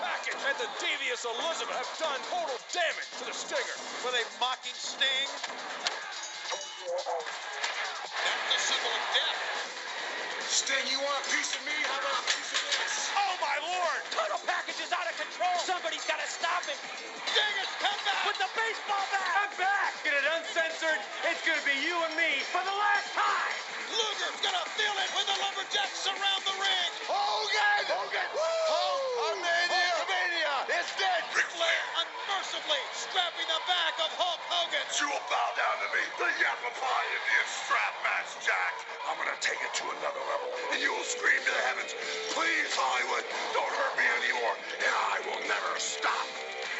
Black and the devious Elizabeth have done total damage to the Stinger. With a mocking sting. That's the symbol of death. Sting, you want a piece of me? How about a piece of this? Oh, my Lord! Total package is out of control. Somebody's got to stop him. Sting has come back. With the baseball I'm bat. back. Get it uncensored. It's going to be you and me for the last time. Luger's going to feel it when the lumberjacks surround the ring. Hogan! Hogan! Woo! Hulkamania! Hulkamania! It's dead! Ric Flair unmercifully strapping the back of Hulk Hogan. You will bow down to me, the apple pie Indian strap match, Jack. I'm gonna take it to another level, and you will scream to the heavens, please, Hollywood, don't hurt me anymore, and I will never stop.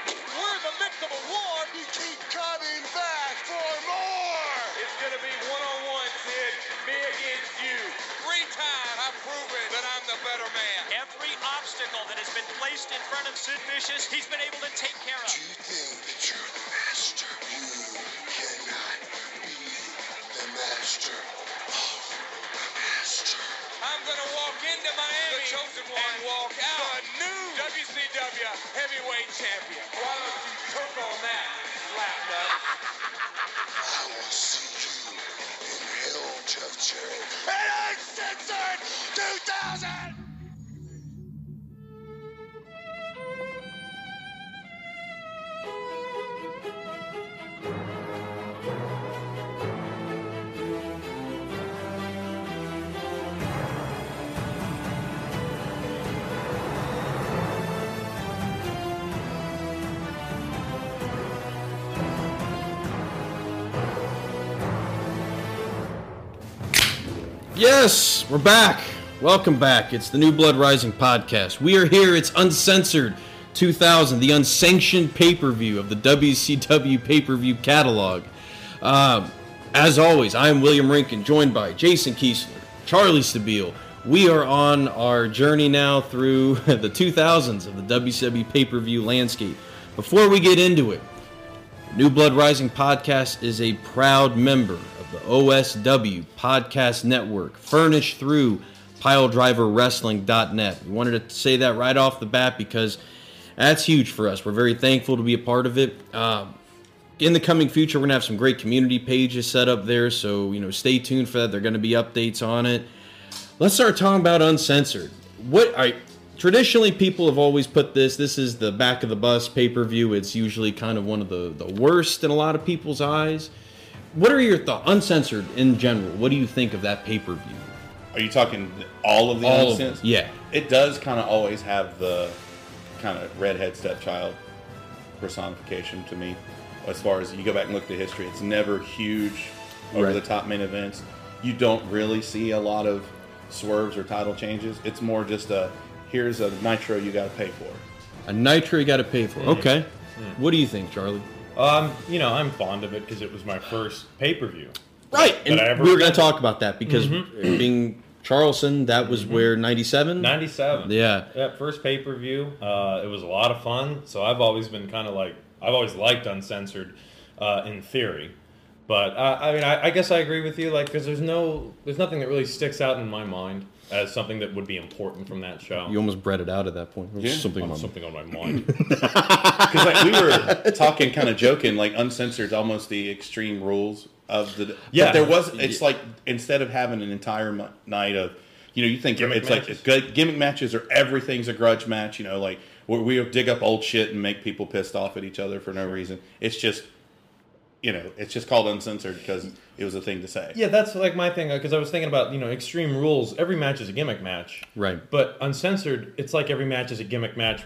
We're in the midst of a war. You keep coming back for more! It's going to be one-on-one, Sid. Me against you. Every time I've proven that I'm the better man. Every obstacle that has been placed in front of Sid Vicious, he's been able to take care of. Do you think that you're the master? You cannot be the master of the master. I'm going to walk into Miami. The chosen one. And walk out. The new WCW heavyweight champion. Why don't you choke on that, slap nut? I will see you in hell, Jeff Jarrett. And uncensored 2000! Yes, we're back. Welcome back. It's the New Blood Rising podcast. We are here. It's Uncensored 2000, the unsanctioned pay per view of the WCW pay per view catalog. Um, as always, I am William Rinkin, joined by Jason Kiesler, Charlie Stabile. We are on our journey now through the 2000s of the WCW pay per view landscape. Before we get into it, New Blood Rising Podcast is a proud member of the OSW Podcast Network, furnished through piledriverwrestling.net. We wanted to say that right off the bat because that's huge for us. We're very thankful to be a part of it. Um, in the coming future, we're gonna have some great community pages set up there, so you know, stay tuned for that. There are gonna be updates on it. Let's start talking about uncensored. What all right, traditionally people have always put this. This is the back of the bus pay per view. It's usually kind of one of the the worst in a lot of people's eyes. What are your thoughts, uncensored in general? What do you think of that pay per view? Are you talking all of the All of nonsense? it, yeah. It does kind of always have the kind of redhead stepchild personification to me. As far as you go back and look at the history, it's never huge over Right. the top main events. You don't really see a lot of swerves or title changes. It's more just a here's a nitro you got to pay for. A nitro you got to pay for. Okay. What do you think, Charlie? Um, you know, I'm fond of it because it was my first pay per view. Right. And I ever we were going to remember. talk about that because being Charleston, that was where 97? 97. Yeah. That first pay per view, uh, it was a lot of fun. So I've always been kind of like, I've always liked Uncensored uh, in theory. But uh, I mean, I, I guess I agree with you, like, because there's no, there's nothing that really sticks out in my mind as something that would be important from that show. You almost bred it out at that point. It was Yeah. something On on- something on my mind. Because like we were talking, kind of joking, like uncensored, is almost the extreme rules of the. Yeah. but there was. It's like instead of having an entire mi- night of, you know, you think Gimmick it's matches. like good gimmick matches or everything's a grudge match. You know, like where we dig up old shit and make people pissed off at each other for no reason. It's just, you know, it's just called uncensored because it was a thing to say. Yeah, that's like my thing because I was thinking about you know Extreme Rules. Every match is a gimmick match, Right. But uncensored, it's like every match is a gimmick match,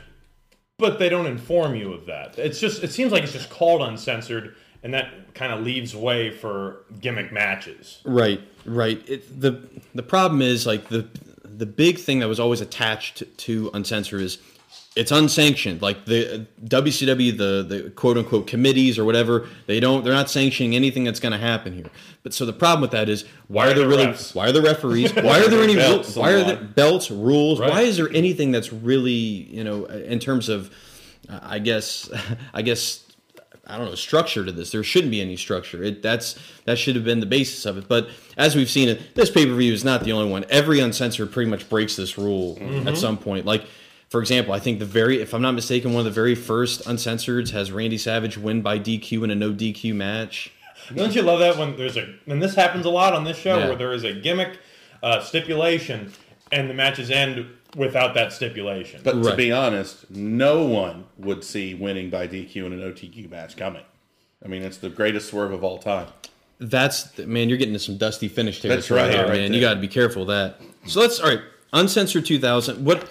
but they don't inform you of that. It's just it seems like it's just called uncensored, and that kind of leaves way for gimmick matches. Right, right. It, the the problem is like the the big thing that was always attached to uncensored is it's unsanctioned. Like the WCW, the the quote unquote committees or whatever, they don't they're not sanctioning anything that's going to happen here. But so the problem with that is why, are there the really refs? why are there referees? Why are there any Belts belts? Why are on the there line. belts rules? Why Right. is there anything that's really you know in terms of uh, I guess I guess I don't know structure to this. There shouldn't be any structure. It that's that should have been the basis of it. But as we've seen, it this pay per view is not the only one. Every uncensored pretty much breaks this rule at some point. Like For example, I think the very, if I'm not mistaken, one of the very first uncensored has Randy Savage win by DQ in a no DQ match. Don't you love that when there's a and this happens a lot on this show Yeah. where there is a gimmick uh, stipulation and the matches end without that stipulation. But to Right. be honest, no one would see winning by DQ in an OTQ match coming. I mean, it's the greatest swerve of all time. That's man, you're getting to some dusty finish territory, That's right, here, right man. there. You got to be careful of that. So let's all right, uncensored 2000. What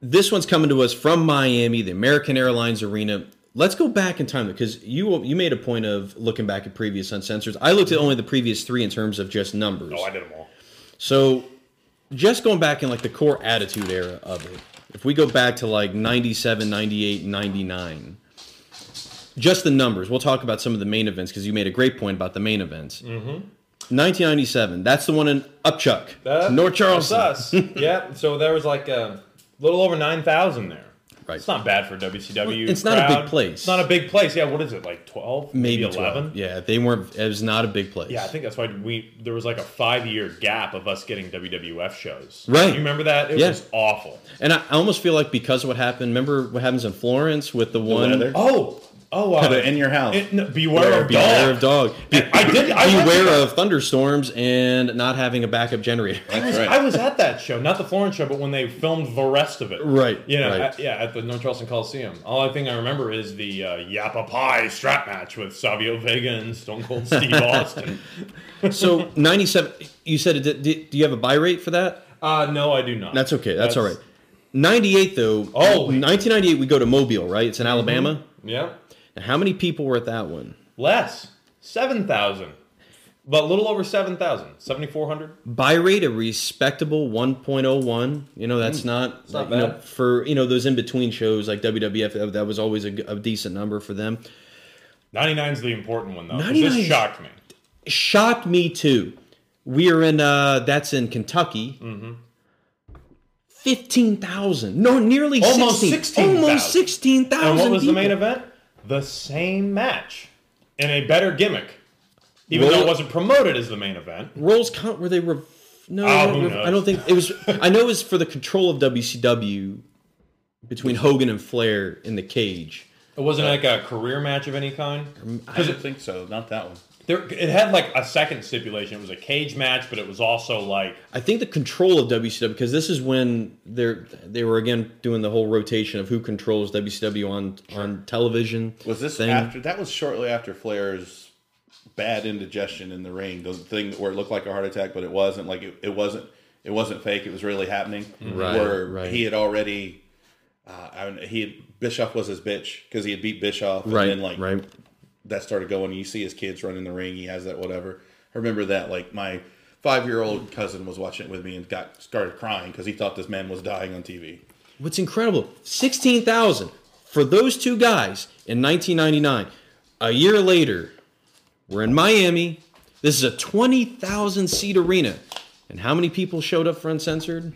this one's coming to us from Miami, the American Airlines Arena. Let's go back in time because you you made a point of looking back at previous uncensored. I looked at only the previous three in terms of just numbers. oh, I did them all. So just going back in like the core attitude era of it, if we go back to like 97, 98, 99, just the numbers, we'll talk about some of the main events because you made a great point about the main events. Mm-hmm. 1997, that's the one in Upchuck, That- North that's Charleston. us. yeah. So there was like a little over nine thousand there. Right. It's not bad for a WCW. Well, it's not a big crowd. place. It's not a big place. Yeah. What is it like? Twelve? Maybe 11? 11. Yeah, they weren't, it was not a big place. Yeah, I think that's why we there was like a five year gap of us getting WWF shows. Right. You remember that? It Yeah. was awful. And I I almost feel like because of what happened, remember what happens in Florence with the, one. weather. Oh, oh, uh, In your house. it- no, beware, Oh, of Beware dog. of dog. I did- I went to beware that. of thunderstorms and not having a backup generator. That's right. I was at that show, not the Florence show, but when they filmed the rest of it. Right, You know, right. at- yeah, at the North Charleston Coliseum. All I think I remember is the uh, Yappa Pie strap match with Savio Vega and Stone Cold Steve Austin. So 97, you said, it did, did- do you have a buy rate for that? Uh, no, I do not. That's okay. That's, all right. 98, though. Oh. Mm-hmm. 1998, we go to Mobile, right? It's in Alabama. Yeah. Now, how many people were at that one? Less. 7,000. But a little over 7,000. 7,400. Buy rate, a respectable 1.01. You know, that's not, Mm. not you know, bad. for, you know, those in between shows like WWF, that- that was always a, g- a decent number for them. 99's the important one, though. 'cause 99 This shocked me. Shocked me, too. We are in, uh that's in Kentucky. Mm-hmm. 15,000. No, nearly Almost 16. 16,000. Almost 16,000. And what was the people. main event? The same match. And a better gimmick. Even Roll- though it wasn't promoted as the main event. Rolls count were they rev no Oh, they who weren't rev- I knows? don't think it was I know it was for the control of WCW between Hogan and Flair in the cage. It wasn't like a career match of any kind. I don't think so. Not that one. There, it had like a second stipulation. It was a cage match, but it was also like I think the control of WCW because this is when they're they were again doing the whole rotation of who controls WCW on on television. Was this thing. after? That was shortly after Flair's bad indigestion in the ring. The thing where it looked like a heart attack, but it wasn't. Like it, it wasn't. It wasn't fake. It was really happening. Right, Where right. he had already. Uh, I don't, he had, Bischoff was his bitch because he had beat Bischoff. And right Then, like right that started going. You see his kids running the ring. He has that whatever. I remember that. Like my five year old cousin was watching it with me and got started crying because he thought this man was dying on TV. What's incredible, 16,000 for those two guys in 1999. A year later, we're in Miami. This is a 20,000 seat arena. And how many people showed up for Uncensored?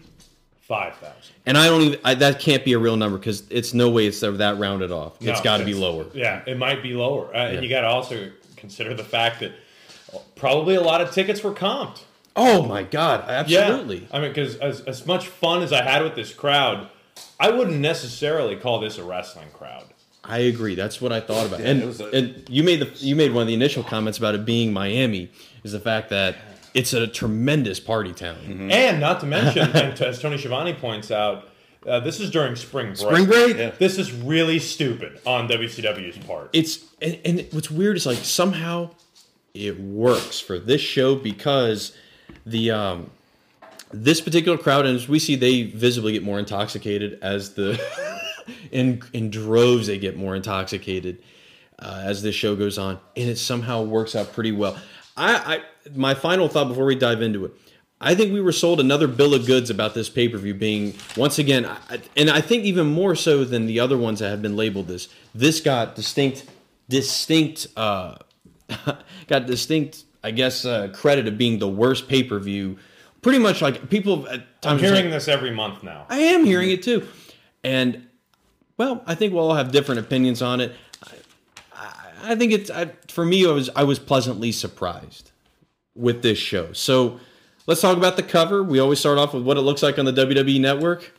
five thousand. And I don't even, I, that can't be a real number because it's no way it's that that rounded off. it's got to be lower. Yeah, it might be lower, uh, and you got to also consider the fact that probably a lot of tickets were comped. Oh my God, absolutely. I mean, because as, as much fun as I had with this crowd, I wouldn't necessarily call this a wrestling crowd. I agree. That's what I thought about. and it was a- and you made the you made one of the initial comments about it being Miami is the fact that it's a tremendous party town. Mm-hmm. And not to mention, and t- as Tony Schiavone points out, uh, this is during spring break. Spring break? Yeah. This is really stupid on WCW's part. it's and, and what's weird is like somehow it works for this show because the um this particular crowd and as we see they visibly get more intoxicated as the in in droves they get more intoxicated uh, as this show goes on and it somehow works out pretty well i i my final thought before we dive into it I think we were sold another bill of goods about this pay per view being once again, I- I- and I think even more so than the other ones that have been labeled this. This got distinct, distinct, uh, got distinct, I guess, uh, credit of being the worst pay per view. Pretty much like people at I'm times are hearing saying- this every month now. I am hearing it too, and well, I think we'll all have different opinions on it. I, I, I think it's I, for me. I was I was pleasantly surprised with this show. So E let's talk about the cover. We always start off with what it looks like on the WWE Network.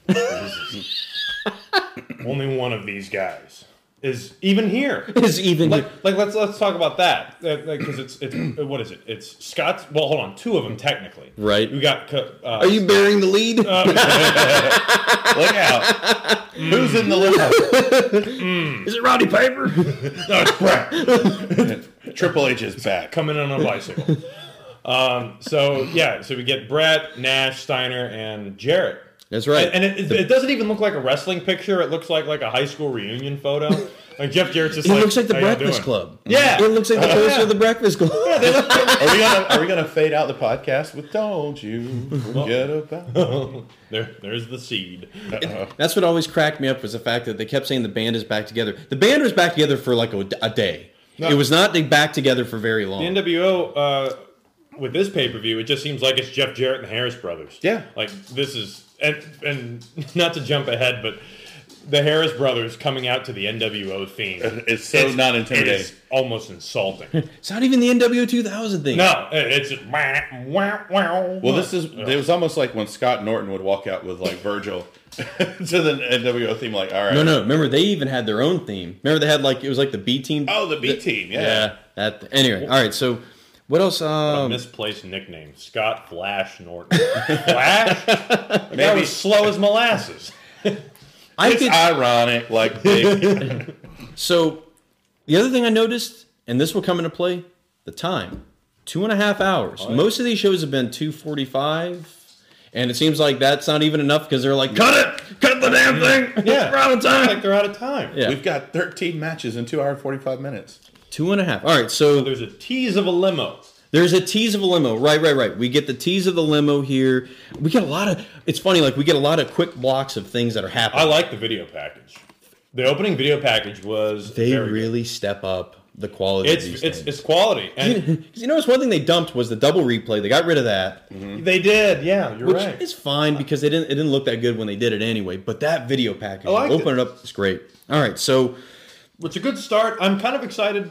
only one of these guys is even here. Is even like, like let's let's talk about that because it's it's what is it? It's Scott's. Well, hold on, two of them technically. Right. Oh, We got. co- Uh, Are you bearing the lead? Um, Look out. Who's in the list? Is it Roddy Piper? no, it's Brett. Triple H is back. coming in on a bicycle. um, so yeah, so we get Brett, Nash, Steiner, and Jarrett. That's right. And, and it, it doesn't even look like a wrestling picture. It looks like like a high school reunion photo. Like Jeff Jarrett's just it like looks like the "How y'all Breakfast doing?" Club. Yeah. It looks like the poster of the Breakfast Club. Are we gonna Are we gonna fade out the podcast with "Don't You Forget About"? There, there's the seed. That's what always cracked me up was the fact that they kept saying the band is back together. The band was back together for like a, a day. It was not they back together for very long. The NWO uh, with this pay per view, it just seems like it's Jeff Jarrett and the Harris brothers. Yeah. like this is and and not to jump ahead, but the Harris brothers coming out to the NWO theme. It's so not intimidating. It is almost insulting. it's not even the NWO 2000 thing. no, it- it's just wah, wah, wah. Well, this is it was almost like when Scott Norton would walk out with like Virgil to the NWO theme, like all right, No, no. Remember, they even had their own theme. Remember, they had like it was like the B team. oh the B team, yeah. yeah. That anyway. All right. So, what else? Oh, Um, misplaced nickname Scott Flash Norton. Flash, that was slow as molasses. I It's could, ironic, like big, so. The other thing I noticed, and this will come into play, the time, two and a half hours. Most of these shows have been two forty-five, and it seems like that's not even enough because they're like, cut it, cut the damn Mm-hmm. thing. Yeah. we're out of time. It's like they're out of time. Yeah. we've got 13 matches in two hour and 45 minutes. Two and a half. All right. So There's a tease of a limo. there's a tease of a limo. Right, right, right. We get the tease of the limo here. We get a lot of. It's funny. Like we get a lot of quick blocks of things that are happening. I like the video package. The opening video package was they very good. really step up the quality of It's these it's things. it's quality, and 'Cause you notice one thing they dumped was the double replay. They got rid of that, they did. Yeah, Mm-hmm. you're which right. is fine because they didn't it didn't look that good when they did it anyway. But that video package, liked open it. it. up, it's great. All right, so It's a good start. I'm kind of excited.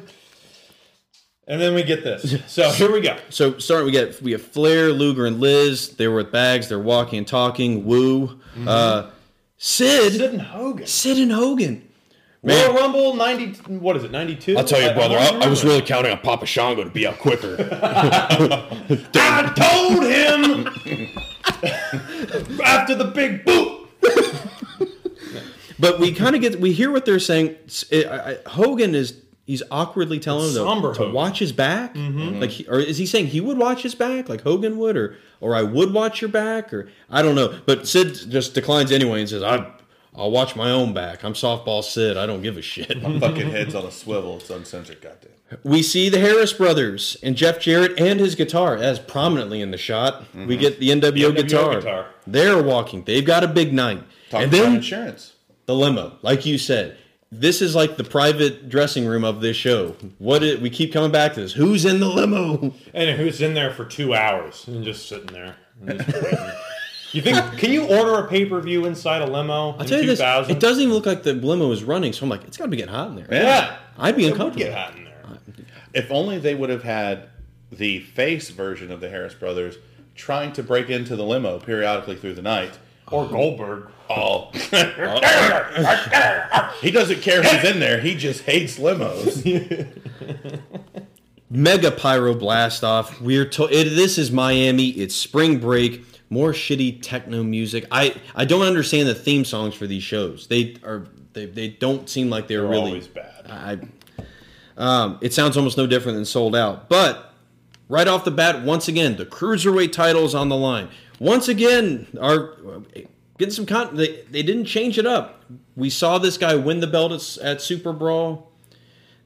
And then we get this. So here we go. so starting we get we have Flair, Luger, and Liz. They were with bags. They're walking and talking. Woo, uh, Sid, Mm-hmm. Sid Sid, and Hogan. and Hogan. Royal Rumble 90. What is it? 92. counting on Papa Shango to be out quicker. I told him after the big boot. but we kind of get we hear what they're saying. S- I- I- I- Hogan is he's awkwardly telling him somber to, to Hogan. Mm-hmm. watch his back. Like, Mm-hmm. he, or is he saying he would watch his back, like Hogan would, or or I would watch your back, or I don't know. But Sid just declines anyway and says, "I I'll watch my own back. I'm softball Sid. I don't give a shit." Fucking heads on a swivel. It's uncensored, goddamn. we see the Harris brothers and Jeff Jarrett and his guitar as prominently in the shot. Mm-hmm. We get the NWO, NWO guitar. guitar. They're walking. They've got a big night. Talk and about then insurance. the limo, like you said. This is like the private dressing room of this show. What it, we keep coming back to this. Who's in the limo? And who's in there for two hours and just sitting there? and just waiting. you think? Can you order a pay per view inside a limo? I'll tell you this. It doesn't even look like the limo is running, so I'm like, it's got to be getting hot in there. Yeah. I'd be It would get uncomfortable. hot in there. If only they would have had the face version of the Harris brothers trying to break into the limo periodically through the night. Or Goldberg. Oh, he doesn't care who's in there. He just hates limos. Mega pyro blast off. We're to- it, this is Miami. It's spring break. More shitty techno music. I I don't understand the theme songs for these shows. They are they, they don't seem like they're, really always bad. I, um, it sounds almost no different than sold out. But right off the bat, once again, the cruiserweight title is on the line. Once again, our getting some con. They, they didn't change it up. We saw this guy win the belt at, at Super Brawl.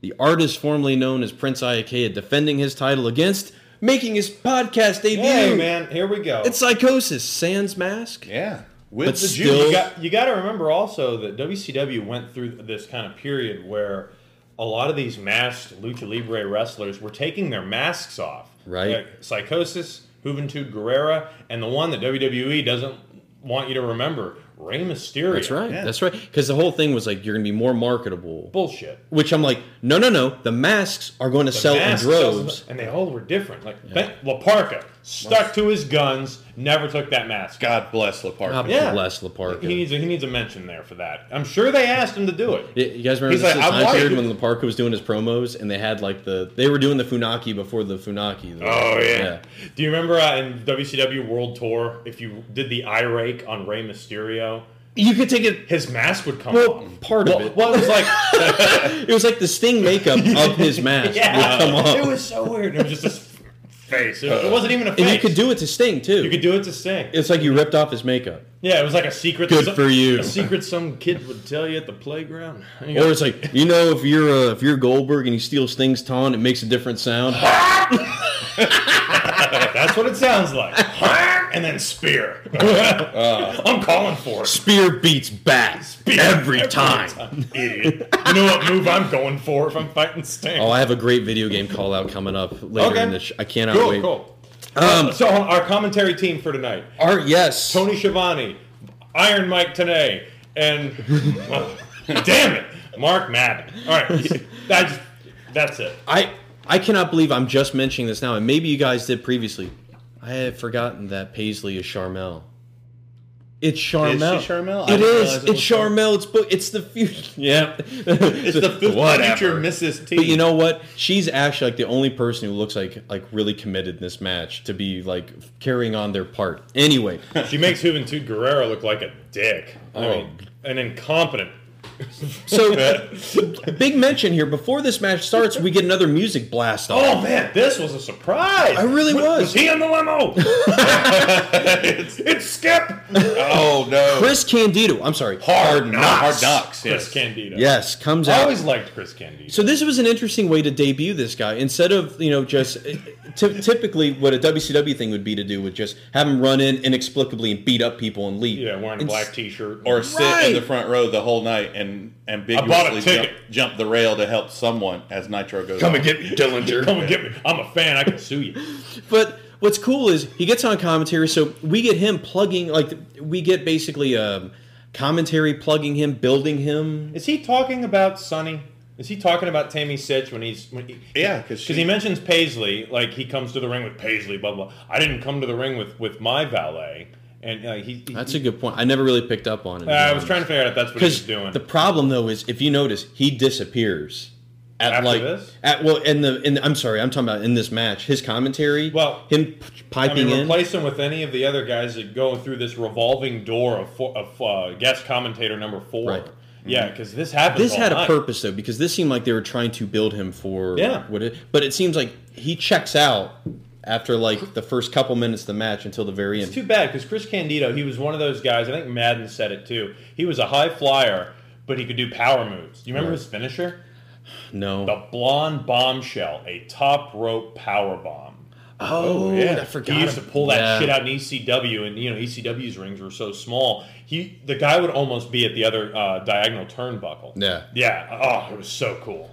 The artist formerly known as Prince Iakea defending his title against making his podcast debut. Hey man, here we go. It's Psychosis, Sans Mask. yeah, with But the still- Jews. you got you got to remember also that WCW went through this kind of period where a lot of these masked lucha libre wrestlers were taking their masks off. Right. Like Psychosis, Juventud Guerrera, and the one that WWE doesn't want you to remember, Rey Mysterio. That's right. Yeah. That's right. Because the whole thing was like, you're going to be more marketable. Bullshit. Which I'm like, no, no, no. The masks are going to The sell in mask droves. sells- and they all were different. Like thank- La Parca, stuck to his guns, never took that mask. God bless God Leparkin. Yeah. bless Laparca. He needs a, he needs a mention there for that. I'm sure they asked him to do it. Y- You guys remember He's this like, time "I'm white." period when Laparca was doing his promos and they had like the they were doing the Funaki before the Funaki. The- Oh. Do you remember uh, in WCW World Tour if you did the eye rake on Rey Mysterio, You could take it his mask would come well, off. part Well, of it. well, it was like it was like the sting makeup of his mask yeah, would come off. Uh, it was so weird. It was just this face. It, it wasn't even a face. and you could do it to Sting too. You could do it to Sting. it's like you ripped off his makeup. Yeah, it was like a secret. Good some- for you. A secret some kid would tell you at the playground. Or it's like, you know, if you're uh, if you're Goldberg and you steal Sting's taunt, it makes a different sound. That's what it sounds like. and then spear. Uh. I'm calling for it. Spear beats bat every, time. Idiot. You know what move I'm going for if I'm fighting Sting? Oh, I have a great video game call out coming up later Okay. in the sh- I cannot cool, wait. Um, cool. Uh, so our commentary team for tonight: Art, yes. Tony Schiavone, Iron Mike Tanay, and oh, damn it, Mark Madden. All right, that's that's it. I I cannot believe I'm just mentioning this now, and maybe you guys did previously. I had forgotten that Paisley is Charmel. It's Charmel. Charmel? I It didn't is. realize it it's was Charmel. It's book. It's the future. Yeah. It's the fifth future Mrs. T. But you know what? She's actually like the only person who looks like like really committed in this match to be like carrying on their part. Anyway, She makes Juventud Guerrero look like a dick. I Oh. mean, an incompetent. so big mention here. Before this match starts, we get another music blast off. Oh man, this was a surprise. I really was. Was he in the limo? it's, it's Skip. oh no, Chris Candido. I'm sorry. hard knocks. Hard Knocks. knocks. Chris Yes. Candido. Yes, comes I out. always liked Chris Candido. So this was an interesting way to debut this guy. Instead of you know just ty- typically what a WCW thing would be to do would just have him run in inexplicably and beat up people and leave. yeah, wearing a Ins- black T-shirt. or sit Right. in the front row the whole night and I bought a ambiguously ticket. jump, jump the rail to help someone as Nitro goes. on. get me, Dillinger. Come and get me. I'm a fan. I can sue you. But what's cool is he gets on commentary, so we get him plugging like we get basically um, commentary plugging him, building him. Is he talking about Sonny? Is he talking about Tammy Sitch when he's when he, Yeah, because Because he mentions Paisley, like he comes to the ring with Paisley, blah blah. I didn't come to the ring with with my valet, and uh, he. he- That's a good point. I never really picked up on it. Uh, I was trying to figure out if that's what he was because doing. the problem though is if you notice he disappears. At After like this? at well in the in the, I'm sorry I'm talking about in this match his commentary Well, him p- I piping mean, in replace him with any of the other guys that go through this revolving door of, four, of uh, guest commentator number four. Right. Yeah, because this happens. This all had a night. purpose though, because this seemed like they were trying to build him for Yeah. What it, but it seems like he checks out after like the first couple minutes of the match until the very It's end. too bad because Chris Candido, he was one of those guys. I think Madden said it too. He was a high flyer, but he could do power moves. You remember Right. his finisher? No, The blonde bombshell, a top rope power bomb. oh yeah, I forgot. He used to ab- pull that yeah. shit out in ECW, and you know ECW's rings were so small. He, the guy, would almost be at the other uh, diagonal turnbuckle. Yeah. yeah. Oh, it was so cool,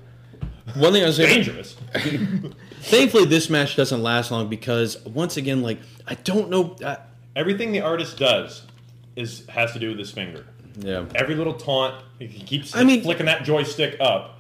One thing I was saying, dangerous. thankfully this match doesn't last long because once again, like I don't know. I, Everything the artist does is has to do with his finger. yeah, Every little taunt, he keeps I mean- flicking that joystick up.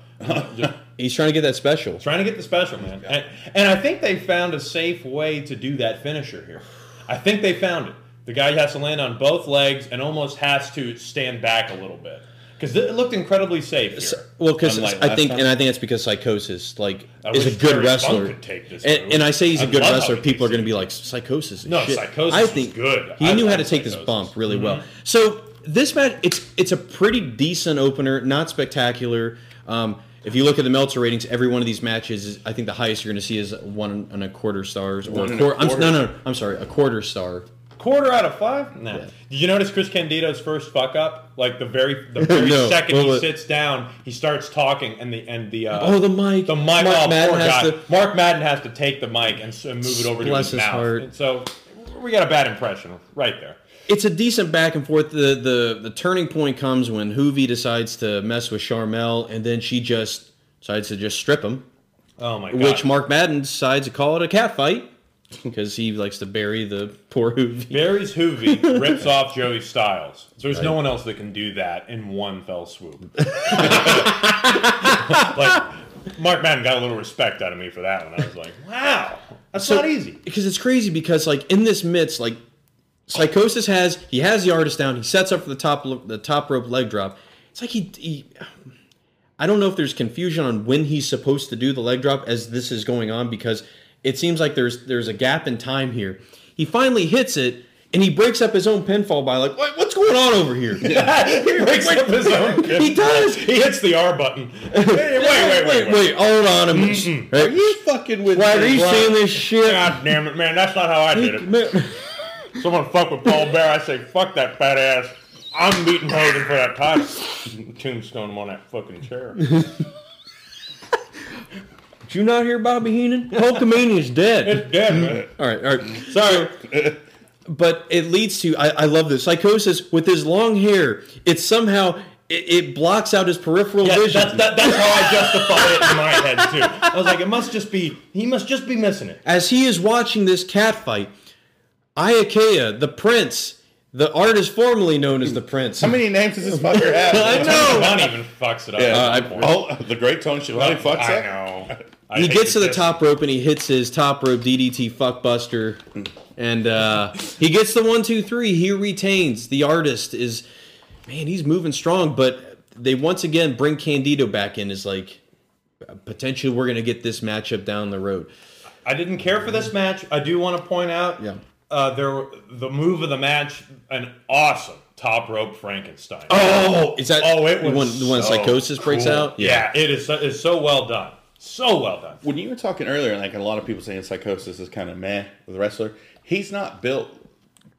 Just he's trying to get that special. trying to get the special, man. And, and I think they found a safe way to do that finisher here. I think they found it. The guy has to land on both legs and almost has to stand back a little bit. Because it looked incredibly safe here. Well, because Unlike I last think, time. and I think it's because Psychosis like I is wish a good Terry wrestler. Funk could take this move. and, and I say he's a I'd good love how wrestler. he People are takes going to be like Psychosis. is No, shit." Psychosis I was think good. He I knew how like to take this Psychosis. bump really well. So this match, it's it's a pretty decent opener, not spectacular. Um, if you look at the Meltzer ratings, every one of these matches, is, I think the highest you're going to see is one and a quarter stars or One a and a quarter. I'm, no, quarter. no, no, I'm sorry, a quarter star. Quarter out of five? Nah. Did you notice Chris Candido's first fuck up? Like the very the very No. second What he was- sits down, he starts talking, and the and the uh, Oh, the mic. the mic. Mark oh, Madden poor has guy. to- Mark Madden has to take the mic and, s- and move it over to Bless his, his mouth. heart. And so we got a bad impression right there. it's a decent back and forth. The the the turning point comes when Hoovy decides to mess with Charmel, and then she just decides to just strip him. Oh my god. Which Mark Madden decides to call it a cat fight because he likes to bury the poor Hoovy. Barry's Hoovy rips off Joey Styles. So there's no one else that can do that in one fell swoop. like Mark Madden got a little respect out of me for that one. I was like, wow, that's So- not easy. because it's crazy because like in this midst like psychosis has he has the artist down he sets up for the top lo- the top rope leg drop it's like he, he i don't know if there's confusion on when he's supposed to do the leg drop as this is going on because it seems like there's there's a gap in time here he finally hits it and he breaks up his own pinfall by like what, what's going on over here he breaks up his own. he does He hits the R button. Wait, wait, wait, wait. hold on a minute Are you fucking with why me, are you bro? seeing this shit God damn it, man! That's not how I did it. Man. Someone fuck with Paul Bear. I say, fuck that fat ass. I'm beating Hogan for that title. Tombstone him on that fucking chair. Did you not hear Bobby Heenan? Hulkamania's dead. It's dead, man. All right, all right. Sorry. But it leads to I, I love this psychosis with his long hair. It somehow it, it blocks out his peripheral Yeah, vision. that's, that, that's how I justified it in my head too. I was like, it must just be he must just be missing it. As he is watching this cat fight, Iakea, the prince, the artist formerly known as the prince. How many names does this fucker have? I know. Tony even fucks it up. Yeah. at Uh, I- that point. Oh, the great Tony Schiavone fucks I up. know. I he hate gets to the this. top rope and he hits his top rope DDT fuckbuster, and uh, he gets the one two three. He retains. The artist is, man, he's moving strong. But they once again bring Candido back in. Is like potentially we're gonna get this matchup down the road. I didn't care for this match. I do want to point out. Yeah. Uh, there, were- the move of the match, an awesome top rope Frankenstein. Oh, is that Oh, it was when when so psychosis breaks cool. out? Yeah, it is. So, it's so well done. So well done. When you were talking earlier, like a lot of people saying psychosis is kind of meh with a wrestler, he's not built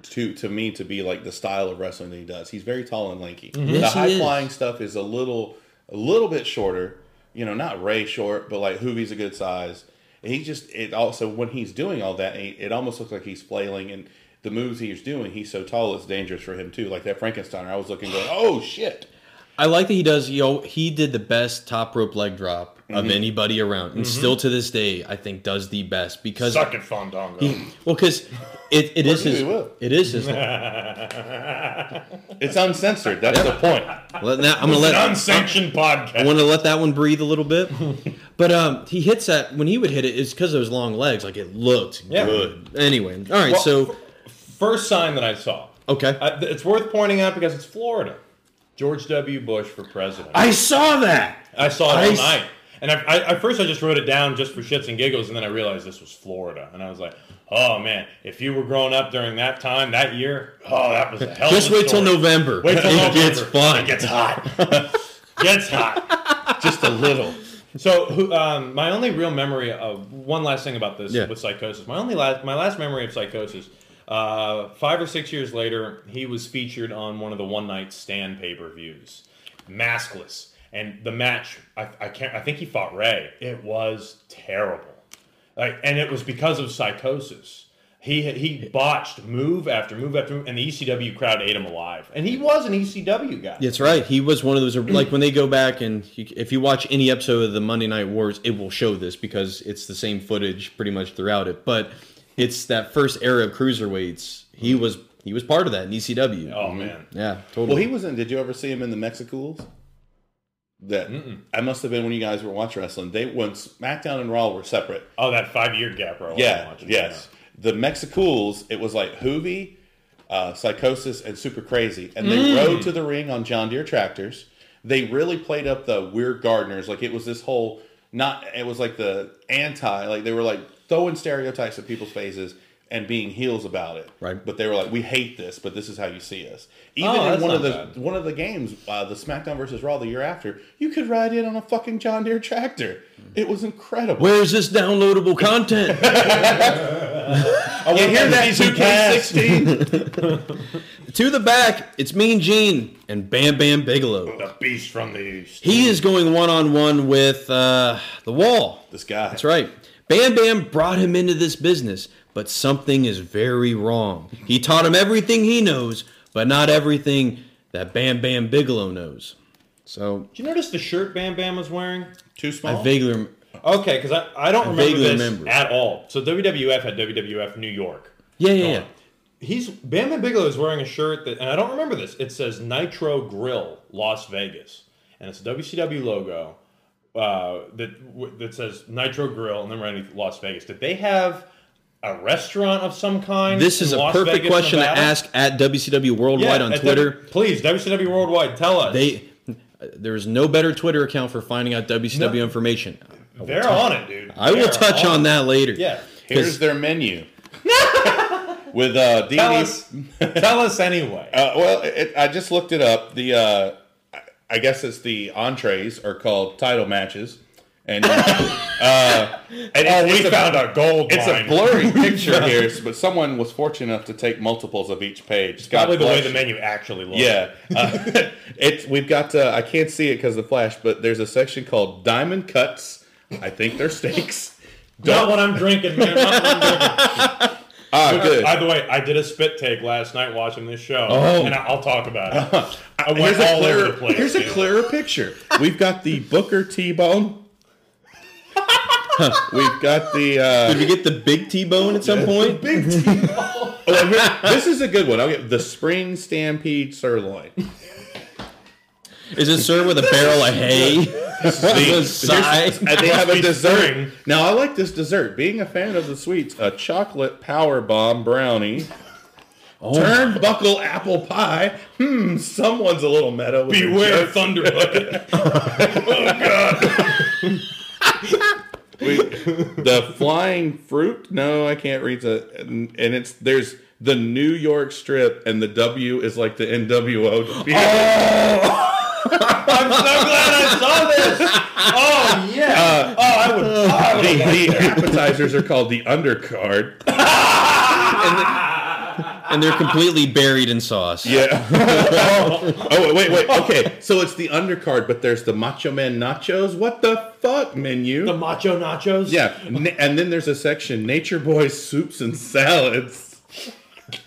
to to me to be like the style of wrestling that he does. He's very tall and lanky. The Mm-hmm. Yes, he high is. flying stuff is a little a little bit shorter. You know, not Ray short, but like Hoovy's a good size. And he just it also when he's doing all that, it, it almost looks like he's flailing and. The moves he's doing, he's so tall, it's dangerous for him too. Like that Frankenstein, I was looking, going, "Oh shit!" I like that he does. Yo, he did the best top rope leg drop Mm-hmm. of anybody around, and still to this day, I think does the best because Suck it, Fandango. Well, because it, it is you, his. he will. It is his. let, It's uncensored. That's the point. now, I'm gonna let. An unsanctioned I podcast. want to let that one breathe a little bit. But um, he hits that when he would hit it. It's because of his long legs. Like it looked Yeah. good. Anyway, all right. Well, so First sign that I saw. okay, I, th- it's worth pointing out because it's Florida. George W. Bush for president. I saw that. I saw it I all s- night. And I, I, at first, I just wrote it down just for shits and giggles, and then I realized this was Florida, and I was like, "Oh man, if you were growing up during that time, that year, oh, that was a hell." Just of a wait till story. November. Wait till it November. gets fun. It gets hot. gets hot. Just a little. So, who- um, my only real memory of one last thing about this Yeah. with psychosis. My only last, my last memory of psychosis. Uh, five or six years later, he was featured on one of the one night stand pay per views, maskless, and the match. I, I can't. I think he fought Ray. It was terrible. Like, and it was because of psychosis. He he botched move after move after move, and the ECW crowd ate him alive. And he was an ECW guy. That's right. He was one of those. Like when they go back and you, if you watch any episode of the Monday Night Wars, it will show this because it's the same footage pretty much throughout it. But it's that first era of cruiserweights. He was he was part of that in ECW. Oh man, Yeah, totally. Well, he wasn't. Did you ever see him in the Mexicools? That I must have been when you guys were watching wrestling. They when SmackDown and Raw were separate. oh that five year gap, bro. yeah, yes. The Mexicools. It was like Hoovy, uh, Psychosis, and Super Crazy, and they rode to the ring on John Deere tractors. They really played up the weird gardeners. Like it was this whole not. It was like the anti. Like they were like throwing stereotypes at people's faces. And being heels about it, Right. But they were like, "We hate this, but this is how you see us." Even Oh, in that's one of not the bad. one of the games, uh, the SmackDown versus Raw the year after, you could ride in on a fucking John Deere tractor. It was incredible. Where's this downloadable content? Oh, you hear that? these who passed. 2K16. to the back, it's Mean Gene and Bam Bam Bigelow. The beast from the east. He is going one on one with uh, the wall. this guy. That's right. Bam Bam brought him into this business, but something is very wrong. He taught him everything he knows, but not everything that Bam Bam Bigelow knows. So Did you notice the shirt Bam Bam was wearing? Too I small. vaguely rem- Okay, because I, I don't remember vaguely this remember. at all. So WWF had WWF New York. yeah yeah yeah. He's Bam Bam Bigelow is wearing a shirt that, and I don't remember this. It says Nitro Grill Las Vegas, and it's a WCW logo uh, that w- that says Nitro Grill, and then we're in Las Vegas. Did they have a restaurant of some kind? This in is a Las perfect Vegas, question Nevada? to ask at WCW Worldwide Yeah, on at Twitter. W- please, WCW Worldwide, tell us. They there is no better Twitter account for finding out WCW No. information. they're on it, dude. I will They're touch on that later. Yeah. Here's their menu. With uh, D&D. Tell us, tell us anyway. Uh, well, it, I just looked it up. The uh, I- I guess it's the entrees are called title matches, and uh, and oh, it's- we it's a- found a gold It's a mine. blurry picture here, but someone was fortunate enough to take multiples of each page. It's Probably the way the menu actually looks. Yeah, uh, it's we've got. Uh, I can't see it because of the flash, but there's a section called diamond cuts. I think they're steaks. Not what I'm drinking, man. Not what I'm drinking. Ah, good. By the way, I did a spit take last night watching this show, Oh. and I, I'll talk about it. I went Here's a all over clearer, the place. here's a dude. clearer picture. We've got the Booker T Bone. We've got the. Uh, Did we get the big T bone at some point? Big T Bone. Oh, here- this is a good one. I'll get the Spring Stampede Sirloin. Is it served with a barrel of hay? the side. And they have a be dessert. spring. Now, I like this dessert. Being a fan of the sweets, a chocolate power bomb brownie. Oh. Turnbuckle apple pie. Hmm, someone's a little meta. With their Beware, jokes. Thunder Bucket. We, the flying fruit? No, I can't read the. And, and it's there's the New York Strip, and the W is like the NWO. I'm so glad I saw this. Oh yeah. Uh, oh, I would. oh, I would the, the appetizers are called the undercard. and they're completely buried in sauce. Yeah. oh, oh, wait, wait. Okay, so it's the undercard, but there's the Macho Man Nachos. What the fuck menu? the macho nachos. yeah, n- and then there's a section Nature Boy soups and salads.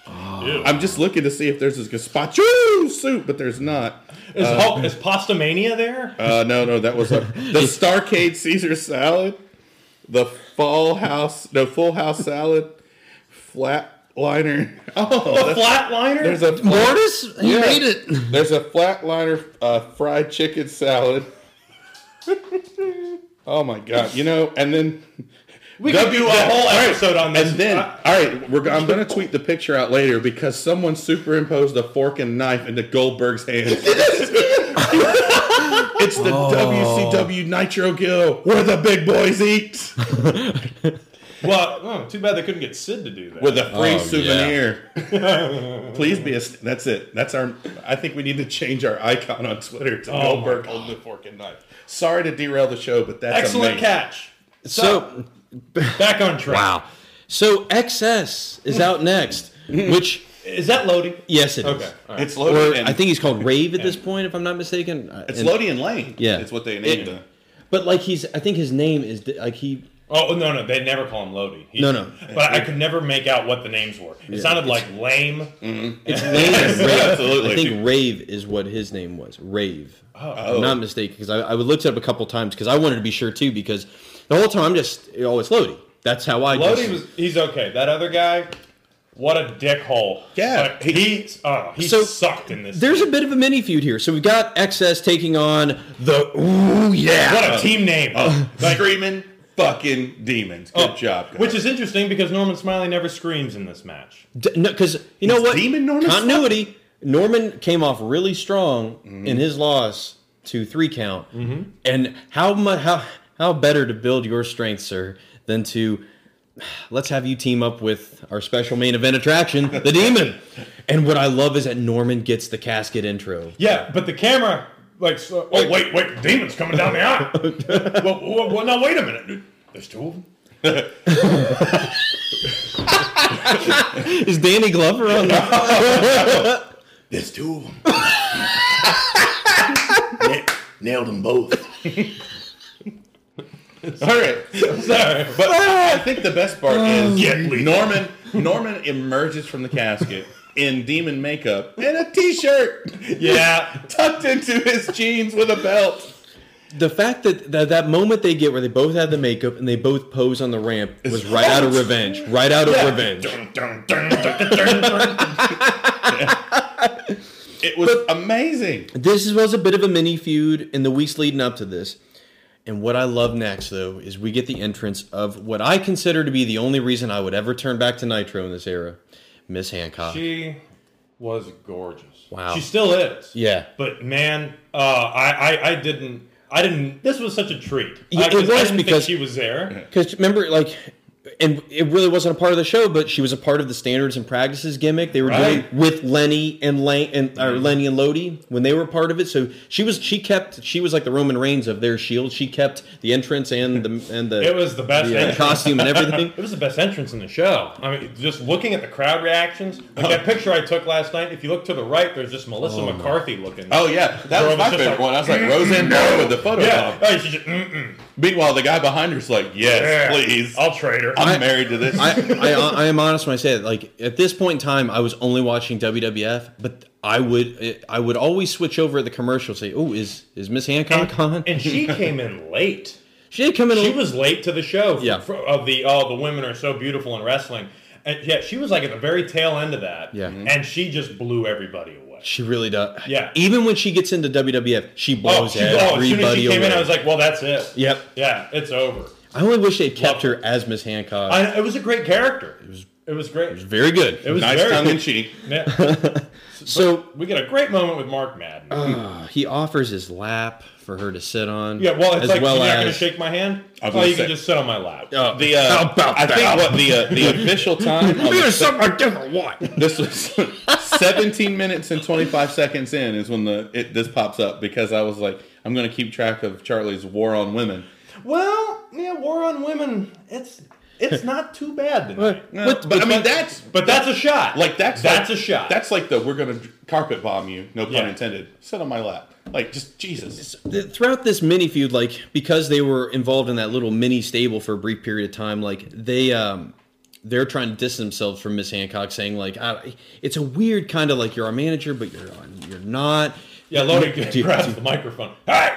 I'm just looking to see if there's this gazpacho soup, but there's not. Is, Hulk, is Pasta Mania there? Uh, no, no, that was a, the Starcade Caesar salad, the Fall House, no Full House salad, Flatliner. Oh, the that's- Flatliner. there's a Mortis, he Yeah. made it. There's a Flatliner uh, fried chicken salad. oh my god! You know, and then we could do a Yeah. whole All right, episode on this. Uh, And then, I- all right, we're, go- I'm going to tweet the picture out later because someone superimposed a fork and knife into Goldberg's hand. it's the WCW Nitro Gill where the big boys eat well, oh, too bad they couldn't get Sid to do that. with a free Oh, yeah. souvenir. Please be a. st- That's it. That's our. I think we need to change our icon on Twitter to Oh my Goldberg holding the fork and knife. Sorry to derail the show, but that's Excellent amazing. catch. So Back on track. wow. So XS is out next, which Is that loading? yes, it is. Okay. All right. It's Or Lodian. I think he's called Rave at this point, if I'm not mistaken. Uh, it's and- Lodian Lane. Yeah. it's what they named It- it. But like he's, I think his name is like he. Oh no no they never call him Lodi. He- No, no. But I could never make out what the names were. It sounded like lame. Mm-hmm. It's Rave. Rave. Absolutely. I think Rave is what his name was. Rave. Oh. I'm not mistaken because I, I looked it up a couple times because I wanted to be sure too because the whole time I'm just oh it's Lodi. That's how I. Lodi just- was he's okay. That other guy, what a dickhole. Yeah. But he oh, he So, sucked in this. There's a bit of a mini feud here. So we've got XS taking on the Ooh Yeah. what a team name. Oh. Like, Screaming fucking demons. Good oh, job. guys. Which is interesting because Norman Smiley never screams in this match. because you know Is what? Demon Norman Continuity. Norman came off really strong Mm-hmm. in his loss to three count. And how much how how better to build your strength, sir, than to let's have you team up with our special main event attraction, the Demon. And what I love is that Norman gets the casket intro. Yeah, but the camera like so, oh wait wait demons coming down the aisle. well, well, well now wait a minute. There's two of them. Is Danny Glover on that? There's two of them. nailed them both. All right, Sorry. but I think the best part is Norman. Norman emerges from the casket in demon makeup and a t-shirt Yeah. tucked into his jeans with a belt. the fact that, that that moment they get where they both have the makeup and they both pose on the ramp was right out of revenge. Right out of revenge. It was amazing. This was a bit of a mini feud in the weeks leading up to this. And what I love next, though, is we get the entrance of what I consider to be the only reason I would ever turn back to Nitro in this era, Miss Hancock. She was gorgeous. Wow. She still is. Yeah. But man, uh, I, I I didn't I didn't. This was such a treat. Yeah, I, it 'cause was I didn't because- think she was there. Because remember, like, and it really wasn't a part of the show, but she was a part of the standards and practices gimmick they were Right. Mm-hmm. doing with Lenny and Lane and or Lenny and Lodi when they were part of it. So she was she kept she was like the Roman Reigns of their Shield. She kept the entrance and the and the It was the best the, uh, entrance. costume and everything. It was the best entrance in the show. I mean, just looking at the crowd reactions, like Oh. that picture I took last night. If you look to the right, there's just Melissa McCarthy looking. Oh yeah, that Girl was was my just favorite like, one. I was like Roseanne Barr with the photo yeah. bomb. Oh, she just, mm-mm, Meanwhile, the guy behind her's like, "Yes, yeah. please, I'll trade her. I'm married to this." Oh, I, I I am honest when I say that. Like at this point in time, I was only watching WWF, but I would I would always switch over at the commercial. Say, oh, is is Miss Hancock on? and she came in late. she did come in. a She little- was late to the show. f- Yeah. f- of the oh, the women are so beautiful in wrestling, and yeah, she was like at the very tail end of that. Yeah. Mm-hmm. and she just blew everybody away. She really does. Yeah. Oh, Even when she gets into WWF, she blows she- as everybody soon as she came away. in, I was like, well, that's it. Yep. Yeah, it's over. I only wish they kept Love- her as Miss Hancock. I, it was a great character. It was. It was great. It was, Very good. nice very tongue in cheek. Yeah. so uh, we get a great moment with Mark Madden. he offers his lap for her to sit on. yeah, well, it's as like well you're not going to as shake my hand. I was Oh, gonna you say- can just sit on my lap. The uh, Oh. How about I think that? what the uh, the official time. on the- something different. What? this was 17 minutes and 25 seconds in is when the it, this pops up because I was like, I'm going to keep track of Charlie's war on women. Well, yeah, war on women. It's it's not too bad tonight. What? No, What- but, I mean that's But that's a shot. like that's that's like- a shot. That's like the we're going to carpet bomb you. No pun Yeah. intended. Sit on my lap. Like just Jesus. th- throughout this mini feud, like because they were involved in that little mini stable for a brief period of time, like they um they're trying to distance themselves from Miss Hancock, saying like I, it's a weird kind of like you're our manager, but you're you're not. yeah. Lodi Do- do- grabs do- the microphone. Hey,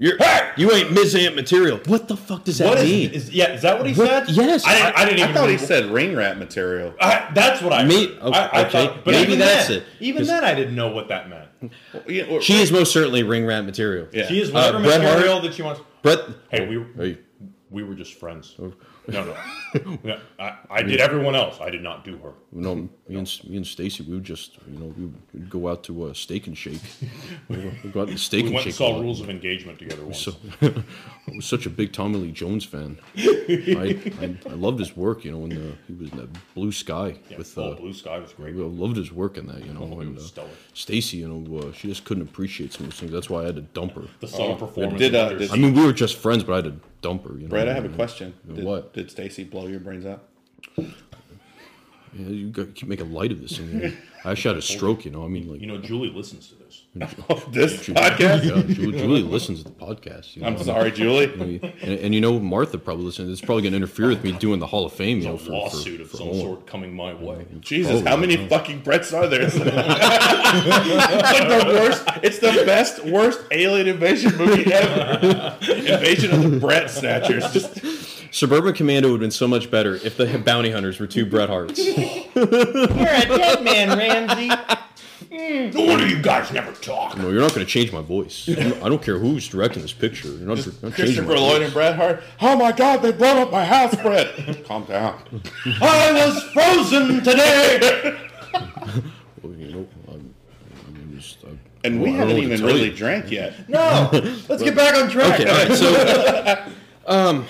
You're, Hey! You ain't Miss Ant material. What the fuck does that what mean? is, is yeah? Is that what he What? said? Yes. I didn't. I, didn't even. I thought he read- said ring rat material. I, that's what I. Me- heard. oh, I, I okay. thought, but Maybe even that's then- it. Even 'Cause- then, I didn't know what that meant. Yeah, or- she is most certainly ring rat material. Yeah. She is Uh, whatever Bret Hart- material that she wants. But Hey, we Hey. Oh. we were just friends. No, no, no I, I did everyone else. I did not do her. you know, me and, me and Stacy, we would just you know we would go out to uh, Steak and Shake. we would go out to Steak We and went and Shake. saw Rules of Engagement together once. So, I was such a big Tommy Lee Jones fan. I, I, I loved his work, you know, when the, he was in that Blue Sky yeah, with Full uh, Blue Sky was great. I loved his work in that, you know. Oh, he and, was uh, stellar. Stacy, you know, uh, she just couldn't appreciate some of those things. That's why I had to dump her. The summer performance. did, uh, wonders. did- I mean, we were just friends, but I had to dump her. You know, Brad, I have a and- question. and Did, what? Did Stacy blow your brains out? Yeah, you got, keep making light of this. I, mean, I actually had a stroke, you know. I mean, like you know, Julie listens to this. this Julie, podcast. yeah, Julie, Julie listens to the podcast. You know, I'm sorry, Julie. I mean, And, and you know, Martha probably listens. It's probably going to interfere with me doing the Hall of Fame. You know, A for, for- lawsuit for of some Owen. sort coming my way. Jesus, Oh, how many fucking Bretts are there? it's like the worst. It's the best, worst alien invasion movie ever. invasion of the Brett Snatchers. Just Suburban Commando would have been so much better if the bounty hunters were two Bret Harts. You're a dead man, Ramsey. no wonder you guys never talk. No, you're not going to change my voice. I'm- I don't care who's directing this picture. You're not, you're not changing my Christopher Lloyd and voice. Bret Hart. Oh my God, they brought up my house, Brett. Calm down. I was frozen today. Well, you know, I'm- I mean, it's- I- And we well, I don't know what to haven't even tell really you. drank yet. No, let's get back on track. Okay, all right, so um,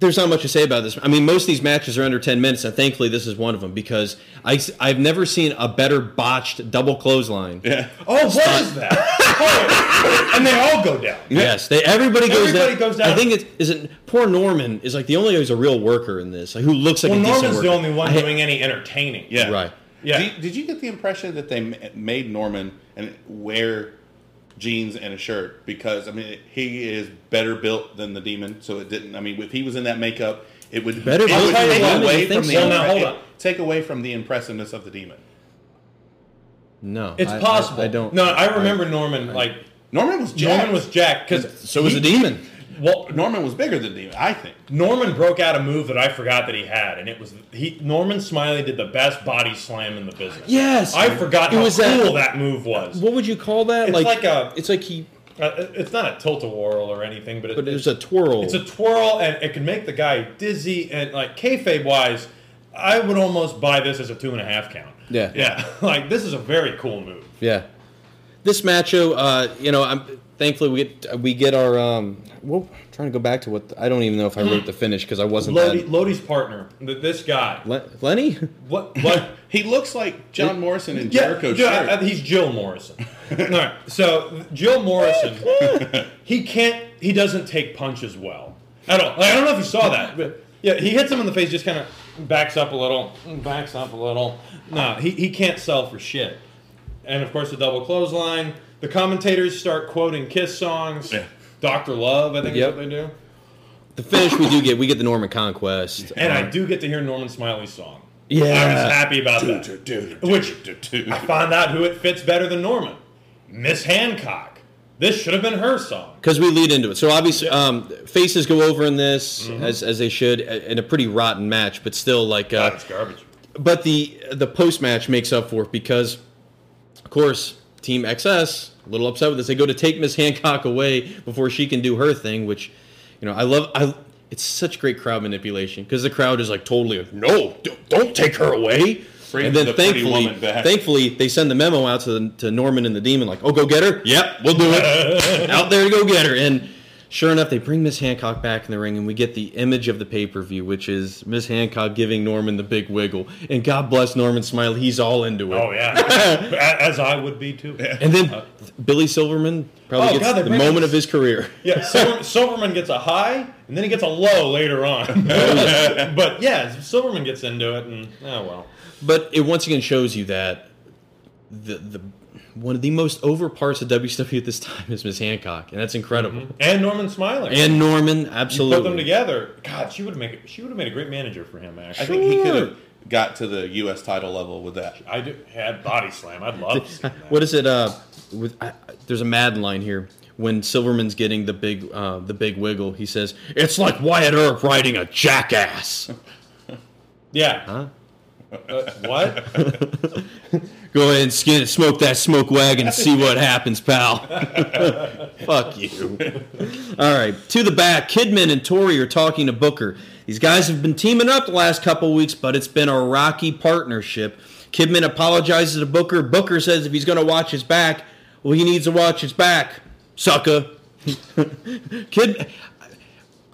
there's not much to say about this. I mean, most of these matches are under 10 minutes, and thankfully this is one of them because I, have never seen a better botched double clothesline. Oh, what is that? Oh, and they all go down. Yes, they, everybody goes Everybody down. goes down. I think it's isn't poor Norman is like the only who's a real worker in this, like, who looks like Well, a decent Norman's the worker. only one doing any entertaining. Yeah. Right. Yeah. Did, did you get the impression that they ma- made Norman and wear jeans and a shirt because I mean he is better built than the demon, so it didn't. I mean, if he was in that makeup, it would Better it built would than the take demon? away You from think the so? impre- Well, now, hold it- on. take away from the impressiveness of the demon. No, It's I- I- possible. I, don't. No, I remember Norman like Norman was jacked. Norman was Jack because So was the demon. well, Norman was bigger than demon. I think. Norman broke out a move that I forgot that he had, and it was he Norman Smiley did the best body slam in the business. Yes. I forgot It how was that- cool that, move was. What would you call that? It's like a- It's like he. Uh, it- it's not a tilt a whirl or anything, but, it, But it was a twirl. It's a twirl, and it can make the guy dizzy. And like kayfabe wise, I would almost buy this as a two and a half count. Yeah. yeah. Like this is a very cool move. Yeah. This macho, uh, you know, I'm thankfully we get we get our um. Well, trying to go back to what I don't even know if I wrote the finish because I wasn't Lodi, that. Lodi's partner, th- this guy. Le- Lenny, What? But What? he looks like John Morrison in Yeah, Jericho yeah, shirt. I- I- he's Jill Morrison. All right, so Jill Morrison, he can't, he doesn't take punches well at all. Like, I don't know if you saw that, but yeah, he hits him in the face, just kind of backs up a little, backs up a little. No, he, he can't sell for shit. And of course, the double clothesline. The commentators start quoting Kiss songs. Yeah. Doctor Love, I think Yep. is what they do. the finish we do get, we get the Norman Conquest. And I do get to hear Norman Smiley's song. Yeah. I was happy about that. Dude, dude, dude, Which dude, dude. I found out who it fits better than Norman. Miss Hancock. This should have been her song. because we lead into it. So obviously, um, faces go over in this as, as they should a- in a pretty rotten match, but still like. Uh, That's garbage. but the the post match makes up for it because, of course, Team XS a little upset with this. They go to take Miss Hancock away before she can do her thing, which, you know, I love. I it's such great crowd manipulation because the crowd is like totally like, no, d- don't take her away. Bring and then the pretty thankfully, woman back. thankfully, they send the memo out to the, to Norman and the Demon, like, "Oh, go get her." Yep, we'll do it. out there to go get her. And sure enough, they bring Miss Hancock back in the ring, and we get the image of the pay per view, which is Miss Hancock giving Norman the big wiggle. And God bless Norman Smiley, he's all into it. Oh yeah, A- as I would be too. And then Billy Silverman probably Oh, gets God, they're the bringing moment this- of his career. Yeah, Silver, Silverman gets a high, and then he gets a low later on. but yeah, Silverman gets into it, and oh well. But it once again shows you that the the one of the most over parts of WCW at this time is Miss Hancock, and that's incredible. And Norman Smiler. And Norman, Mm-hmm. you absolutely. put them together. God, she would make she would have made a great manager for him. Actually, I think he could Sure. have got to the U.S. title level with that. I do had body slam. I'd love. to see that. What is it? Uh, with I, I- there's a Madden line here when Silverman's getting the big uh, the big wiggle. He says, "It's like Wyatt Earp riding a jackass." Yeah. Uh, what? Go ahead and skin, smoke that smoke wagon and see what happens, pal. Fuck you. All right, to the back. Kidman and Tori are talking to Booker. These guys have been teaming up the last couple weeks, but it's been a rocky partnership. Kidman apologizes to Booker. Booker says if he's going to watch his back, well, he needs to watch his back, sucker. Kid,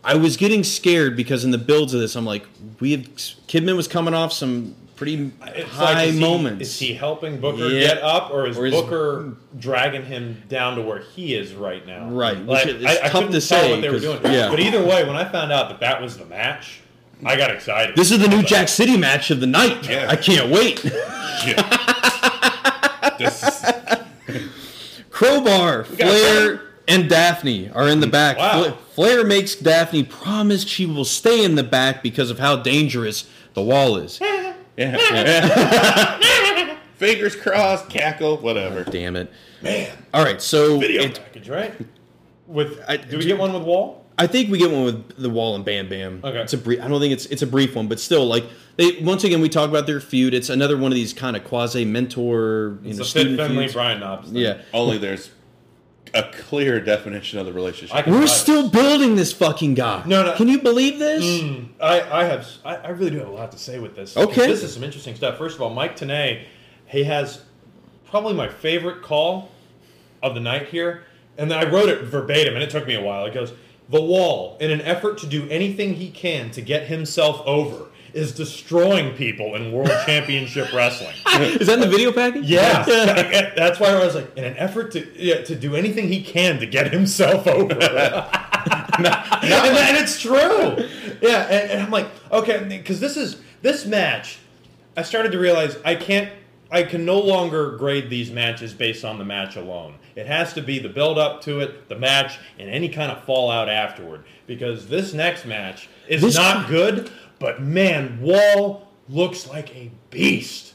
I was getting scared because in the builds of this, I'm like, we have Kidman was coming off some pretty It's like, high is he- moments. is he helping Booker Yeah. get up, or is Or is- Booker dragging him down to where he is right now? Right, which Like, is I, I tough couldn't to tell say, what they were 'cause- doing. yeah. But either way, when I found out that that was the match, I got excited. This is the new Jack City match of the night. Yeah. I can't wait. This is- Crowbar, Flair, and Daphne are in the back. Wow. Fla- Flair makes Daphne promise she will stay in the back because of how dangerous the wall is. yeah. Fingers crossed, cackle, whatever. Damn it. man All right, so video it- package, right? With I- do we do- get one with Wall? I think we get one with the wall and Bam Bam. Okay. It's a brief. I don't think it's it's a brief one, but still, like they once again we talk about their feud. It's another one of these kind of quasi mentor, you It's know, a Fit student Finley feuds. Brian Knobs. thing. Yeah. Only there's a clear definition of the relationship. I can- We're Right. still building this fucking guy. No, Mm. no. Can you believe this? I, I have I, I really do have a lot to say with this. Okay. Because This is some interesting stuff. First of all, Mike Tanay, he has probably my favorite call of the night here. And I wrote it verbatim and it took me a while. It goes, The wall, in an effort to do anything he can to get himself over, is destroying people in world championship wrestling. Is that in the video package? Yeah, That- that's why I was like, in an effort to yeah, to do anything he can to get himself over, and, that- and it's true. Yeah, and, and I'm like, okay, because this is this match. I started to realize I can't, I can no longer grade these matches based on the match alone. It has to be the build up to it, the match, and any kind of fallout afterward. Because this next match is This- not good, but man, Wall looks like a beast.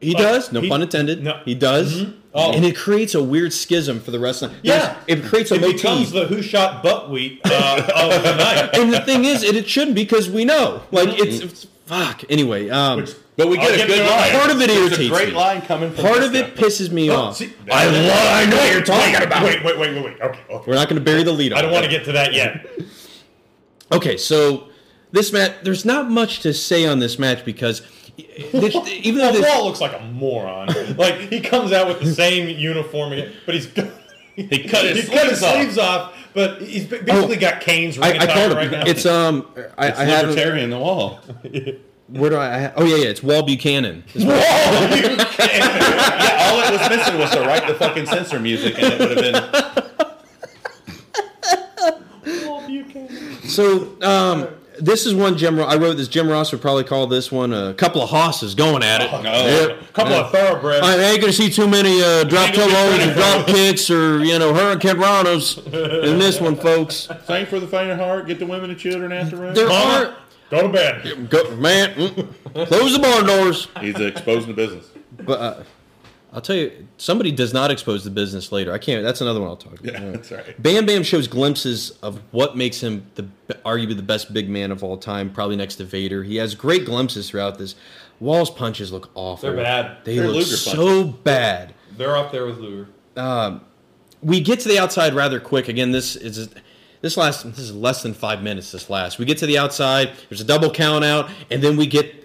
He Like, does. No Uh, he- pun intended. no. He does. Oh. And it creates a weird schism for the rest of the Yeah, There's- It creates a it becomes motif. the who shot buckwheat uh, of the night. and the thing is, it, it shouldn't because we know. Like, it's, it's- Fuck. Anyway. Um, Mm-hmm. Which But we I'll get a give good you line. Part of it There's irritates a great me. line coming from Part of Mr. it pisses me Oh, off. see- I love. I know what you're talking about. Wait, wait, wait, wait, wait. Okay, okay. We're not going to bury the lead. I don't want to get to that yet. Okay, so this match, there's not much to say on this match because this, even though this, Wall looks like a moron. like he comes out with the same uniform again, but he's he cut his cut his sleeves off. sleeves off. But he's ba- basically got Kane's ring Oh, I, I attire called right him. now. It's um, I, I have him- libertarian the wall. where do I? I ha- oh yeah, yeah, it's Wall Buchanan. It's- yeah, all it was missing was to write the fucking censor music, and it would have been. so um, this is one Jim. Ro- I wrote this. Jim Ross would probably call this one a couple of hosses going at it. no. Yep. couple of thoroughbreds. I ain't gonna see too many uh, drop gonna be elbows running and drop kicks or you know hurricane ranos in this one, folks. Sing for the faint of heart, get the women and children after There room. are Mama, go to bed. go, man. mm, close the barn doors. He's exposing the business. But uh, I'll tell you, somebody does not expose the business later. I can't. That's another one I'll talk about. Yeah, that's right. Bam Bam shows glimpses of what makes him the arguably the best big man of all time, probably next to Vader. He has great glimpses throughout this. Wall's punches look awful. They're bad. They They're look Luger so bad. They're up there with Luger. We get to the outside rather quick. Again, this is this last this is less than five minutes. This last we get to the outside. There's a double count out, and then we get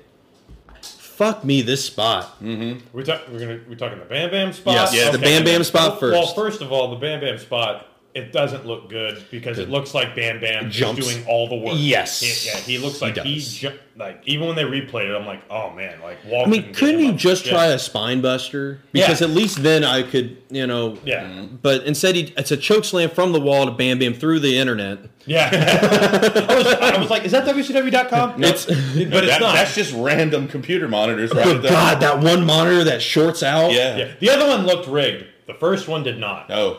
fuck me this spot. We talk, we're gonna we talking the Bam Bam spot. Yes, Yeah, the Bam Bam spot Well- Well, first. first of all, the Bam Bam spot it doesn't look good because it looks like Bam Bam Jumps. is doing all the work. Yes. He- yeah, he looks like he, does. ju- like even when they replayed it, I'm like, oh man, like Walt. I mean, couldn't you just try a a spine buster? Because Yeah. at least then I could, you know. Yeah. But instead, he, it's a choke slam from the wall to Bam Bam through the internet. Yeah. I, was, I was like, is that WCW.com? It's It- but it's That- not. That's just random computer monitors right good there. God, that one monitor that shorts out. Yeah. Oh, yeah. The other one looked rigged. The first one did not. No.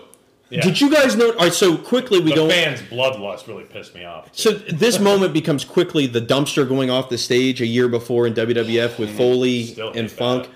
Yeah. Did you guys know? All right, so quickly we the go. fans' bloodlust really pissed me off. So this moment becomes quickly the dumpster going off the stage a year before in WWF with Foley Mm-hmm. Still and hate Funk, that.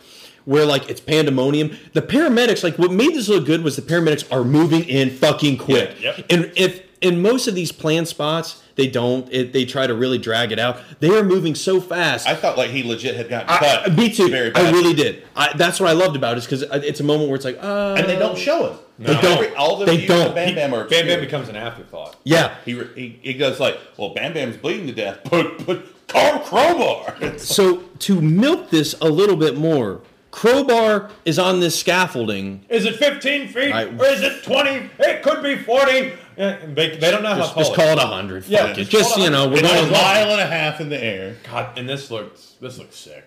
where like it's pandemonium. The paramedics, like what made this look good was the paramedics are moving in fucking quick. Yeah, yep. And if in most of these planned spots they don't, it, they try to really drag it out. They are moving so fast. I thought like he legit had gotten I- cut. me too. Very bad. I really did. I, that's what I loved about it is because it's a moment where it's like, uh, and they don't show him. They don't. all the They views of don't. Bam Bam are Bam Bam obscured. becomes an afterthought. yeah. He, re- he, he goes like, well, Bam Bam's bleeding to death. Put put Carl Crowbar. It's So to milk this a little bit more, Crowbar is on this scaffolding. Is it 15 feet I- or is it 20? It could be 40. Yeah, They, they don't know Just, how just to call it a hundred. Yeah, Fuck it. just Just call it you know, we're It's going. a mile and a half in the air. God, and this looks this looks sick.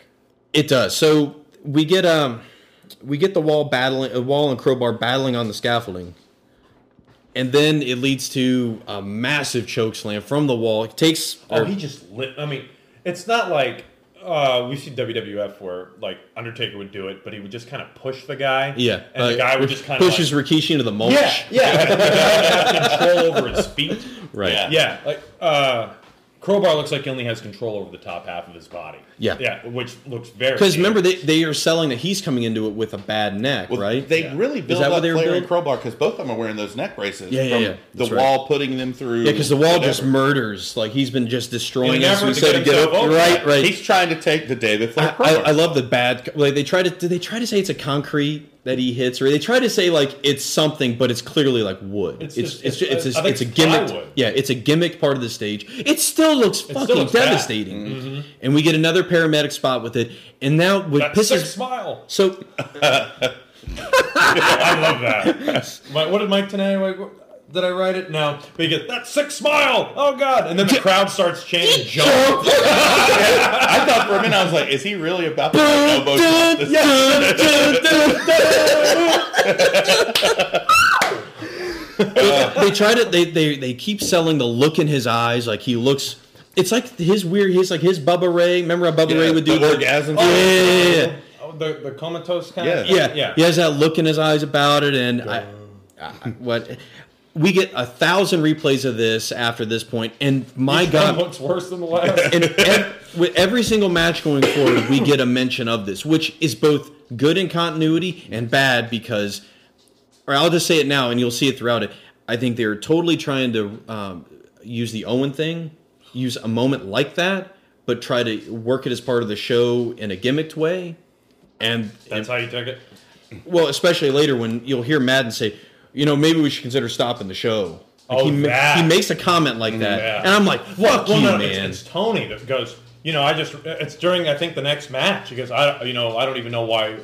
It does. So we get um, we get the wall battling, uh, wall and crowbar battling on the scaffolding, and then it leads to a massive choke slam from the wall. It takes. Oh, or- he just lit. I mean, it's not like uh, we see WWF where like Undertaker would do it, but he would just kind of push the guy. yeah, and uh, the guy would which just kind of pushes Rikishi into the mulch. Yeah, yeah. the guy would have control over his feet. right. Yeah. Yeah, like uh, Crowbar looks like he only has control over the top half of his body. Yeah. yeah, which looks very. Because remember, they, they are selling that he's coming into it with a bad neck, Well, right? They Yeah. really built that up what they were Flair doing? and Crowbar because both of them are wearing those neck braces. Yeah, yeah, from yeah. The That's right. wall putting them through. yeah, because the wall just whatever. murders. Like he's been just destroying He's us. never We to said get to get up. himself over. Right, right. He's trying to take the David Flair I, Crowbar. I, I love the bad. Like they try to did they try to say it's a concrete that he hits, or they try to say like it's something, but it's clearly like wood. It's It's it's just- it's it's- it's, I a, think it's a it's gimmick. plywood. Yeah, it's a gimmick part of the stage. It still looks still fucking looks bad. devastating. And we get another paramedic spot with it, and now what that sick pisses smile. so I love that. My, what did Mike tonight? Like, did I write it? No. But you get that sick smile. Oh God! And then the crowd starts chanting. Jump. I thought for a minute I was like, is he really about to Dun, elbow drop dun, this? dun, dun, dun, dun. They- they try to they, they they keep selling the look in his eyes like he looks it's like his weird he's like his Bubba Ray remember how Bubba Yeah, Ray would do the orgasm. yeah, yeah, yeah, Oh, the the comatose kind. of Yeah. yeah. thing? yeah. he has that look in his eyes about it and I, I- what we get a thousand replays of this after this point and my One god looks worse than the last. and ev- with every single match going forward, we get a mention of this, which is both good in continuity and bad because, or I'll just say it now, and you'll see it throughout it. I think they're totally trying to um, use the Owen thing, use a moment like that, but try to work it as part of the show in a gimmicked way. And, That's how you took it. well, especially later when you'll hear Madden say, you know, maybe we should consider stopping the show. Like Oh, he, ma- that. he makes a comment like that, Yeah. and I'm like, "Fuck you, man!" It's, it's Tony that goes. You know, I just it's during I think the next match. He goes, I you know I don't even know why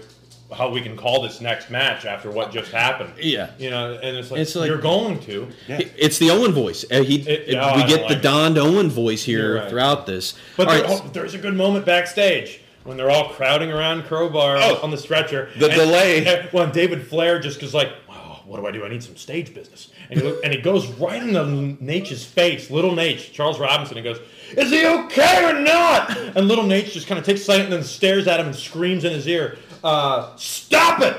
how we can call this next match after what just happened. Yeah. you know, and it's like, It's like- you're going to. It's the Owen voice. Uh, he, It- no, I we don't get the like it. Don Owen voice here You're right. throughout this. But All there, right, oh, there's a good moment backstage when they're all crowding around Crowbar Oh, on the stretcher. the delay. and- when David Flair just goes like, "Wow, what do I do? I need some stage business." And he, look- and he goes right in the Nate's face, little Nate, Charles Robinson, and goes, "Is he okay or not?" And little Nate just kind of takes a second and then stares at him and screams in his ear, uh, "Stop it!"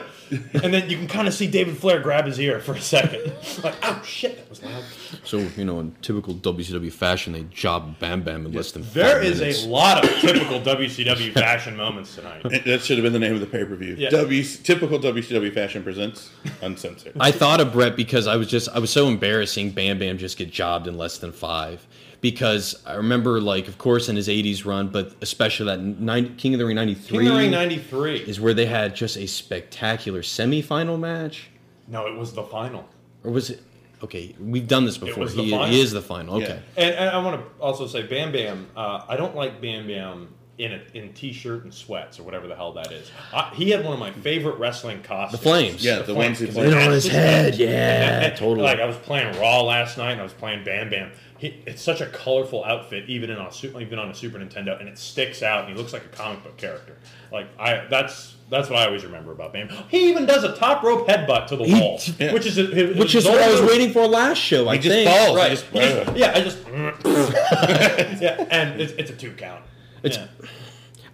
and then you can kind of see David Flair grab his ear for a second, like, "Oh shit, that was loud." so you know, in typical WCW fashion, they job Bam Bam in less than There five is minutes. a lot of typical WCW fashion moments tonight. It- That should have been the name of the pay per view. Yeah. W typical WCW fashion presents uncensored. I thought of Brett because I was just I was so embarrassing. Bam Bam just get jobbed in less than five because I remember like of course in his '80s run, but especially that nine, King of the Ring '93 King of the Ring 93. is where they had just a spectacular semifinal match, no, it was the final. or was it? Okay, we've done this before. was the He, final. he is the final. Okay. And, and I want to also say Bam Bam, uh, I don't like Bam Bam in a, in t-shirt and sweats or whatever the hell that is. I, he had one of my favorite wrestling costumes. Flames. Yeah, the Wednesday Flames. Flames. on his head. Yeah, totally. Like I was playing Raw last night and I was playing Bam Bam. He, it's such a colorful outfit, even in a su- even on a Super Nintendo, and it sticks out. And he looks like a comic book character. Like I, that's that's what I always remember about Bam. He even does a top rope headbutt to the He- wall, yeah. which is his, Which his is what I was old move. waiting for last show. I He just think. falls. Right. He just- He just- yeah, I just. yeah, and it's, it's a two count. It's- yeah.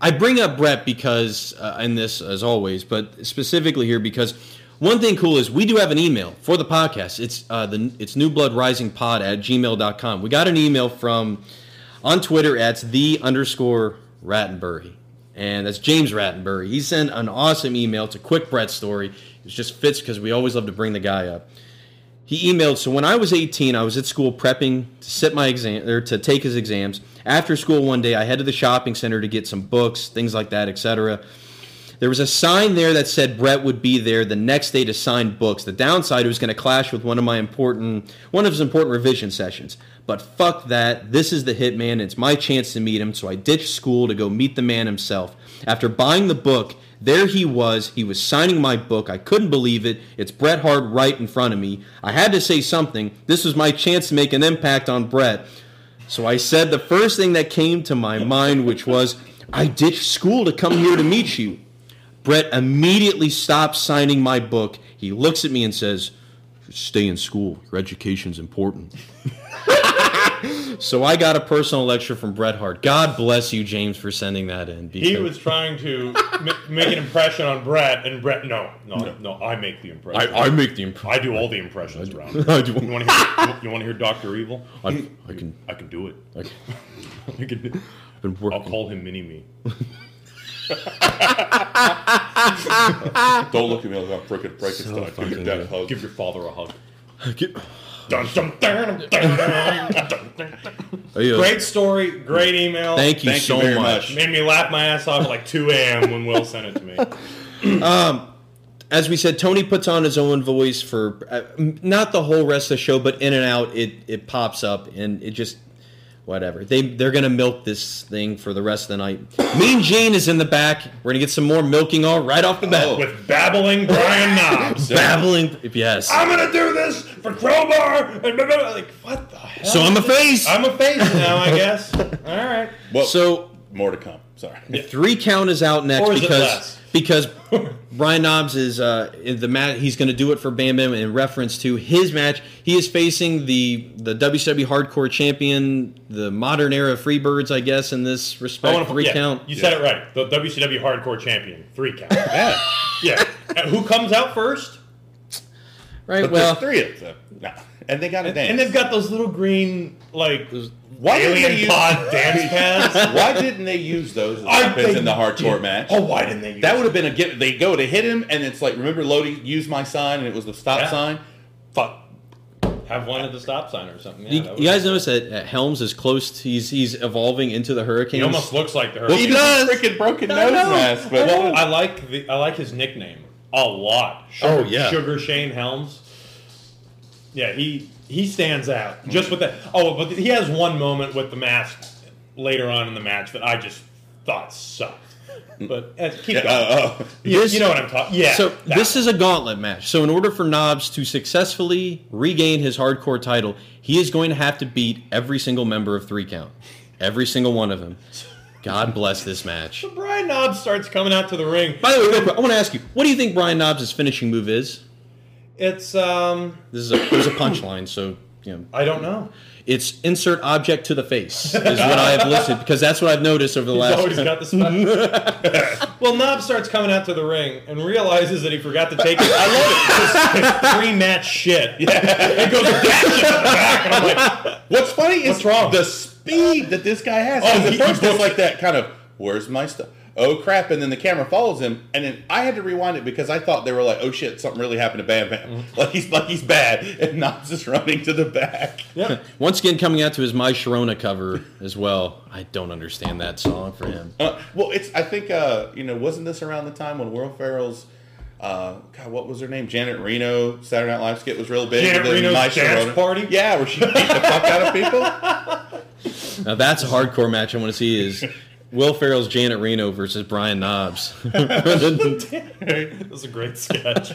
I bring up Brett because, uh, in this as always, but specifically here because one thing cool is we do have an email for the podcast. It's uh, the it's newbloodrisingpod at gmail.com. We got an email from on Twitter at the underscore Rattenbury. And that's James Rattenbury. He sent an awesome email. It's a quick Brett story. It just fits because we always love to bring the guy up. He emailed, so when I was 18, I was at school prepping to sit my exam or to take his exams. After school one day, I head to the shopping center to get some books, things like that, etc. There was a sign there that said Brett would be there the next day to sign books. The downside it was going to clash with one of my important one of his important revision sessions. But fuck that. This is the hitman. and It's my chance to meet him, so I ditched school to go meet the man himself. After buying the book, there he was. He was signing my book. I couldn't believe it. It's Bret Hart right in front of me. I had to say something. This was my chance to make an impact on Brett. So I said the first thing that came to my mind, which was, I ditched school to come here to meet you. Brett immediately stops signing my book. He looks at me and says, Stay in school. Your education's important. so I got a personal lecture from Bret Hart. God bless you, James, for sending that in. He because- was trying to ma- make an impression on Brett, and Brett, no, no, no, I make the impression. I, I make the impression. I do all the impressions around. here. I do- You want to hear? You want to hear Doctor Evil? I, I can. I can do it. I, I can do- I've been I'll working. call him Mini Me. Don't look at me like I'm freaking Frankenstein. Give your fucking dad a good. hug. Give your father a hug. Get- Dun, dun, dun, dun, dun, dun, dun. Hey, uh, Great story, great email. Thank you Thank you so very much. much. Made me laugh my ass off at like 2 a.m. when Will sent it to me. as we said, Tony puts on his own voice for uh, m- not the whole rest of the show, but in and out, it it pops up and it just whatever. They they're gonna milk this thing for the rest of the night. mean Gene is in the back. We're gonna get some more milking all right off the bat. Oh. With babbling Brian Knobs. Babbling, yes. I'm gonna do this for Crowbar and blah, blah, blah. like what the hell? So I'm a face. I'm a face now, I guess. All right. Well, so more to come. Sorry. three count is out next Or is it because less? because Brian Knobs is uh, in the mat. He's going to do it for Bam Bam in reference to his match. He is facing the the WCW Hardcore Champion, the modern era Freebirds, I guess. In this I respect, want to three count. You said it right. The WCW Hardcore Champion, three count. Yeah. yeah. And who comes out first? right. But well, there's three of them. No. And they got a dance. And they've got those little green like Why didn't they alien use, pod dance pads. Why didn't they use those as I weapons think- in the hardcore match? Oh, why didn't they? Use That would have been a gift. They go to hit him, and it's like, remember Lodi used my sign, and it was the stop Yeah. sign. Fuck. have one at the stop sign or something. Yeah, You, that you would- guys notice that uh, Helms is close. To, he's he's evolving into the Hurricanes. He almost looks like the He Hurricane. does. Freaking broken I nose know, mask, but I know. I like the I like his nickname a lot. Oh, yeah. Sugar Shane Helms. Yeah, he he stands out just with that. Oh, but he has one moment with the mask later on in the match that I just thought sucked. But uh, keep Yeah, going. oh, oh. you, This- you know what I'm talking. Yeah. So this is a gauntlet match. So in order for Knobs to successfully regain his hardcore title, he is going to have to beat every single member of Three Count, every single one of them. God bless this match. Brian Knobbs starts coming out to the ring. By the way, real quick, I want to ask you, what do you think Brian Knobs' finishing move is? It's um, This is a there's a punchline, so you know I don't know. it's insert object to the face is what I have listed because that's what I've noticed over the He's always last. got the spot. well, Knob starts coming out to the ring and realizes that he forgot to take it. I love it. Just pre-match shit. Yeah. It goes dash it back, and I'm like, What's funny is What's wrong? the speed that this guy has. 'Cause Oh, at he- first he it's booked like that kind of, where's my stuff? Oh crap! And then the camera follows him, and then I had to rewind it because I thought they were like, "Oh shit, something really happened to Bam Bam." Mm-hmm. Like he's like he's bad, and Knobs is running to the back. yeah. Once again, coming out to his My Sharona cover as well. I don't understand that song for him. Uh, well, it's I think uh, you know wasn't this around the time when Will Ferrell's uh, God, what was her name? Janet Reno Saturday Night Live skit was real big. Janet and then Reno's My dance Sharona- party? Yeah, where she beat the fuck out of people. Now that's a hardcore match I want to see is Will Ferrell's Janet Reno versus Brian Knobs. That was a great sketch.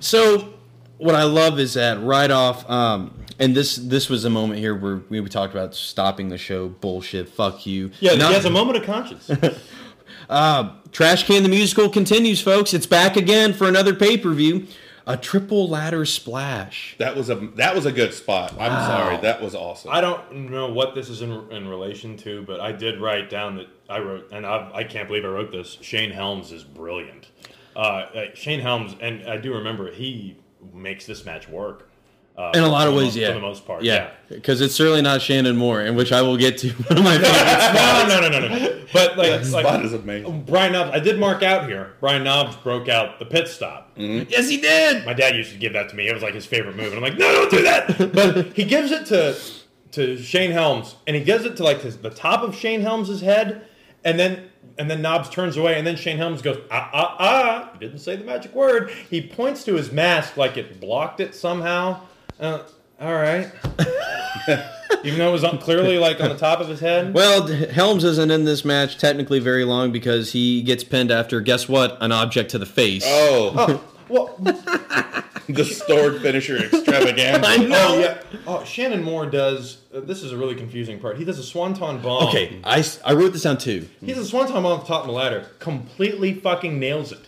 so what I love is that right off, um, and this this was a moment here where we talked about stopping the show. Bullshit, fuck you. Yeah, Not- he has a moment of conscience. Trash Can the Musical continues, folks. It's back again for another pay per view. A triple ladder splash. That was a that was a good spot. I'm sorry, that was awesome. I don't know what this is in, in relation to, but I did write down that I wrote, and I, I can't believe I wrote this. Shane Helms is brilliant. Uh, like, Shane Helms, and I do remember he makes this match work. Uh, In a lot of for the ways, mo- yeah. For the most part, Yeah. yeah. Because it's certainly not Shannon Moore, in which I will get to one of my favorites. No, no, no, no, no, no. But like, that like, spot is amazing. um, Brian Knobs, I did mark out here. Brian Knobs broke out the pit stop. yes, he did. My dad used to give that to me. It was like his favorite move, and I'm like, no, don't do that. But he gives it to to Shane Helms, and he gives it to like his, the top of Shane Helms' head, and then and then Knobs turns away, and then Shane Helms goes ah ah ah. He didn't say the magic word. He points to his mask like it blocked it somehow. Uh, all right. Even though it was on, clearly like on the top of his head. Well, D- Helms isn't in this match technically very long because he gets pinned after, guess what? An object to the face. Oh, Well, the stored finisher extravaganza. I know. Oh yeah. Oh, Shannon Moore does. Uh, this is a really confusing part. He does a swanton bomb. Okay, I, s- I wrote this down too. He does a swanton bomb off the top of the ladder. Completely fucking nails it.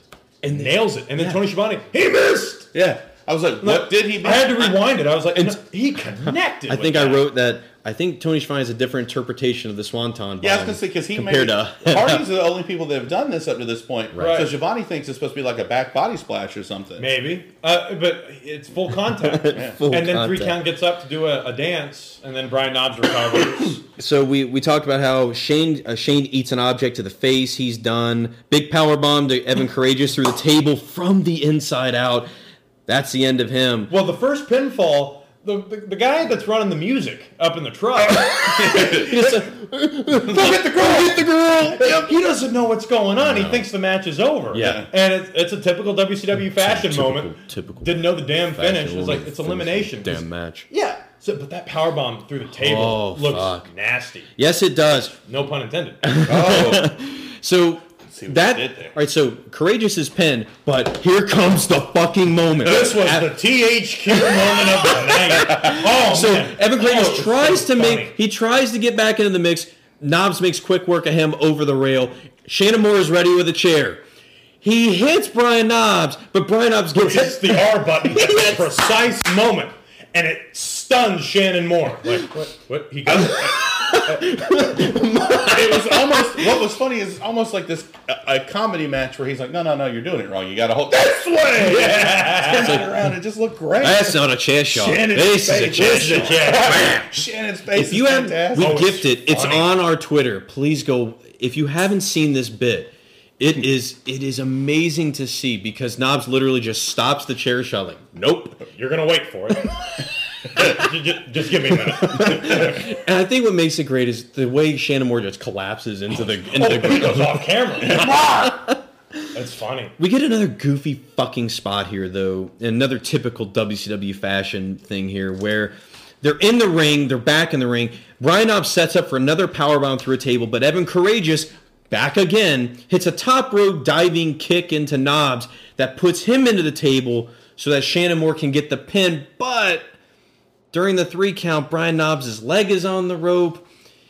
And nails it. And then Tony Schiavone, he missed. Yeah, I was like, what did he? I had to rewind it. I was like, It's- no, he connected. I with think that. I wrote that. I think Tony Schiavone has a different interpretation of the Swanton. Yeah, I was bomb gonna say because he compared made, to Hardy's are the only people that have done this up to this point. Right. So Giovanni thinks it's supposed to be like a back body splash or something. Maybe, uh, but it's full contact. Full and then three contact. count gets up to do a, a dance, and then Brian Knobs recovers. So we we talked about how Shane uh, Shane eats an object to the face. He's done big power bomb to Evan Courageous through the table from the inside out. That's the end of him. Well, the first pinfall, the, the, the guy that's running the music up in the truck. Look at the girl! Hit the girl! He doesn't know what's going on. He thinks the match is over. Yeah. And it's, it's a typical WCW fashion Typical- moment. typical Didn't know the damn Fashion finish. It was woman like, it's finishes elimination. the Damn match. Yeah. So, but that power bomb through the table Oh, looks fuck. nasty. Yes, it does. No pun intended. Oh, So see what that you did all there. right. So Courageous is pinned, but here comes the fucking moment. this was At- the THQ moment of the night. Oh, So man. Evan Courageous Oh, it was tries so to make funny. he tries to get back into the mix. Knobs makes quick work of him over the rail. Shannon Moore is ready with a chair. He hits Brian Knobs, but Brian Knobs gets hits hit. the R button at the Yes. precise moment, and it stuns Shannon Moore. Like what? What he got? it was almost. What was funny is almost like this a, a comedy match where he's like, no, no, no, you're doing it wrong. You got to hold this way. Turns it around. It just looked great. That's not a chair shot. Shannon's This is a face. chair This is a shot. Shannon's face. If you is have, fantastic. we Oh, it's gift it. It's funny. on our Twitter. Please go. If you haven't seen this bit, it is it is amazing to see because Knobs literally just stops the chair shot like, nope. You're gonna wait for it. just, just give me a minute. And I think what makes it great is the way Shannon Moore just collapses into the into the It Oh, goes off camera. That's funny. We get another goofy fucking spot here, though. Another typical WCW fashion thing here, where they're in the ring, they're back in the ring. Rhinob sets up for another powerbomb through a table, but Evan Courageous, back again, hits a top rope diving kick into Knobs that puts him into the table so that Shannon Moore can get the pin. But during the three count, Brian Knobs' leg is on the rope.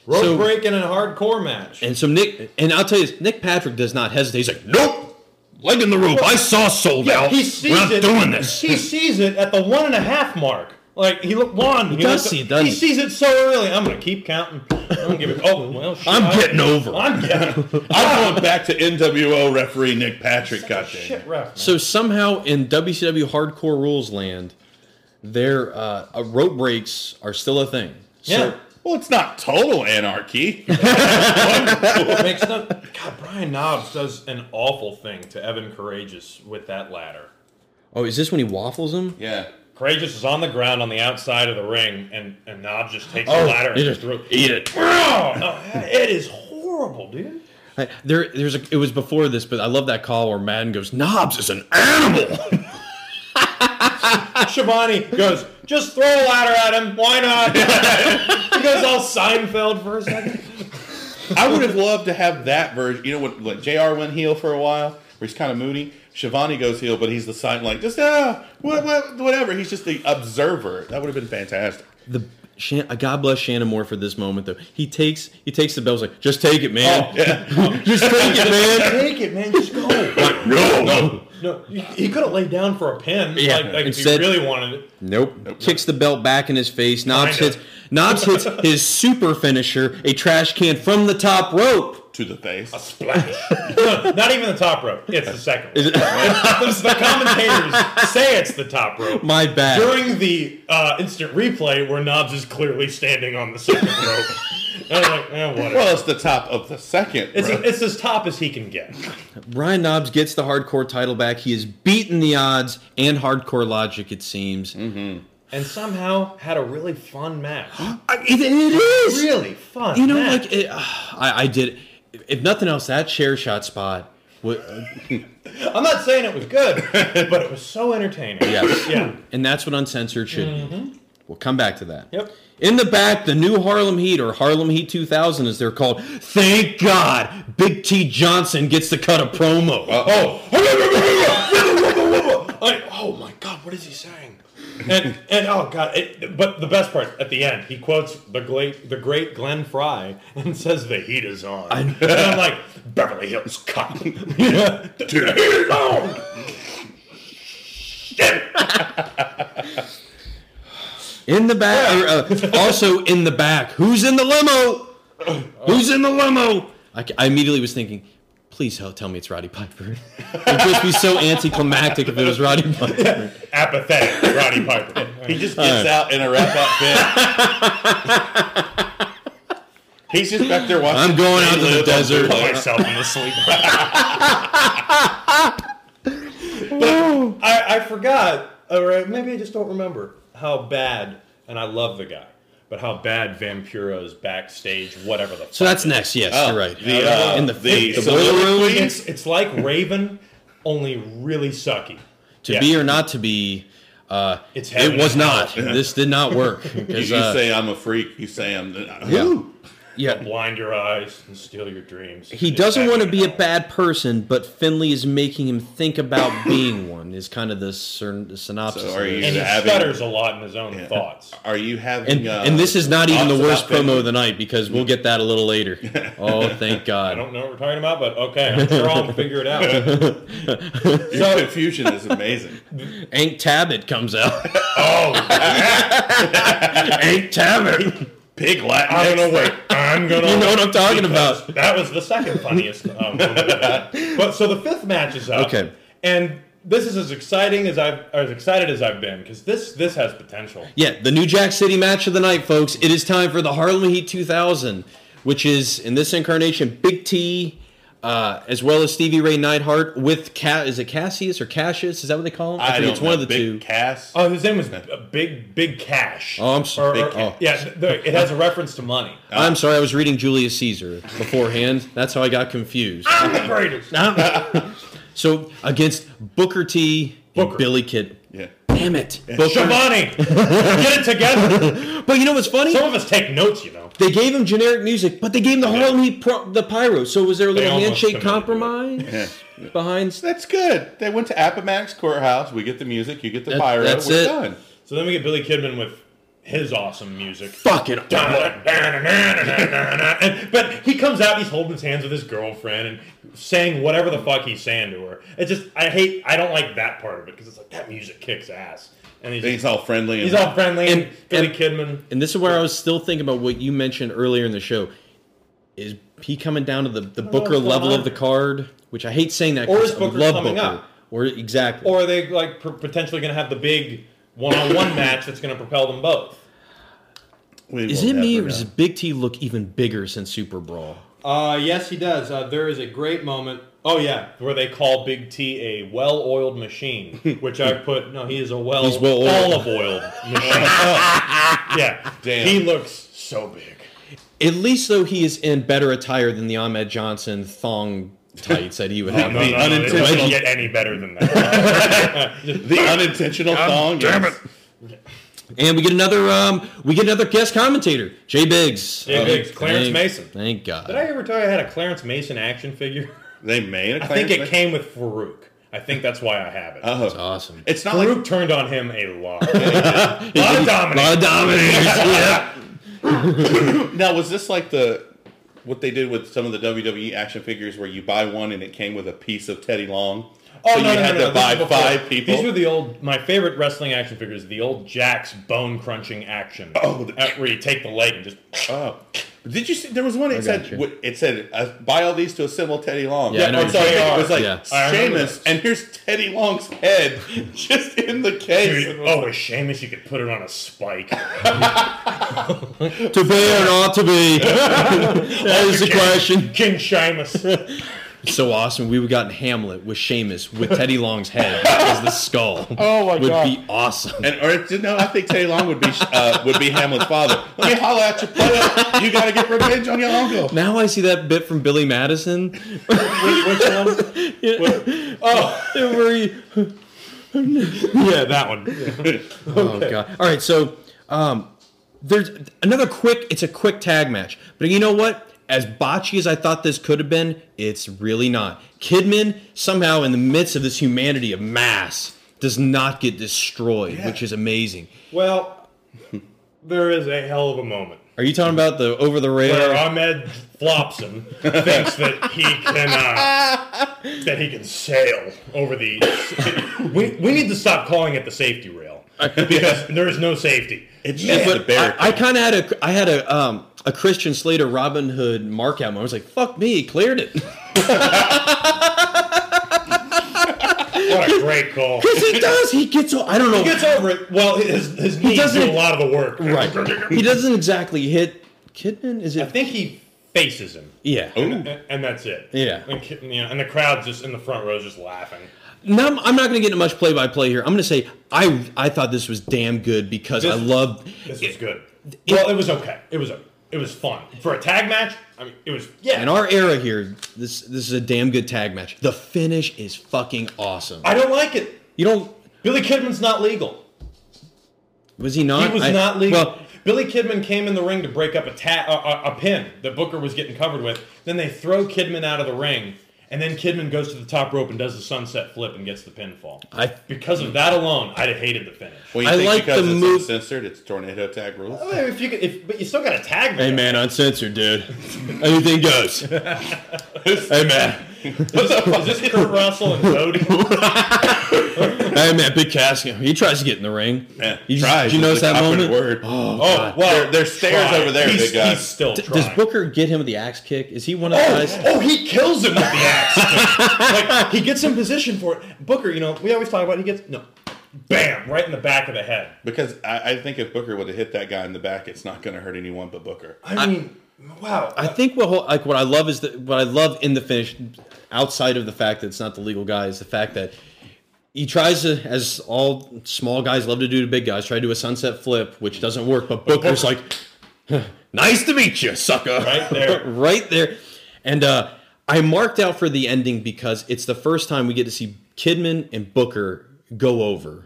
Rope So- break in a hardcore match. And so Nick, and I'll tell you this, Nick Patrick does not hesitate. He's like, nope, leg in the rope. I saw sold out. he sees We're not it. doing this. He sees it at the one and a half mark. Like he look one. He, does looks- see it, doesn't he he? sees it so early. I'm gonna keep counting. I'm gonna give it. Oh well. Shit, I'm I- getting over. I'm getting. I'm going back to NWO referee Nick Patrick. Goddamn. shit, ref. So somehow in WCW Hardcore Rules land, their uh, uh, rope breaks are still a thing. So, yeah. Well, it's not total anarchy. makes no, God, Brian Knobs does an awful thing to Evan Courageous with that ladder. Oh, is this when he waffles him? yeah. Courageous is on the ground on the outside of the ring, and, and Knobs just takes Oh, the ladder and he just just throws eat it. Oh, it is horrible, dude. I- There, there's a, it was before this, but I love that call where Madden goes, "Knobs is an animal." Shivani goes, just throw a ladder at him. Why not? he goes all Seinfeld for a second. I would have loved to have that version. You know what? Like Jr. went heel for a while, where he's kind of moody. Shivani goes heel, but he's the sign like just ah, what, what, whatever. He's just the observer. That would have been fantastic. the Shan- uh, God bless Shannon Moore for this moment though. He takes he takes the bell. He's like, "Just take it, man. Just take it, man." Take it, man. Just go. Like no, no. No, he- he could have laid down for a pin. Yeah, like, like if he instead- really wanted it. Nope. Kicks the belt back in his face. Knobs Kinda. hits. Knobs hits his super finisher, a trash can from the top rope. to the face. No, not even the top rope. It's the second. Rope. It's the commentators say it's the top rope. My bad. During the uh, instant replay, where Knobs is clearly standing on the second rope, and I'm like, eh, whatever. Well, it's the top of the second. it's, row. it's as top as he can get. Brian Knobs gets the hardcore title back. He has beaten the odds and hardcore logic, it seems. And somehow had a really fun match. I- it- it is. really fun. You know, match. like, it, uh, I, I did. If nothing else, that chair shot spot. wa- I'm not saying it was good, but it was so entertaining. Yeah. yeah. And that's what Uncensored should be. We'll come back to that. Yep. In the back, the new Harlem Heat, or Harlem Heat 2000 as they're called. Thank God Big T Johnson gets to cut a promo. Like, oh my god, what is he saying? And and oh god, it, but the best part at the end, he quotes the great the great Glenn Fry and says the heat is on. and I'm like Beverly Hills Cop. yeah, the heat is on. In the back, or, uh, also in the back. Who's in the limo? Who's in the limo? I, I immediately was thinking, please hell, tell me it's Roddy Piper. It'd just be so anticlimactic if it was Roddy Piper. Apathetic, Roddy Piper. he just gets out in a wrap up bit. He's just back there watching. I'm going out to the desert. put myself in the sleep. but I, I forgot, or maybe I just don't remember how bad, and I love the guy, but how bad Vampiro's backstage, whatever the. So that's next. Yes, you're right. The, uh, in the, the- the so- boiler room. It's it's like Raven, only really sucky. To Yeah. be or not to be. Uh, It's it heaven was and not. This did not work. 'Cause, You, you uh, say I'm a freak. You say I'm. uh, yeah. yeah. blind your eyes and steal your dreams. He doesn't want to be a bad person, but Finley is making him think about being one. Is kind of the, syn- the synopsis. So of are this. you And he having- stutters a lot in his own Yeah. thoughts. Are you having? And, uh, and this is not even the thoughts worst about promo Finley? of the night because we'll get that a little later. Oh, thank I God. don't know what we're talking about, but okay, I'm sure I'll figure it out. Your confusion is amazing. Ank Tabbitt comes out. oh, Ank Tabbitt. Big Latin. I'm gonna wait. I'm gonna. You know wait what I'm talking about. That was the second funniest. uh, moment of that. but so the fifth match is up. Okay. And this is as exciting as I've or as excited as I've been because this this has potential. Yeah, the New Jack City match of the night, folks. It is time for the Harlem Heat 2000, which is in this incarnation Big T, uh, as well as Stevie Ray Neidhart with Cat. Is it Cassius or Cassius? Is that what they call him? I, think don't it's one know. of the Big two. Cass. Oh, his name was uh, Big Big Cash. Oh, I'm s- Or- Big or- Cash. Yeah, th- it has a reference to money. uh, I'm sorry, I was reading Julius Caesar beforehand. That's how I got confused. I'm the greatest. So against Booker T and Booker. Billy Kid. yeah. Damn it, Booker. Shivani, get it together. But you know what's funny? Some of us take notes, you know. They gave him generic music, but they gave him the Harlem Heat pro- the pyro. So was there a little almost handshake committed to it. compromise Yeah. behind? s- That's good. They went to Appomattox Courthouse. We get the music. You get the That- pyro. that's We're it. done. So then we get Billy Kidman with his awesome music. Fuck it. And- but he comes out, he's holding his hands with his girlfriend and saying whatever the fuck he's saying to her. It just, I hate, I don't like that part of it because it's like that music kicks ass. And he's, And he's all friendly. And he's all friendly and, And- Billy and- Kidman. And this is where I was still thinking about what you mentioned earlier in the show. Is he coming down to the, the Booker Oh, what's going level on. of the card? Which I hate saying that. Or 'cause is I Booker coming up? Or exactly. Or are they like pr- potentially going to have the big one on one match that's going to propel them both? We is will it me never or does know. Big T look even bigger since Super Brawl? Uh, yes, he does. Uh, there is a great moment. Oh yeah, where they call Big T a well-oiled machine, which I put. No, he is a well, He's well-oiled. olive-oiled machine. yeah, Damn. he looks so big. At least though he is in better attire than the Ahmed Johnson thong tights that he would have. no, The no, no, it unintentional- doesn't get any better than that. The unintentional thong. damn is- it. And we get another um we get another guest commentator, Jay Biggs. Jay Oh, Biggs, Clarence thank- Mason. Thank God. Did I ever tell you I had a Clarence Mason action figure? They made a I think it Clarence- Uh-huh. came with Farouk. I think that's why I have it. That's awesome. It's not Farouk like turned on him a lot. a lot of A lot dominance. of dominators. yeah. now. Was this like the what they did with some of the WWE action figures, where you buy one and it came with a piece of Teddy Long? Oh, so you had to this buy is before. five people. These were the old, my favorite wrestling action figures, the old Jack's bone crunching action. Oh, the- Uh, where you take the leg and just. oh. Did you see? There was one. It got said you. w- it said uh, buy all these to assemble Teddy Long. Yeah, I know or what so you're think saying. it was like Yeah. I remember Sheamus, that. and here's Teddy Long's head just in the case. Dude, oh, with Sheamus, you could put it on a spike. To be or not to be. that is the question. King Sheamus. So awesome. We would gotten Hamlet with Seamus with Teddy Long's head as the skull. Oh my would god. Would be awesome. And or you know, I think Teddy Long would be uh, would be Hamlet's father. Let me holler at you, player. You gotta get revenge on your uncle. Now I see that bit from Billy Madison Which one? where he Yeah, that one. Oh god! All right, so um, there's another quick. It's a quick tag match, but you know what? As botchy as I thought this could have been, it's really not. Kidman somehow, in the midst of this humanity of mass, does not get destroyed, which is amazing. Well, there is a hell of a moment Are you talking about the over the where rail? Ahmed Flopson thinks that he can uh, that he can sail over the. we we need to stop calling it the safety rail because there is no safety. It's And just a what- I, barricade. I kind of had a I had a um, a Christian Slater Robin Hood mark out. moment. I was like, "Fuck me, he cleared it." What a great call. Because he does. He gets. o- I don't know. He gets over it. Well, his his knees doesn't- do a lot of the work. right. He doesn't exactly hit Kidman. Is I it? think he faces him. Yeah. And, and that's it. Yeah. And, ki- you know, and the crowd's just in the front row just laughing. No, I'm, I'm not going to get into much play-by-play here. I'm going to say I I thought this was damn good because I This- love This was good. well, it was okay. It was it was fun for a tag match. I mean, it was yeah. in our era here. This this is a damn good tag match. The finish is fucking awesome. I don't like it. you don't Billy Kidman's not legal. was he not? He was I- not legal. Well, Billy Kidman came in the ring to break up a, ta- a, a, a pin that Booker was getting covered with. Then they throw Kidman out of the ring, and then Kidman goes to the top rope and does the sunset flip and gets the pinfall. I- because of that alone, I'd have hated the finish. Well, you I think like because the Oh, it's move- Censored. It's tornado tag rules. Well, If you could, if, but you still got a tag. hey match. man, uncensored, dude. Anything goes. hey man, Is this Kurt Russell and Cody? Oh, hey man, big casket. He tries to get in the ring. Yeah, you, just- tries did you notice is the that moment? operative word. Oh, Oh, God. well, There- there's stairs try. over there, He's, big guy. He's still D- trying. does Booker get him with the axe kick? Is he one of Oh, those guys? oh, he kills him with the axe. like he gets in position for it. Booker, you know, we always talk about he gets no, bam, right in the back of the head. Because I, I think if Booker would have hit that guy in the back, it's not going to hurt anyone but Booker. I mean, Wow. I think what whole, like what I love is that what I love in the finish, outside of the fact that it's not the legal guy, is the fact that he tries to, as all small guys love to do to big guys, try to do a sunset flip, which doesn't work. But Booker's like, "Nice to meet you, sucker!" Right there. right there. And uh, I marked out for the ending because it's the first time we get to see Kidman and Booker go over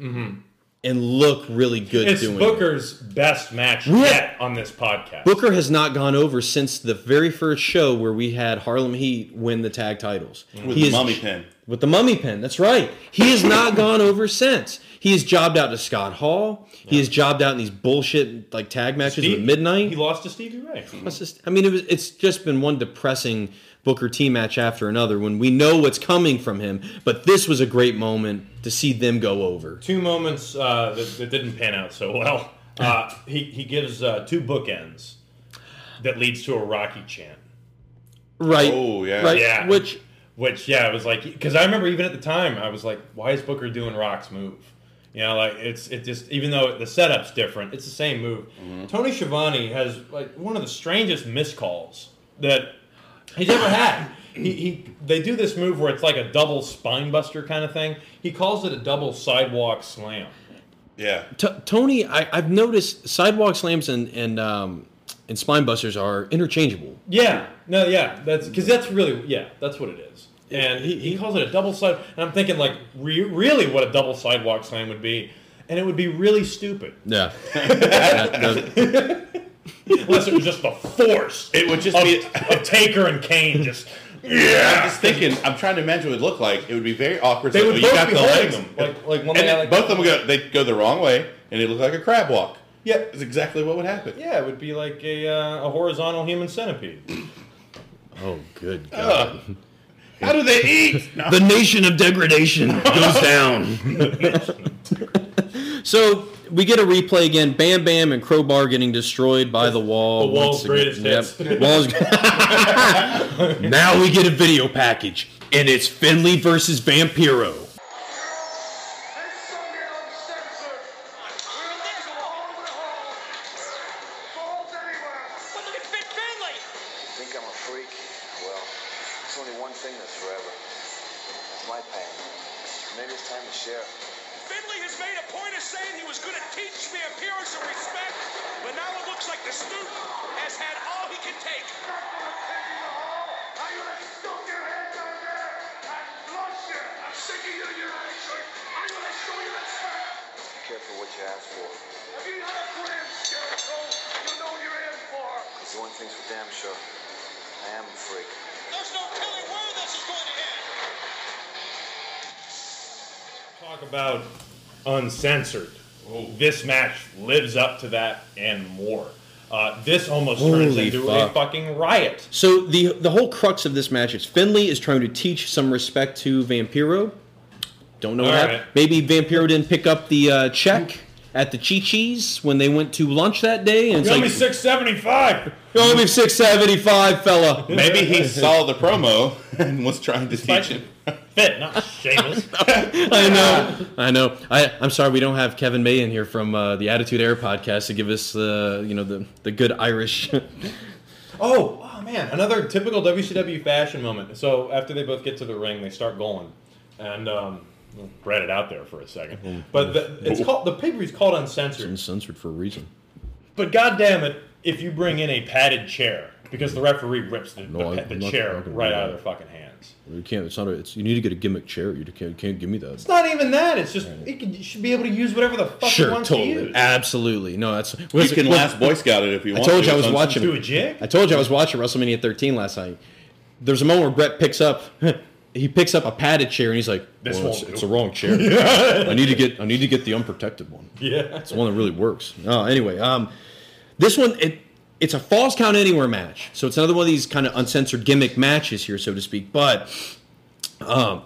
and look really good Mm-hmm. It's doing it. Booker's best match yet on this podcast. Booker has not gone over since the very first show where we had Harlem Heat win the tag titles. With He the is- mummy pin. With the mummy pin. That's right. He has not gone over since. He is jobbed out to Scott Hall. He is jobbed out in these bullshit like tag matches He- with Midnight. He lost to Stevie Ray. It's just- I mean, it was, it's just been one depressing Booker T match after another when we know what's coming from him. But this was a great moment to see them go over. Two moments uh, that, that didn't pan out so well. Uh, he, he gives uh, two bookends that leads to a Rocky chant. Right. Oh, yeah. Right. Yeah. Which Which yeah, it was like because I remember even at the time I was like, why is Booker doing Rock's move? You know, like it's it just even though the setup's different, it's the same move. Tony Schiavone has like one of the strangest miscalls that he's ever had. He, he they do this move where it's like a double spine buster kind of thing. He calls it a double sidewalk slam. Yeah. T- Tony, I, I've noticed sidewalk slams and and um, and spine busters are interchangeable. Yeah, no, yeah, that's because that's really yeah, that's what it is. And he, he calls it a double side, and I'm thinking like re- really what a double sidewalk slam would be, and it would be really stupid Yeah. That- that- unless it was just the force. It would just of, be. of Taker and Kane just Yeah. I'm just thinking. I'm trying to imagine what it would look like. It would be very awkward. they It's would like, both oh, you got be the holding legs. them like like and one guy then like both of them would go. They would go the wrong way, and it looked like a crab walk. yeah That's exactly what would happen. yeah it would be like a uh, a horizontal human centipede. oh, good God. How do they eat? No. The nation of degradation goes down. so we get a replay again. Bam Bam and Crowbar getting destroyed by the wall. The wall's once again. greatest hits. Yep. Wall's. now we get a video package, and it's Finley versus Vampiro. We're in this. But look at Fit Finley. Think I'm a freak? Well, it's only one thing that's forever. It's my pain. Maybe it's time to share. Finley has made a point of saying he was going to teach me appearance and respect, but now it looks like the student has had all he can take. Careful what you ask for. It's the one thing's for damn sure. I am a freak. There's no telling where this is going to end. Talk about uncensored. This match lives up to that and more. Uh, this almost turns Holy into a fuck. fucking riot. So the the whole crux of this match is Finley is trying to teach some respect to Vampiro. Don't know what All happened. right. Maybe Vampiro didn't pick up the uh, check at the Chi Chi's when they went to lunch that day, and it's It's only like, six seventy five. "You owe me six seventy five, fella." Maybe he saw the promo and was trying to teach him. Fit, not shameless. I know, I know. I, I'm sorry we don't have Kevin May in here from uh, the Attitude Air podcast to give us uh, you know the the good Irish. oh, oh man, another typical WCW fashion moment. So after they both get to the ring, they start going, and um, we'll read it out there for a Mm-hmm. second. But the, it's called the paper is called uncensored. Uncensored for a reason. But goddamn it, if you bring in a padded chair, because the referee rips the, No, the, I'm the not- chair not gonna right do out of that. their fucking hands. You can't. It's not. A, it's you need to get a gimmick chair. You can't, can't give me that. It's not even that. It's just it can, you should be able to use whatever the fuck you Sure, want to totally, use. absolutely. No, that's You can last Boy Scout it if you I want. told you to. I was It's watching. Do a jig? I told you I was watching WrestleMania 13 last night. There's a moment where Brett picks up. He picks up a padded chair and he's like, This "Well, won't it's, do." it's the wrong chair. I need to get. I need to get the unprotected one. Yeah. It's the one that really works. Oh, anyway, um, this one it it's a false count anywhere match, so it's another one of these kind of uncensored gimmick matches here, so to speak. But um,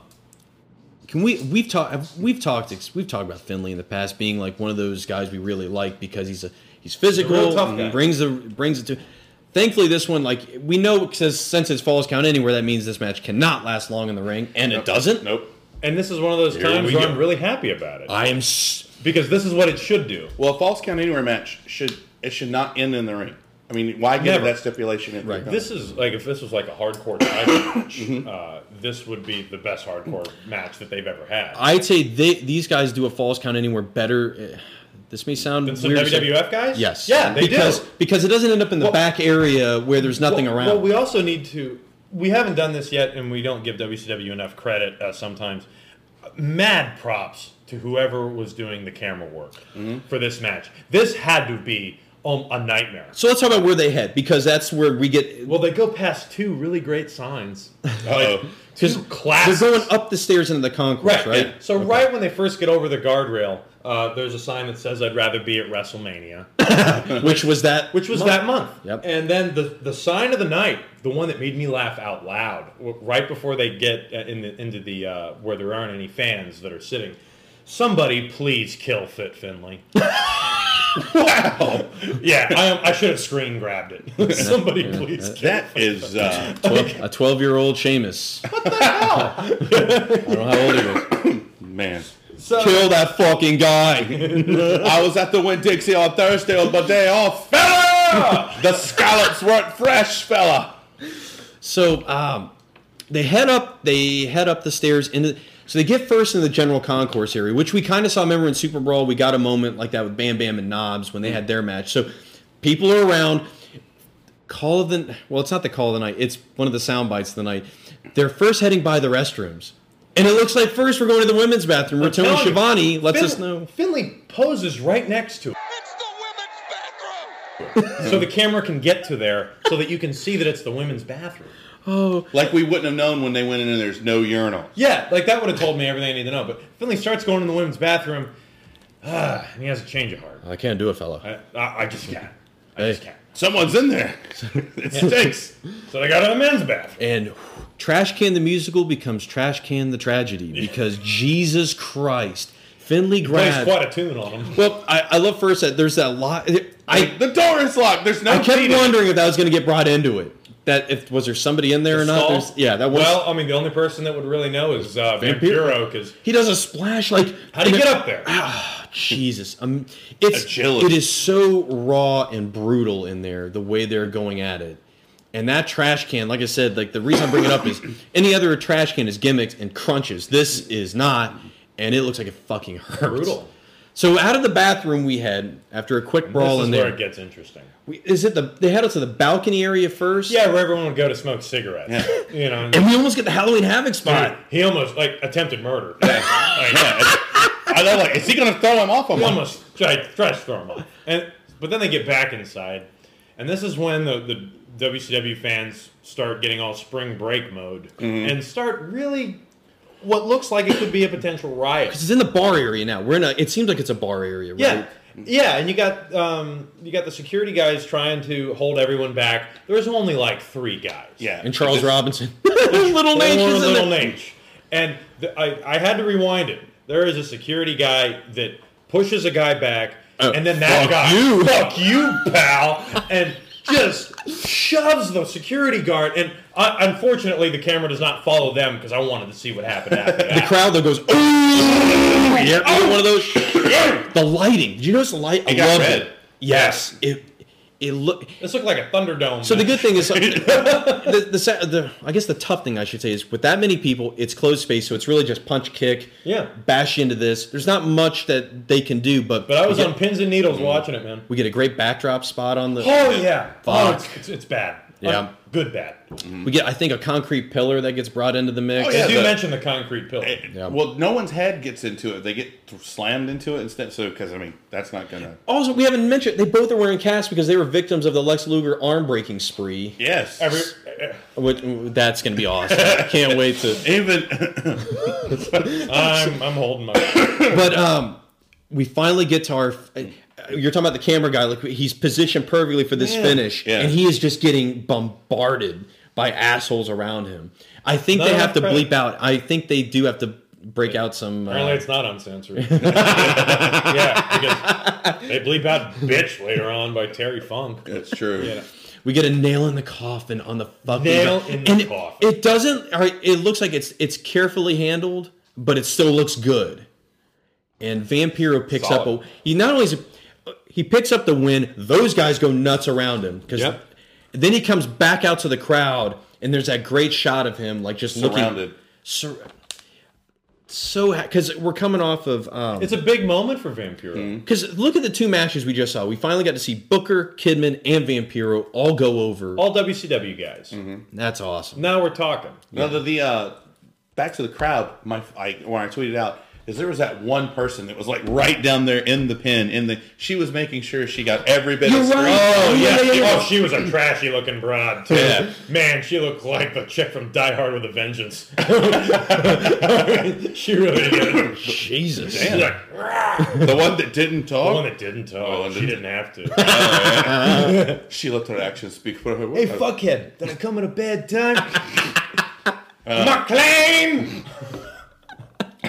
can we we've talked we've talked ex- we've talked about Finley in the past being like one of those guys we really like because he's a he's physical, He's a real tough and he guy. brings the brings it to. Thankfully, this one like we know says since it's false count anywhere, that means this match cannot last long in the ring, and it doesn't. Nope. And this is one of those times we where go. I'm really happy about it I am. S- because this is what it should do. Well, a false count anywhere match should it should not end in the ring. I mean, why give Never. that stipulation? If Right. This is like if this was like a hardcore title match, Mm-hmm. uh, this would be the best hardcore match that they've ever had. I'd say they, these guys do a falls count anywhere better. eh, This may sound and some weird. to say- WWF guys, Yes. yeah, they because do. because it doesn't end up in the Well- back area where there's nothing well, around. Well, we also need to. We haven't done this yet, and we don't give WCW enough credit uh, sometimes. Mad props to whoever was doing the camera work Mm-hmm. for this match. This had to be um, a nightmare. so let's talk about where they head because that's where we get Well, they go past two really great signs. Uh-oh. two classes. They're going up the stairs into the concourse, Right, right? yeah. So right when they first get over the guardrail, uh, there's a sign that says, "I'd rather be at WrestleMania," Which was that? which was month. that month. Yep. And then the the sign of the night, the one that made me laugh out loud, w- right before they get uh, in the, into the uh, where there aren't any fans that are sitting. Somebody, please kill Fit Finley. wow. Yeah, I, I should have screen grabbed it. Somebody, please kill. that is uh, Well, a twelve-year-old Seamus. What the hell? I don't know how old he was. man. So, Kill that fucking guy. I was at the Win Dixie on Thursday on my day off, fella. the scallops weren't fresh, fella. So um, they head up. They head up the stairs into. So they get first in the general concourse area, which we kind of saw. Remember in Super Brawl, we got a moment like that with Bam Bam and Knobs when they had their match. So people are around. Call of the well, it's not the call of the night. It's one of the sound bites of the night. They're first heading by the restrooms, and it looks like first we're going to the women's bathroom. Where Tony telling you, Schiavone lets Fin- us know. Finley poses right next to it. It's the women's bathroom. so the camera can get to there so that you can see that it's the women's bathroom. Like we wouldn't have known when they went in and there's no urinal. Yeah, like that would have told me everything I need to know. But Finley starts going in the women's bathroom, ah, and he has a change of heart. I can't do it, fella. I, I, I just can't. I Hey. just can't. Someone's in there. It stinks. So they go to the men's bathroom. And whew, Trash Can the musical becomes Trash Can the tragedy because Jesus Christ, Finley Plays grabs. quite a tune on him. Well, I, I love first that there's that lot. I the door is locked. There's no. I kept cheating. wondering if that was going to get brought into it. That if was there somebody in there or not? Stall. There's, yeah, that was. Well, I mean, the only person that would really know is uh, Vampiro, Vampiro. because he does a splash like Ah, how do you get up there? Jesus, um, it's Agility. it is so raw and brutal in there the way they're going at it. And that trash can, like I said, like the reason I bring it up is any other trash can is gimmicks and crunches. This is not, and it looks like it fucking hurts. Brutal. So out of the bathroom we had after a quick brawl This is in where there, it gets interesting. we- is it the they head up to the balcony area first? Yeah, where everyone would go to smoke cigarettes. You know, and we almost get the Halloween Havoc spot. dude, he almost like attempted murder. Like, Yeah, it's- I know, like, is he gonna throw him off? I'm They like, almost tried trash throw 'em off. And but then they get back inside, and this is when the, the WCW fans start getting all spring break mode Mm-hmm. and start really what looks like it could be a potential riot. It's in the bar area now. We're in a. It seems like it's a bar area. Right? Yeah. Yeah, and you got um, you got the security guys trying to hold everyone back. There's only like three guys. yeah. And Charles Just- Robinson, little They were nations, little Nate. And the, I, I had to rewind it. There is a security guy that pushes a guy back, Oh, and then that fuck guy, you. fuck you, pal, and just shoves the security guard. And uh, unfortunately, the camera does not follow them because I wanted to see what happened after The that. crowd that goes, ooh, yeah, oh! one of those. the lighting. Did you notice the light? I got love red. it. Yes, it it look. this looked like a Thunderdome. So the good thing is, the, the, sa- the I guess the tough thing I should say is with that many people, it's closed space, so it's really just punch, kick, Yeah. bash into this. There's not much that they can do, but but I was we get, on pins and needles watching it, man. we get a great backdrop spot on the. Oh yeah, Oh, Fuck. it's, it's, it's bad. Yeah. Uh, good bad. We get I think a concrete pillar that gets brought into the mix. Oh, yeah. I do the- mention the concrete pillar. Yeah. Well, no one's head gets into it. They get th- slammed into it instead. So, because I mean, that's not gonna. Also, we haven't mentioned they both are wearing casts because they were victims of the Lex Luger arm breaking spree. Yes. Every, Which, that's gonna be awesome. I can't wait to. even I'm, I'm holding my. But um, we finally get to our. You're talking about the camera guy. Like he's positioned perfectly for this finish, Yeah. and he is just getting bombarded by assholes around him. I think Not they enough have to credit. bleep out. I think they do have to break out some. Apparently, Uh, it's not uncensored. yeah, because they bleep out "bitch" later on by Terry Funk. that's true. we get a nail in the coffin on the fucking Nail in the and it- coffin. It doesn't. All right, it looks like it's it's carefully handled, but it still looks good. And Vampiro picks up. Solid. A, he not only is. he picks up the win. Those guys go nuts around him because Yep. then he comes back out to the crowd and there's that great shot of him like just Surrounded. looking sur- so because we're coming off of um It's a big moment for Vampiro. because look at the two matches we just saw. We finally got to see Booker, Kidman, and Vampiro all go over. All WCW guys. That's awesome. Now we're talking. No, the, the uh, back to the crowd. My I, when I tweeted out is there was that one person that was like right down there in the pin in the she was making sure she got every bit You're of right. Oh yeah, Oh, yeah, yeah. Oh, she was a trashy looking broad, too. Yeah. Man, she looked like the chick from Die Hard with a Vengeance. she really did. Jesus. She's like, "Rah!" the one that didn't talk. the one that didn't Oh, talk. and She the- didn't have to. she let her actions speak for her. hey, fuckhead, did I come at a bad time? McLean! I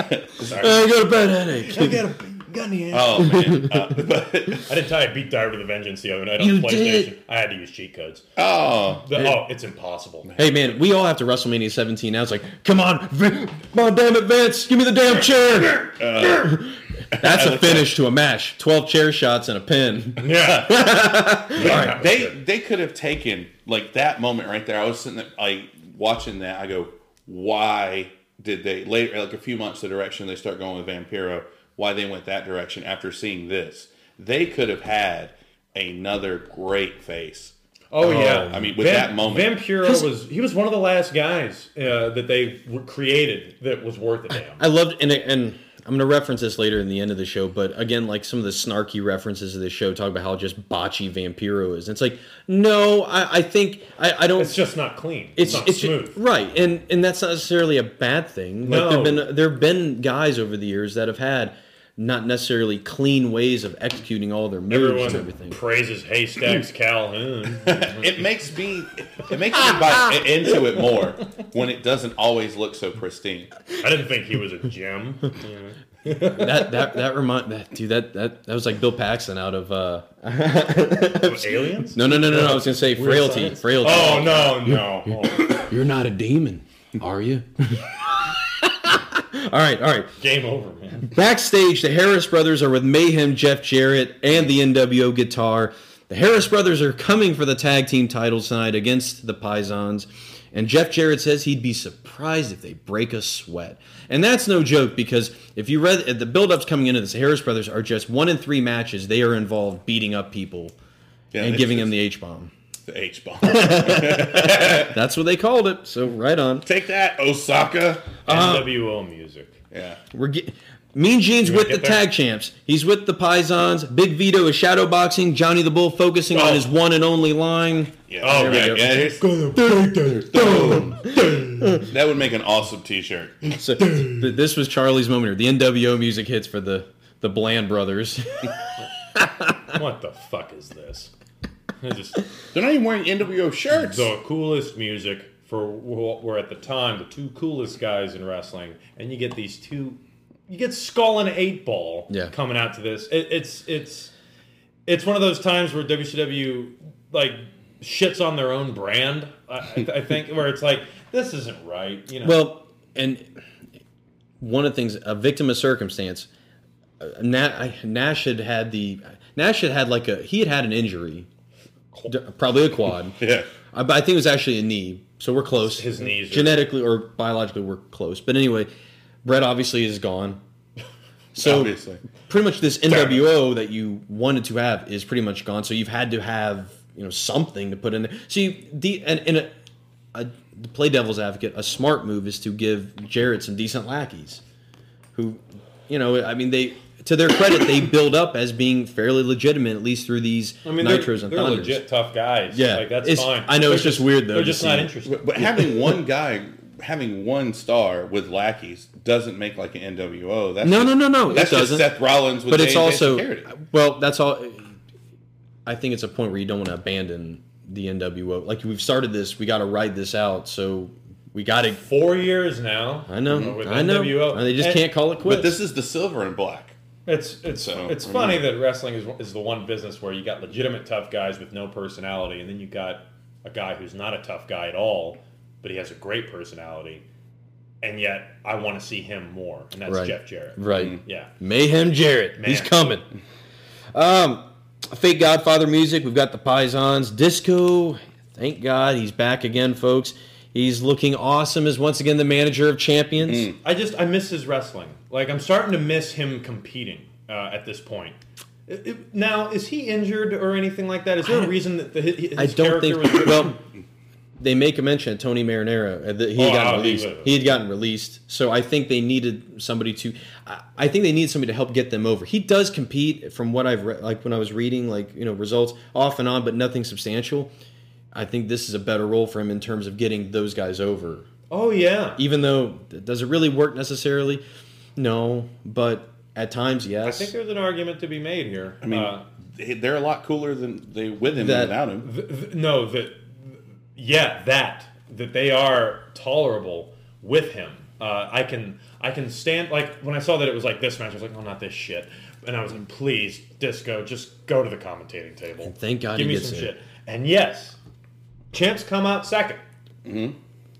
got a bad headache. I got, a, got any Oh man. Uh, I didn't tell you I beat Die Hard with a Vengeance the other night on You PlayStation. did. Uh, I had to use cheat codes. oh. The- oh, it's impossible. Hey man, we all have to WrestleMania 17 now. It's like, come on, Vin- come on, damn it, Vince, give me the damn chair. Uh, That's a finish to a match. 12 chair shots and a pin. Yeah. They they could have taken like that moment right there. I was sitting there like watching that. I go, why did they later like a few months the direction they start going with Vampiro? Why they went that direction after seeing this? They could have had another great face. Oh yeah, I mean, with that moment. Vampiro was he was one of the last guys uh, that they w- created that was worth a damn. I loved and and I'm gonna reference this later in the end of the show, but again, like some of the snarky references of this show talk about how just botchy Vampiro is. And it's like, no, I, I think I, I don't. It's just not clean. it's It's, not it's smooth. right, and and that's not necessarily a bad thing. Like there've No. been there've been guys over the years that have had not necessarily clean ways of executing all their moves and Everyone everything. praises Haystacks Calhoun. It makes me it makes me buy into it more when it doesn't always look so pristine. I didn't think he was a gem. that that that remind that dude that that that was like Bill Paxton out of uh Aliens? no no no no, no I was gonna say frailty Science? frailty. Oh no no. Oh, You're not a demon, are you? all right, all right. game over, man. Backstage, the Harris brothers are with Mayhem, Jeff Jarrett, and the NWO guitar. The Harris brothers are coming for the tag team titles tonight against the Pisons. And Jeff Jarrett says he'd be surprised if they break a sweat. And that's no joke because if you read the build-ups coming into this, the Harris brothers are just one in three matches. They are involved beating up people Yeah, and it's giving them just the H bomb. the H bomb. That's what they called it. So right on. Take that, Osaka. Uh-huh. NWO music. Yeah. We're get, Mean Gene's with the get there? tag champs. He's with the Pisons. Big Vito is shadow boxing. Johnny the Bull focusing Oh. on his one and only line. Yeah. Oh, yeah, yeah, yeah, here's- that would make an awesome T-shirt. So th- this was Charlie's moment. here. The NWO music hits for the the Bland brothers. What the fuck is this? I just They're not even wearing NWO shirts. the coolest music for what were at the time the two coolest guys in wrestling, and you get these two, you get Skull and Eight Ball Yeah. coming out to this. It, it's it's it's one of those times where WCW like shits on their own brand. I, I, I think where it's like this isn't right. You know, well, and one of the things, a victim of circumstance. uh, Na- I- Nash had had the Nash had had like a he had had an injury, d- probably a quad. Yeah. I, but I think it was actually a knee, so we're close. His knees are- genetically or biologically, we're close. But anyway, Brett obviously is gone. So Obviously. pretty much this NWO that you wanted to have is pretty much gone. So you've had to have you know something to put in there. So you, the and, and a, a, to play devil's advocate, a smart move is to give Jarrett some decent lackeys, who you know I mean they. To their credit, they build up as being fairly legitimate, at least through these I mean, they're, nitros and they're thunders. legit tough guys. Yeah, like that's it's- fine. I know, They're it's just weird, though, They're to just see not it. interested. But, but having one guy, having one star with lackeys doesn't make like an NWO. That's No, no, just- no, no, it That's doesn't. just Seth Rollins with but it's J&J also security. well that's all i think it's a point where you don't want to abandon the nwo like we've started this we got to ride this out so we got to Four years now. i know Mm-hmm. with i know NWO. And they just And- can't call it quits But this is the silver and black. It's it's So, it's we're funny that wrestling is is the one business where you got legitimate tough guys with no personality, and then you got a guy who's not a tough guy at all, but he has a great personality, and yet I want to see him more, and that's Right. Jeff Jarrett. right Yeah. mayhem jarrett he's Man. coming Um, fake Godfather music. We've got the Pisons. Disco. Thank God he's back again, folks. He's looking awesome. Is once again the manager of champions. I just I miss his wrestling. Like I'm starting to miss him competing uh, at this point. It- it- now is he injured or anything like that? Is there a reason that the, his I don't character think. was well, they make a mention of Tony Marinero. uh, that He had Oh, gotten oh, he released. would've. He had gotten released. So I think they needed somebody to. I- I think they needed somebody to help get them over. He does compete, from what I've read, like when I was reading, like you know results off and on, but nothing substantial. I think this is a better role for him in terms of getting those guys over. Oh yeah. Even though does it really work necessarily? No, but at times I yes. think there's an argument to be made here. I mean, Uh, they- they're a lot cooler than they with him That- than without him. th- th- no, that yeah, that that they are tolerable with him. Uh, I can I can stand like when I saw that it was like this match, I was like, oh, not this shit, and I was like, please, Disco, just go to the commentating table. And thank God give he me gets some in. shit. And yes, champs come out second.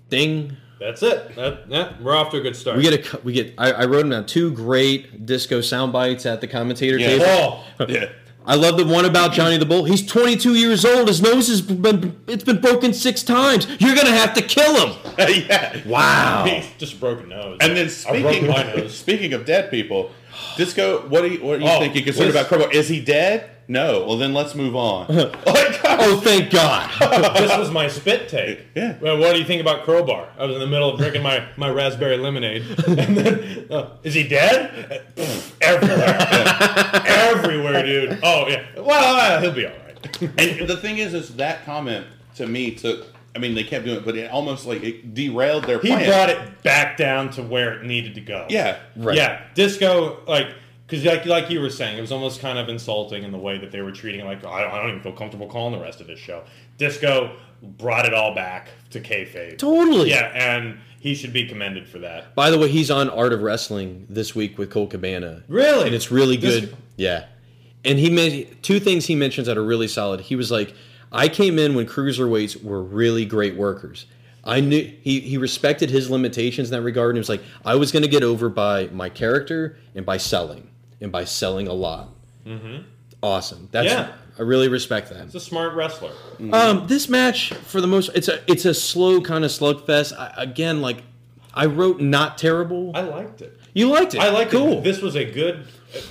Ding. That's it. That, that- we're off to a good start. We get a cu- we get. I, I wrote down two great disco sound bites at the commentator Yeah. table. oh, Yeah. I love the one about Johnny the Bull. He's 22 years old. His nose has been it's been broken six times. You're gonna have to kill him. yeah. Wow. just a broken nose. And then I broke speaking my nose. speaking of dead people, Disco, what do you what do you Oh, think? You concerned this- about Crowbar? Is he dead? No. Well, then let's move on. like, Oh, thank God. this was my spit take. Yeah. Well, what do you think about Crowbar? I was in the middle of drinking my, my raspberry lemonade, and then uh, is he dead? Uh, pfft, Everywhere, everywhere, dude. Oh yeah. Well, uh, he'll be all right. and the thing is, is that comment to me took. I mean, they kept doing it, but it almost like it derailed their He plan. brought it back down to where it needed to go. Yeah. Right. Yeah. Disco, like, because like, like you were saying, it was almost kind of insulting in the way that they were treating it. Like, I don't, I don't even feel comfortable calling the rest of this show. Disco brought it all back to kayfabe. totally. Yeah, and he should be commended for that. By the way, he's on Art of Wrestling this week with Cole Cabana. Really? And it's really This- good. yeah. And he made two things he mentions that are really solid. He was like, I came in when cruiserweights were really great workers. I knew he, he respected his limitations in that regard. And he was like, I was going to get over by my character and by selling and by selling a lot. Mm-hmm. Awesome. That's, Yeah. I really respect that. He's a smart wrestler. Um, this match for the most, it's a, it's a slow kind of slugfest. I, again, like I wrote not terrible. I liked it. you liked it. I liked cool. it. This was a good,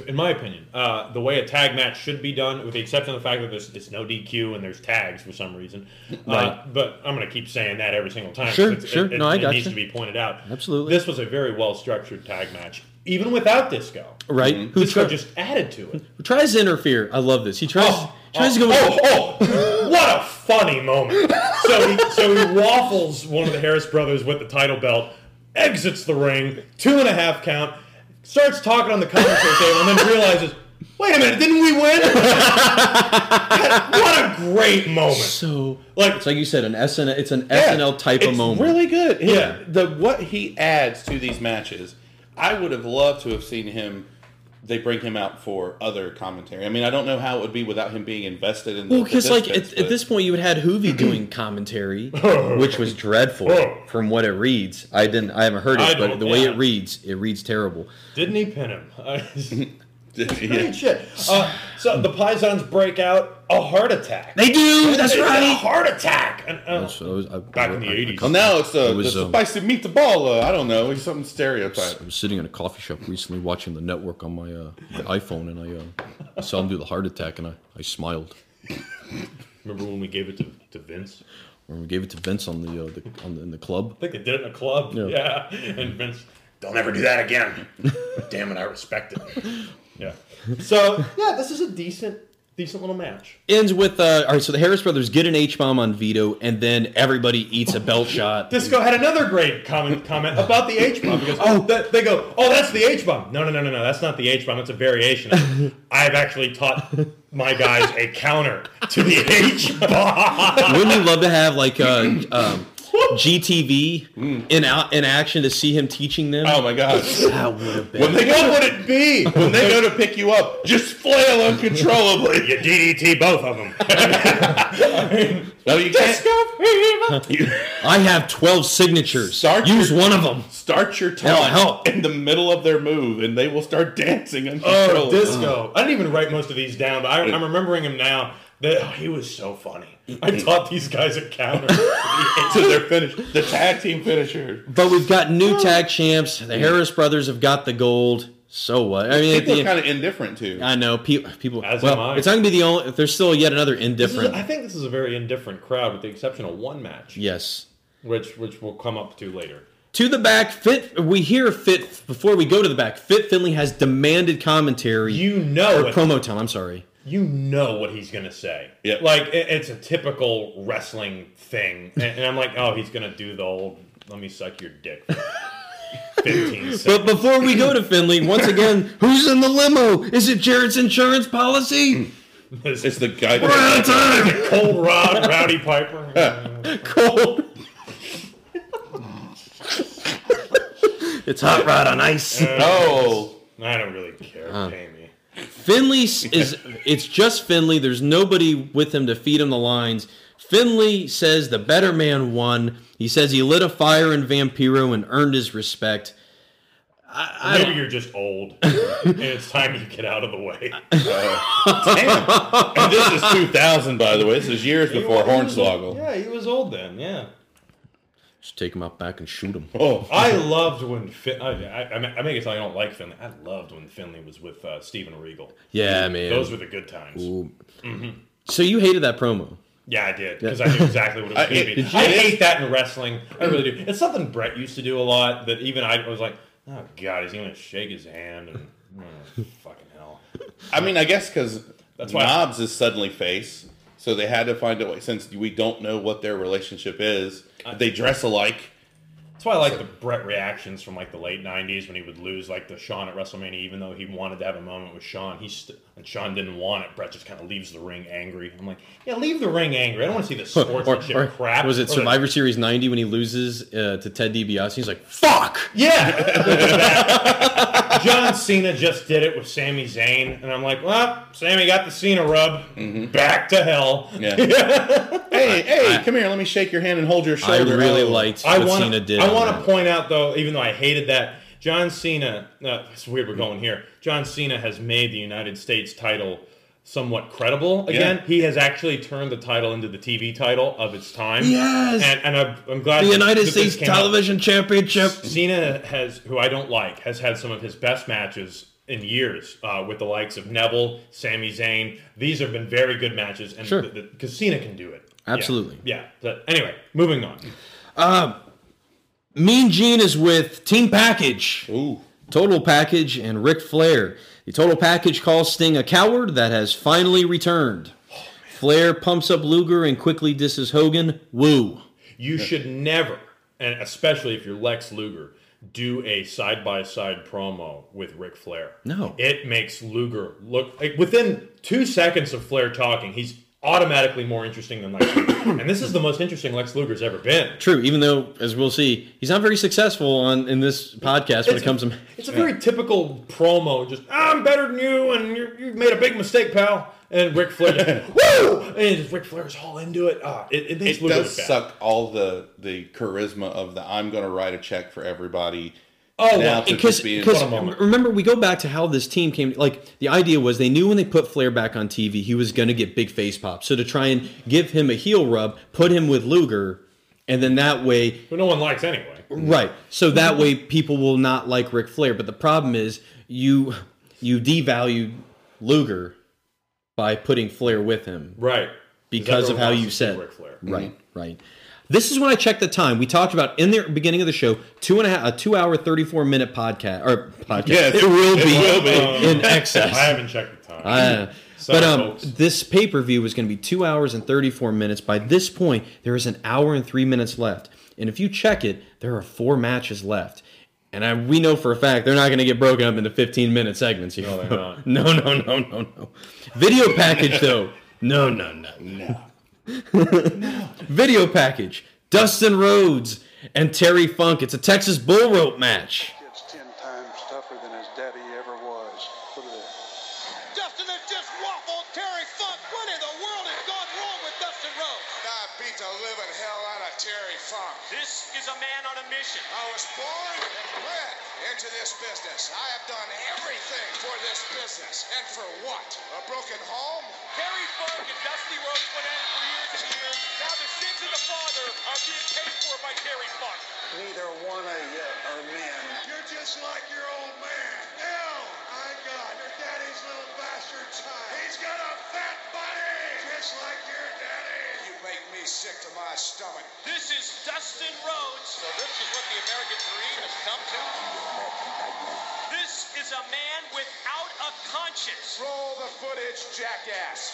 in my opinion, uh, the way a tag match should be done, with the exception of the fact that there's it's no DQ and there's tags for some reason. Uh, Right. but I'm going to keep saying that every single time. 'cause Sure, it's- sure. It, it- No, I it gotcha. needs to be pointed out. Absolutely. This was a very well structured tag match, even without Disco. right? Who Disco try, just added to it. who tries to interfere? I love this. He tries tries to go. Oh, oh, what a funny moment. So he, so he waffles one of the Harris brothers with the title belt, exits the ring, two and a half count, starts talking on the commentary table, and then realizes, wait a minute, didn't we win? what a great moment. So Like, it's like you said, an SNL. It's an Yeah. SNL type of It's moment. Really good. He- Yeah. The what he adds to these matches, I would have loved to have seen him. They bring him out for other commentary. I mean, I don't know how it would be without him being invested in. The well, because like at, participants, at but- this point, you would had Hoovy doing commentary, which was dreadful from what it reads. I didn't. I haven't heard it, I but don't- the way yeah. it reads, it reads terrible. didn't he pin him? yeah. Great shit. Uh, so the Pisons break out a heart attack. They do. That's They had A right. heart attack. And, uh, So I was- I- Back in the I- I 80s. Well, come- now it's uh, It was, the um, spicy meatball. Uh, I don't know, something stereotype. I was sitting in a coffee shop recently watching the network on my, uh, my iPhone, and I, uh, I saw him do the heart attack, and I, I smiled. remember when we gave it to, to Vince? When we gave it to Vince on the, uh, the, on the in the club. I think they did it in a club. Yeah. Yeah. And Vince, don't ever do that again. But Damn it, I respect it. Yeah. So yeah, this is a decent, decent little match. ends with uh, all right. So the Harris brothers get an H bomb on Vito, and then everybody eats a belt shot. Disco had another great comment comment about the H bomb because oh that, they go oh that's the H bomb no no no no no that's not the H bomb it's a variation of it. I've actually taught my guys a counter to the H bomb Wouldn't you love to have like uh, um, GTV in out in action to see him teaching them. Oh my god. that would have When been. they what would it be? When they go to pick you up, just flail uncontrollably. You DDT both of them. No, you can't. I have twelve signatures. Start Use your- one of them. Start your Hell, time help. in the middle of their move, and they will start dancing Oh, uncontrollably. disco. I didn't even write most of these down, but I, I'm remembering him now. That oh, he was so funny. I taught these guys a counter. to their finish, the tag team finisher. But we've got new tag champs. The Hmm. Harris brothers have got the gold. So what? I mean, at People the are end, kind of indifferent to. I know people. People. As am well, I. it's not gonna be the only. There's still yet another This is, indifferent. I think this is a very indifferent crowd, with the exception of one match, yes. which which we'll come up to later. To the back, Fit. We hear Fit before we go to the back. Fit Finley has demanded commentary You or know it. promo time. I'm sorry. you know what he's gonna say. Yeah. Like it, it's a typical wrestling thing, and, and I'm like, oh, he's gonna do the old "let me suck your dick." for Fifteen seconds. But before we go to Finley, once again, who's in the limo? Is it Jared's insurance policy? It's the guy. We're out of time. Cold Rod, Rowdy Piper. Cold. it's hot rod on ice. Uh, Oh, I don't really care. Pay me. Finley s- is it's just Finley. There's nobody with him to feed him the lines. Finley says the better man won. He says he lit a fire in Vampiro and earned his respect. Maybe you're just old, and it's time you get out of the way. damn! and this is 2000, by the way. This is years before Hornswoggle. Yeah, he was old then. Yeah. Just take him out back and shoot him. Oh, I loved when fin- I, I, I ma- I make it sound like I don't like Finley. I loved when Finley was with uh, Steven Regal. Yeah, man. Those were Mm-hmm. the good times. so you hated that promo. Yeah, I did because I knew exactly what it was I- going to be. did you- I hate that in wrestling. I really do. It's something Brett used to do a lot. That even I was like, oh god, he's going to shake his hand and oh, fucking hell. I mean, I guess because That's why- Knobs is suddenly face, so they had to find a way. Since we don't know what their relationship is, they dress alike. That's why I like the Brett reactions from like the late '90s when he would lose like the Shawn at WrestleMania, even though he wanted to have a moment with Shawn. He st- and Shawn didn't want it. Brett just kind of leaves the ring angry. I'm like, yeah, leave the ring angry. I don't want to see the sportsmanship crap. was or it the- Survivor Series 90 when he loses uh, to Ted DiBiase? He's like, fuck! Yeah. John Cena just did it with Sami Zayn, and I'm like, well, Sammy got the Cena rub. Mm-hmm. Back to hell. Yeah. hey, hey, come here. Let me shake your hand and hold your I shoulder. really Oh. liked I what want Cena to. did. I on want that. to point out though, even though I hated that, John Cena. Uh, it's weird we're going here. John Cena has made the United States title somewhat credible again. Yeah. He has actually turned the title into the TV title of its time. Yes! and, and I'm, I'm glad The that- United that this States came out. Television Championship. Cena has, who I don't like, has had some of his best matches in years uh, with the likes of Neville, Sami Zayn. These have been very good matches, and Sure. because Cena can do it. Yeah. Absolutely. Yeah. But anyway, moving on. Mean Gene is with Team Package. Ooh. Total Package and Ric Flair. The Total Package calls Sting a coward that has finally returned. Flair pumps up Luger and quickly disses Hogan. Woo. You should never, and especially if you're Lex Luger, do a side by side promo with Ric Flair. No. It makes Luger look like within two seconds of Flair talking, he's automatically more interesting than Lex Luger. and this is the most interesting Lex Luger's ever been. True, even though, as we'll see, he's not very successful on in this podcast when it It's- comes to. It's a very typical promo. Just I'm better than you, and you're, you made a big mistake, pal. And Ric Flair, just, woo! And just Ric Flair's all into it. Ah, it, it makes It Luger does look bad. suck all the the charisma of the I'm going to write a check for everybody. Oh, now well, to Because just be in- a moment. remember, we go back to how this team came. Like, the idea was they knew when they put Flair back on TV, he was going to get big face pop. So to try and give him a heel rub, put him with Luger, and then that way But no one likes anyway. Right. So that way people will not like Ric Flair. But the problem is you you devalued Luger by putting Flair with him. Right. Because of everyone how wants you to see said. Ric Flair. Right, right. This is when I checked the time. We talked about in the beginning of the show two and a half a two hour thirty four minute podcast or podcast. Yes, it will be, will in excess. um, I haven't checked the time. Uh, but um, folks. this pay per view was going to be two hours and 34 minutes. By this point, there is an hour and three minutes left. And if you check it, there are four matches left. And I, we know for a fact they're not going to get broken up into 15 minute segments. You no, they're not. No, no, no, no, no. Video package, though. No, no, no, no. Video package. Dustin Rhodes and Terry Funk. It's a Texas bull rope match. It's ten times tougher than his daddy ever was. Look at that. Dustin has just waffled Terry Funk. What in the world has gone wrong with Dustin Rhodes? I beat the living hell out of Terry Funk. This is a man on a mission. I was born and bred into this business. I have done everything for this business. And for what? A broken home? Terry Funk and Dusty Rhodes went at it for years and years. Now the sins of the father are being paid for by Terry Funk. Neither one of you are men. You're just like your old man. Now, I got your daddy's little bastard child. He's got a fat body, just like your daddy. You make me sick to my stomach. This is Dustin Rhodes. So this is what the American dream has come to. This is a man without a conscience. Roll the footage, jackass.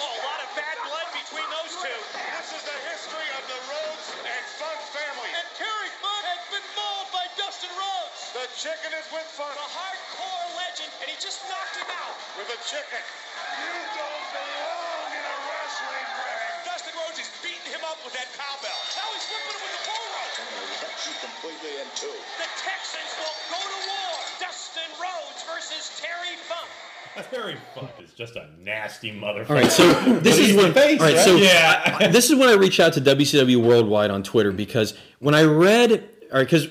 Oh, a lot of bad blood between those two. This is the history of the Rhodes and Funk family. And Terry Funk has been mauled by Dustin Rhodes. The chicken is with Funk. The hardcore legend, and he just knocked him out. With a chicken. You don't belong in a wrestling ring. Dustin Rhodes is beating him up with that cowbell. Now he's whipping him with the bull rope. Ripped you completely in two. The Texans will go to war. Dustin Rhodes versus Terry Funk. Terry Funk is just a nasty motherfucker. All right, so this But is he's when. the face, all right, right? so Yeah. I- this is when I reach out to WCW Worldwide on Twitter because when I read, all right, because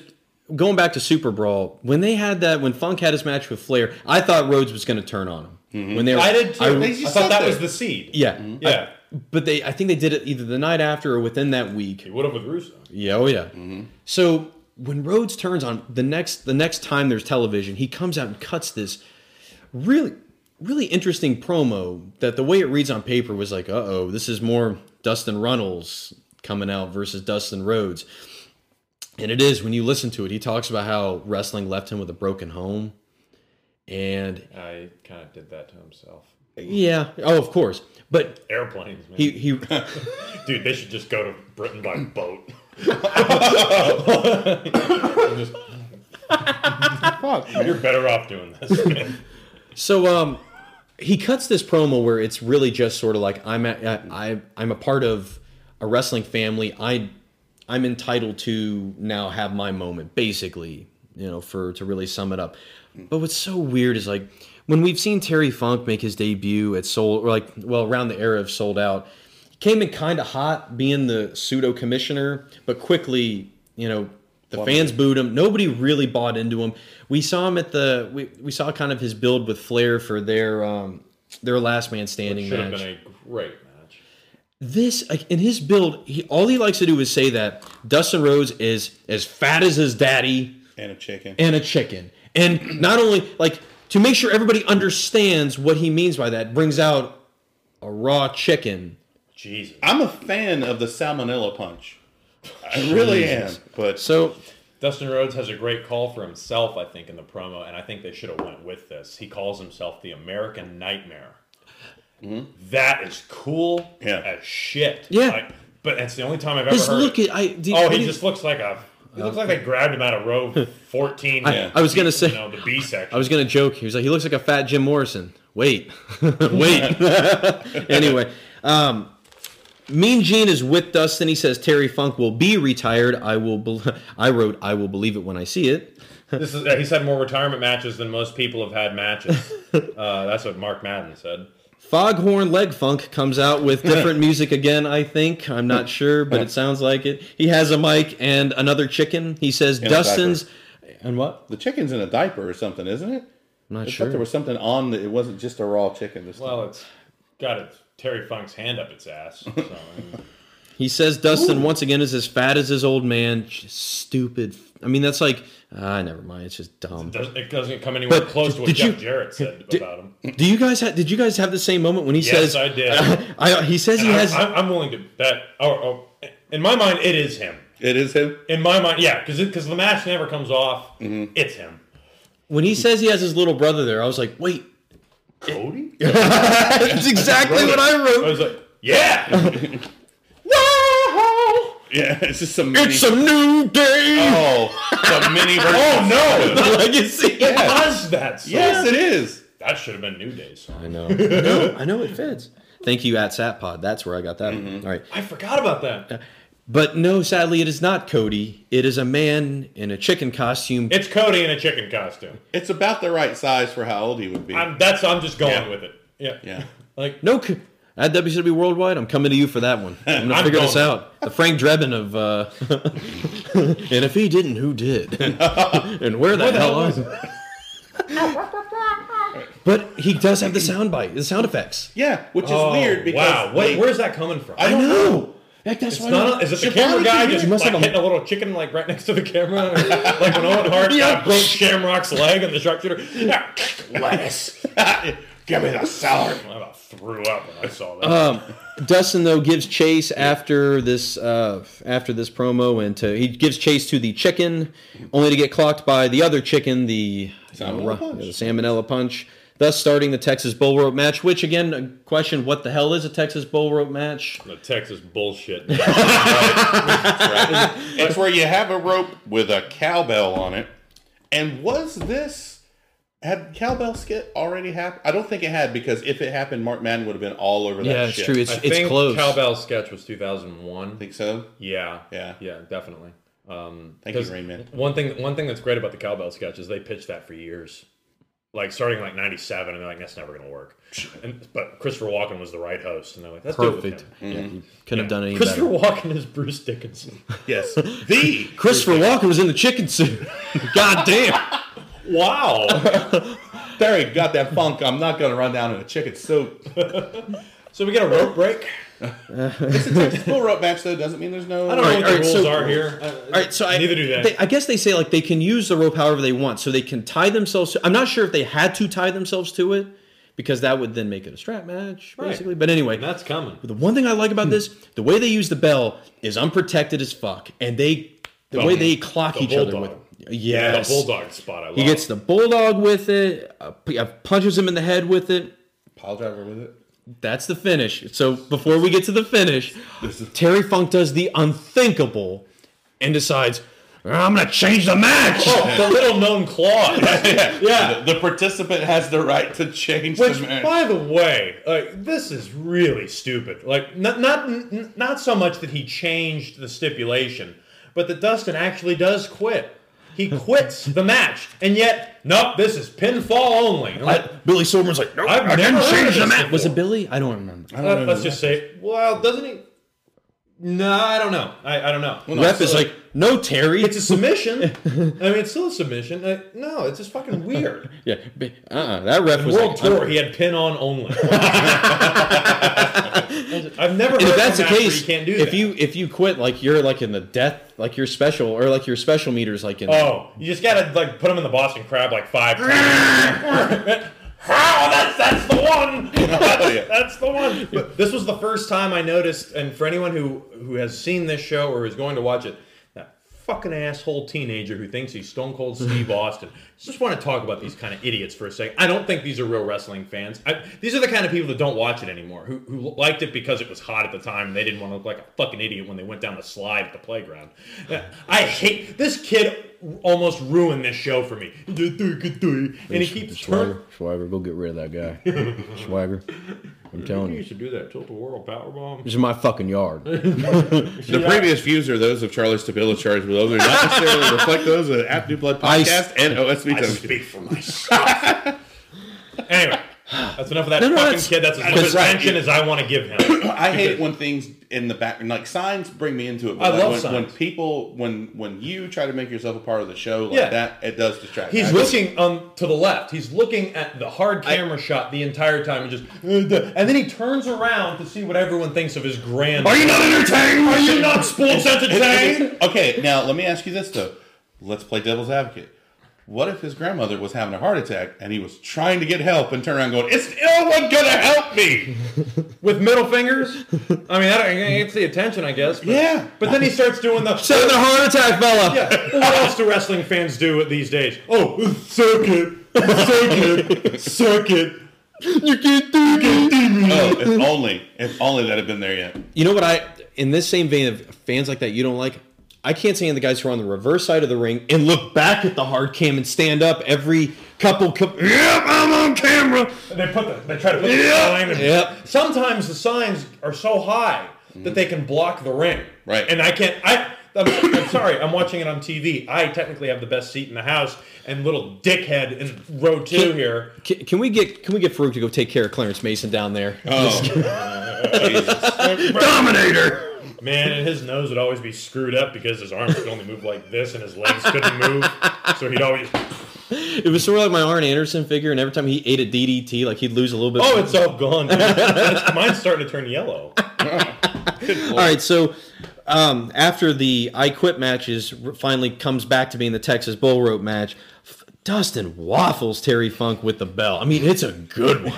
going back to Super Brawl, when they had that, when Funk had his match with Flair, I thought Rhodes was going to turn on him. When they were, I did too. I- They I Mm-hmm. just thought said that was that. the seed. yeah, I- Yeah. but they, I think they did it either the night after or within that week. He would have with Russo. Yeah, oh yeah. So when Rhodes turns on the next the next time there's television, he comes out and cuts this really really interesting promo that the way it reads on paper was like, uh oh, this is more Dustin Runnels coming out versus Dustin Rhodes. And it is when you listen to it, he talks about how wrestling left him with a broken home. And I kind of did that to himself. yeah, oh of course. But Airplanes, man. he he Dude, they should just go to Britain by boat. Just- You're better off doing this. man. So um, he cuts this promo where it's really just sort of like I'm a, I I'm a part of a wrestling family. I I'm entitled to now have my moment, basically. You know, for to really sum it up. But what's so weird is like when we've seen Terry Funk make his debut at Soul, or like well around the era of Sold Out, he came in kind of hot, being the pseudo commissioner, but quickly, you know, the fans booed him. Nobody really bought into him. We saw him at the we, we saw kind of his build with Flair for their um their last man standing Should have match. been a great match. This like, in his build, he all he likes to do is say that Dustin Rhodes is as fat as his daddy And a chicken. and a chicken. And not only like to make sure everybody understands what he means by that, brings out a raw chicken. Jesus. I'm a fan of the salmonella punch. I really am. But So Dustin Rhodes has a great call for himself, I think, in the promo, and I think they should have went with this. He calls himself the American Nightmare. That is cool Yeah. as shit. Yeah. Like, but that's the only time I've ever just heard. look it. at I do- oh, what he do you- just looks like a. He looks like they grabbed him out of row fourteen. I- and I was gonna beat, say- you know, the B section. I was gonna joke. He was like, he looks like a fat Jim Morrison. Wait, wait. anyway, um, Mean Gene is with Dustin. He says Terry Funk will be retired. I will. Bel- I wrote. I will believe it when I see it. This is he's had more retirement matches than most people have had matches. uh, that's what Mark Madden said. Foghorn Leg Funk comes out with different music again. I think I'm not sure, but it sounds like it. He has a mic and another chicken. He says a Dustin's and what? the chicken's in a diaper or something, isn't it? I'm not I sure. thought there was something on that it wasn't just a raw chicken this Well, time. it's got it. Terry Funk's hand up its ass. So, I mean, He says Dustin once again is as fat as his old man. Just stupid. I mean, that's like ah, never mind. It's just dumb. it doesn't- it doesn't come anywhere But close to what did Jeff you- Jarrett said did- about him. Do you guys have? Did you guys have the same moment when he Yes, says? I did. I- uh, he says he And I, has. I, am willing to bet. Oh, oh, in my mind, it is him. it is him. In my mind, yeah, because because the match never comes off. Mm-hmm. It's him. when he says he has his little brother there, I was like, wait, Cody. that's exactly what I I wrote. was like, yeah. Yeah, it's just some. Mini, It's a new day. oh, some mini version. oh no! Legacy. It was that. Song. Yes, it is. That should have been New Day's song. I know. I Mm-hmm. know. I know it fits. Thank you at Satpod. That's where I got that. one. All right. I forgot about that. But no, sadly, it is not Cody. It is a man in a chicken costume. It's Cody in a chicken costume. It's about the right size for how old he would be. I'm, that's I'm just going Yeah. with it. Yeah. yeah. Like no, c- at WCW Worldwide, I'm coming to you for that one. I'm gonna I'm figure this going. out. The Frank Drebin of, uh, and if he didn't, who did? and where the hell was it? But he does have the sound bite, the sound effects. Yeah, which is oh, weird because wow, What- they- where's that coming from? I don't know. Heck, that's It's why. not, is it the Shit, camera why guy would you just do that? You like must have a- hitting a little chicken like right next to the camera? like when Owen Hart Yeah. yeah. broke Shamrock's leg and the sharpshooter yeah, lettuce. Give me the salad. I about threw up when I saw that. Uh, Dustin though gives chase after this uh, after this promo, and to, he gives chase to the chicken, only to get clocked by the other chicken, the Salmonella Ro- punch. the salmonella punch. Thus starting the Texas bull rope match, which again, a question: What the hell is a Texas bull rope match? the Texas bullshit. It's where you have a rope with a cowbell on it. And was this had cowbell skit already happened? I don't think it had because if it happened, Mark Madden would have been all over that. yeah, it's shit. true. It's I it's think close. Cowbell sketch was 2001. think so. Yeah. Yeah. Yeah, definitely. Um, Thank you, 'cause Rain Man. One thing, one thing that's great about the cowbell sketch is they pitched that for years, like starting in, like '97, and they're like, "That's never going to work." And, but Christopher Walken was the right host, and they're like, "That's Perfect. Yeah, you couldn't have done any Christopher better. Walken is Bruce Dickinson. Yes, the Christopher Walken was in the chicken suit. God damn. wow. Terry got that funk. I'm not gonna run down in a chicken soup. so we get a rope break. Full rope match though doesn't mean there's no. I don't All right, know what all the right, rules so- are here. I- All right, so I neither do they. I guess they say like they can use the rope however they want, so they can tie themselves. to I'm not sure if they had to tie themselves to it because that would then make it a strap match, Right. Hmm. basically. But anyway, and that's coming. the one thing I like about this, the way they use the bell is unprotected as fuck, and they the way they clock the each other with bulldog. yes, The bulldog spot. I love. he gets the bulldog with it, uh, p- uh, punches him in the head with it. Pile driver with it. That's the finish. So before we get to the finish, Terry Funk does the unthinkable and decides, I'm going to change the match. Oh, the little known clause. Yeah, the, the participant has the right to change Which, the uh, match. by the way, like this is really stupid. Like, not not n- not so much that he changed the stipulation, but that Dustin actually does quit. He quits the match, and yet, nope, this is pinfall only. I'm like, Billy Silverman's like, no, I've never heard of this before. Was it Billy? I don't remember. uh, let's just say, well, doesn't he? No, I don't know. I, I don't know. Ref is like, no, Terry. it's a submission. I mean, it's still a submission. Like, no, it's just fucking weird. yeah, b- uh-uh. That ref was World like, Tour, I'm- he had pin on only. I've never. and heard if of that's a the match where case, you can't do if that. you if you quit, like you're like in the death, like your special or like your special meters, like in Oh, you just gotta like put him in the Boston Crab like five times. How? That's that's the one. That's, that's the one. But this was the first time I noticed, and for anyone who who has seen this show or is going to watch it, that fucking asshole teenager who thinks he's Stone Cold Steve Austin. Just want to talk about these kind of idiots for a second. I don't think these are real wrestling fans. I, these are the kind of people that don't watch it anymore, who, who liked it because it was hot at the time and they didn't want to look like a fucking idiot when they went down the slide at the playground. Yeah, I hate this kid. Almost ruined this show for me. And he keeps turning. Schwager, go get rid of that guy, Schwager. I'm telling should do that tilt the world power bomb. this is my fucking yard. the previous views are those of Charlie Stabilo charged with those. They not necessarily reflect those of the App New Blood I s- podcast and I OSBW. speak for myself. anyway, that's enough of that No, no, fucking that's- kid. That's as much that's right. attention as I want to give him. I hate it when things in the back, like signs, bring me into it. but I like love when, signs. when people, when when you try to make yourself a part of the show like Yeah. that, it does distract. He's I just- looking um to the left. He's looking at the hard camera shot the entire time, and just uh, duh. and then he turns around to see what everyone thinks of his grand. Are you not entertained? Are you not sports entertained? okay, now let me ask you this though. Let's play devil's advocate. What if his grandmother was having a heart attack and he was trying to get help and turn around going, "It's no one gonna help me." With middle fingers? I mean, that, it's the attention, I guess. But, Yeah. But then he starts doing the. Set the heart attack, fella. Yeah. What else do wrestling fans do these days? Oh, circuit, circuit, circuit. You can't do oh, if only, if only that had been there yet. You know what I in this same vein of fans like that you don't like? I can't stand the guys who are on the reverse side of the ring and look back at the hard cam and stand up every couple cou- Yep, I'm on camera. They put the, they try to put the Yep. sign. And Yep. Sometimes the signs are so high that they can block the ring. Mm-hmm. Right. And I can't. I. I'm, I'm sorry. I'm watching it on TV. I technically have the best seat in the house, and little dickhead in row two here. Can, can we get can we get Farouk to go take care of Clarence Mason down there? Oh. Dominator. Man, and his nose would always be screwed up because his arms could only move like this, and his legs couldn't move. So he'd always. It was sort of like my Arn Anderson figure, and every time he ate a DDT, like he'd lose a little bit. Oh, it's all gone. dude. It's- mine's starting to turn yellow. All right, so um, after the I Quit matches finally comes back to being the Texas Bull Rope match, F- Dustin waffles Terry Funk with the bell. I mean, it's a good one,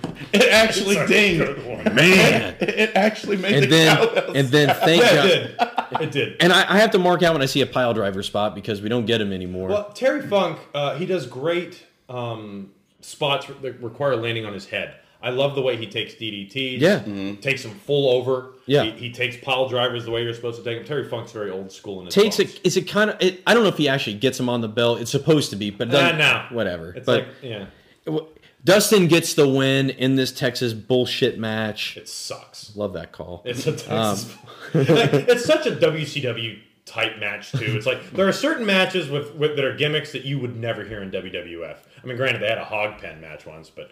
It actually It's a good dinged. one. man. It, it actually made the And then cow and then thank Yeah, it God. did. It did. And I, I have to mark out when I see a pile driver spot because we don't get him anymore. Well, Terry Funk, uh, he does great um, spots that require landing on his head. I love the way he takes DDTs. Yeah. Takes them full over. Yeah. He, he takes pile drivers the way you're supposed to take them. Terry Funk's very old school in his Takes bumps. it. Is it kind of? It, I don't know if he actually gets him on the bell. It's supposed to be, but Nah, doesn't- Uh, no. whatever. It's but like, yeah. w- Dustin gets the win in this Texas bullshit match. It sucks. Love that call. It's a Um, Texas. like, it's such a WCW type match too. It's like there are certain matches with, with that are gimmicks that you would never hear in WWF. I mean, granted they had a hog pen match once, but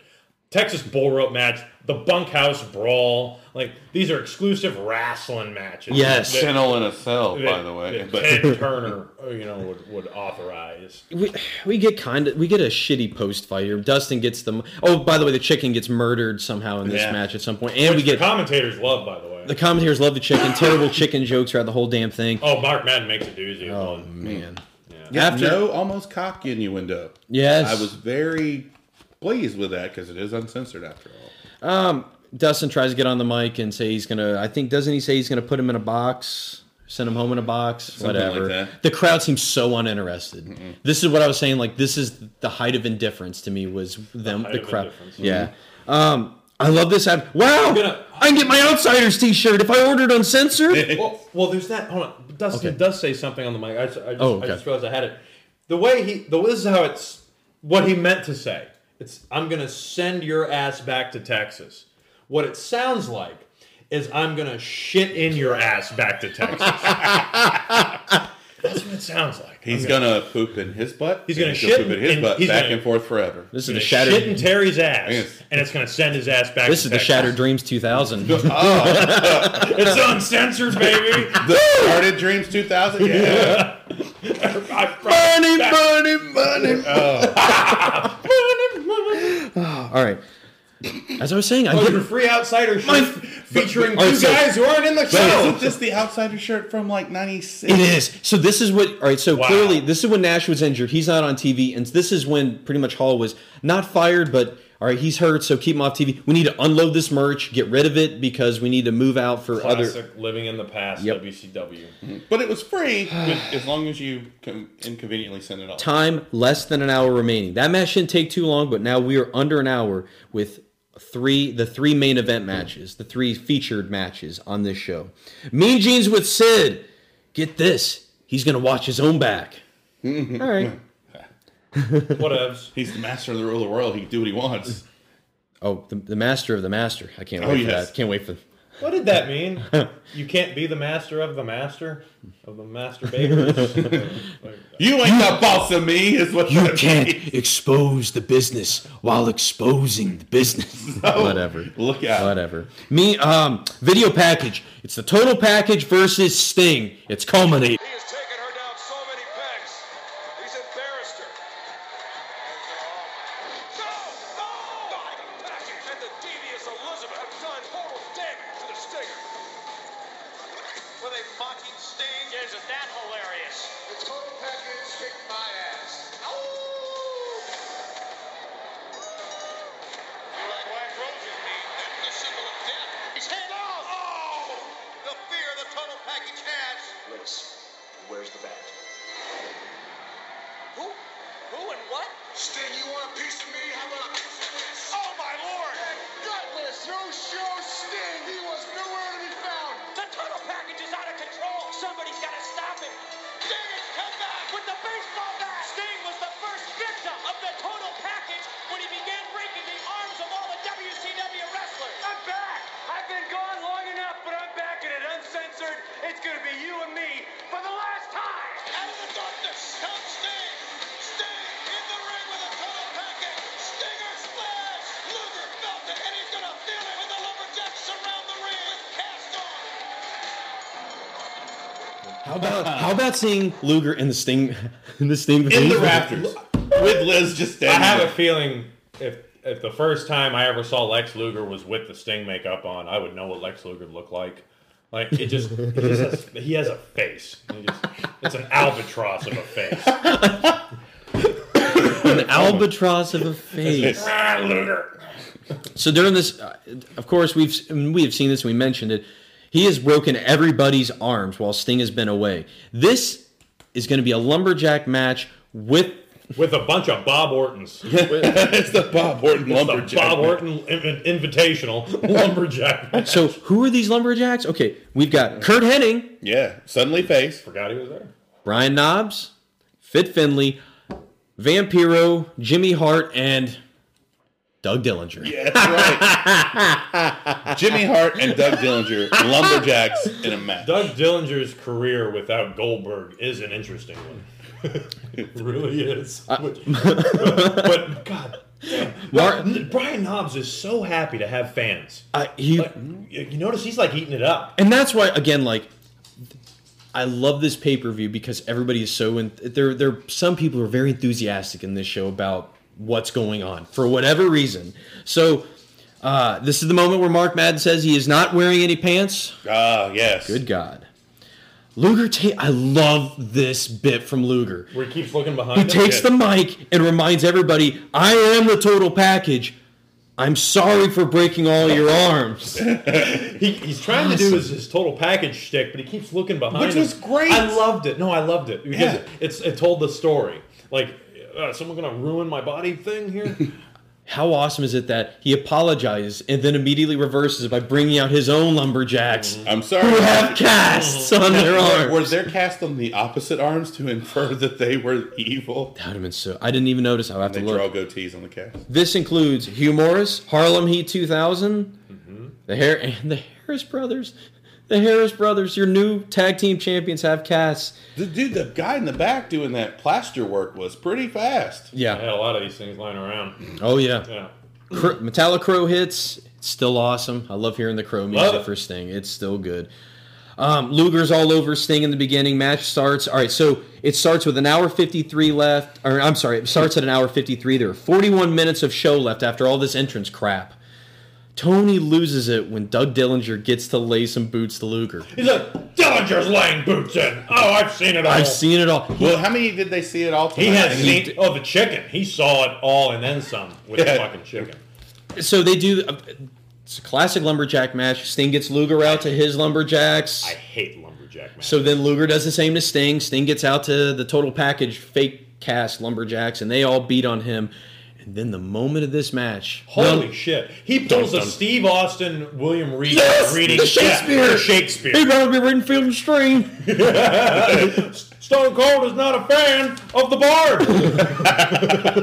Texas bull rope match, the bunkhouse brawl, like these are exclusive wrestling matches. Yes. that- Kennel in a cell, that- by the way. that Ted But Turner, uh, you know, would, would authorize. we, we get kind of we get a shitty post fight here. Dustin gets them. Oh, by the way, the chicken gets murdered somehow in this Yeah. match at some point, and we Which the get commentators love, by the way. the commentators love the chicken. terrible chicken jokes throughout the whole damn thing. oh, Mark Madden makes a doozy. of Oh one. man, after after no almost cock innuendo. yes, I was very pleased with that because it is uncensored after all. Dustin tries to get on the mic and say he's gonna. I think doesn't he say he's gonna put him in a box, send him home in a box, like whatever. that. The crowd seems so uninterested. This is what I was saying. Like this is the height of indifference to me was them the, height of crowd. indifference. Yeah. Um, I love this app. Wow, gonna- I can get my Outsiders T-shirt if I ordered uncensored. well, well, there's that. Hold on, Dustin Okay. does say something on the mic. I, just- I just, Oh, okay. I just realized I had it. The way he, the this is how it's what he meant to say. It's I'm gonna send your ass back to Texas. What it sounds like is I'm gonna shit in your ass back to Texas. That's what it sounds like. He's I'm gonna poop in his butt. He's and gonna gonna shit poop in his and butt he's back gonna- and forth forever. This is gonna the shattered. shit in Terry's ass, Yes. and it's gonna send his ass back. this is to the Texas. Shattered Dreams 2000. It's uncensored, baby. The started dreams 2000. Yeah, I money, money, money. All right. As I was saying, I Those are get, free outsider shit featuring but- two so- guys who aren't in the So show. isn't this the outsider shirt from like '96? It is. So this is what. All right. So Wow. clearly, this is when Nash was injured. He's not on TV, and this is when pretty much Hall was not fired, but all right, he's hurt, so keep him off TV. We need to unload this merch, get rid of it because we need to move out for other. Classic living in the past, Yep. WCW. But it was free with- as long as you com- inconveniently send it off. Time less than an hour remaining. That match didn't take too long, but now we are under an hour with three the three main event matches, the three featured matches on this show. Mean Jeans with Sid. Get this. He's gonna watch his own back. all right. Whatevs. He's the master of the rule of the world. He can do what he wants. Oh, the, the master of the master. I can't Oh, wait for yes. that. Can't wait for. What did that mean? You can't be the master of the master of the masturbators. You ain't the boss of me, is what that means. expose the business while exposing the business. Whatever. Look out. Whatever. Me. Um. Video package. It's the total package versus Sting. It's culminating. He has taken her down so many pegs. He's embarrassed her. No! No! And the devious Elizabeth have done total damage to the stinger. Were they mocking Sting? Isn't that hilarious? The total package kicked my ass. You're like Black Rosen, man. That's the symbol of death. He's head off! Oh! The fear the total package has. Liz, where's the badge? Who? Who and what? Sting, you want a piece of me? How about a piece of this? Oh, my lord! That gutless, no show Sting. He was nowhere to be found. The total package is out of control. Somebody's got to stop it. Sting has come back with the baseball bat. Sting was the first victim of the total package when he began breaking the arms of all the WCW wrestlers. I'm back! I've been gone long enough, but I'm back and it uncensored. It's gonna and me for the last time. Out of the darkness comes Sting. Sting in the ring with a total package. Stinger splash. Luger felt it, and he's gonna feel it when the lumberjacks surround the ring with cast on. How about how about seeing Luger in the Sting in the Sting in the rafters with Liz just I standing. have a there. feeling if if the first time I ever saw Lex Luger was with the Sting makeup on, I would know what Lex Luger looked like. Like it just, it just has, he has a face. He just, it's an albatross of a face. An albatross of a face. ah, Luger. So during this, uh, of course, we've we have seen this. We mentioned it. He has broken everybody's arms while Sting has been away. This is going to be a lumberjack match with with a bunch of Bob Ortons. it's the Bob Horton lumberjack. The Bob Orton Inv- Invitational lumberjack. match. So who are these lumberjacks? Okay, we've got Kurt Hennig, Yeah, suddenly face. Forgot he was there. Brian Knobs, Fit Finley, Vampiro, Jimmy Hart, and Doug Dillinger. Yeah, That's right. Jimmy Hart and Doug Dillinger, lumberjacks in a match. Doug Dillinger's career without Goldberg is an interesting one. it really is. Which- but, but, God, damn. Mar- Brian Knobs is so happy to have fans. Uh, he, Like, you you notice he's like eating it up. and that's why again, like I love this pay per view because everybody is so in, there. There, some people are very enthusiastic in this show about what's going on for whatever reason. So. Uh, this is the moment where Mark Madden says he is not wearing any pants. Ah, yes. Good God. Luger, ta- I love this bit from Luger. Where he keeps looking behind. He him. takes the mic and reminds everybody, I am the total package. I'm sorry for breaking all your arms. He, he's trying to do his, his total package shtick, but he keeps looking behind. Which him. was great. I loved it. No, I loved it because Yeah. it, it's it told the story. Like, uh, is someone gonna ruin my body thing here? How awesome is it that he apologizes and then immediately reverses by bringing out his own lumberjacks I'm sorry. who have casts on their Were- Were arms? their cast on the opposite arms to infer that they were evil? That would have been so. I didn't even notice. I'll have to They look. draw goatees on the cast. This includes Hugh Morris, Harlem Heat 2000, the Har- and the Harris Brothers. The Harris Brothers, your new tag team champions, have casts. The dude, the guy in the back doing that plaster work was pretty fast. I had Yeah. a lot of these things lying around. Oh yeah. Yeah. Cro- Metallic Crow hits. It's still awesome. I love hearing the Crow Love music it. for Sting. It's still good. Um, Luger's all over Sting in the beginning. Match starts. All right, so it starts with an hour 53 left. Or I'm sorry, it starts at an hour 53. There are 41 minutes of show left after all this entrance crap. Tony loses it when Doug Dillinger gets to lay some boots to Luger. He's like, Dillinger's laying boots in. Oh, I've seen it all. I've seen it all. Well, how many did they see at all? He tonight? has And he- seen. Oh, the chicken. He saw it all and then some with Yeah. the fucking chicken. So they do. uh, It's a classic lumberjack match. Sting gets Luger out to his lumberjacks. I hate lumberjack man. So then Luger does the same to Sting. Sting gets out to the total package fake cast lumberjacks, and they all beat on him. And then the moment of this match, Holy No, shit! He pulls a dun. Steve Austin, William Reed Yes! reading The yeah, Shakespeare! the Shakespeare. he better be reading Field and Stream. Stone Cold is not a fan of the Barb.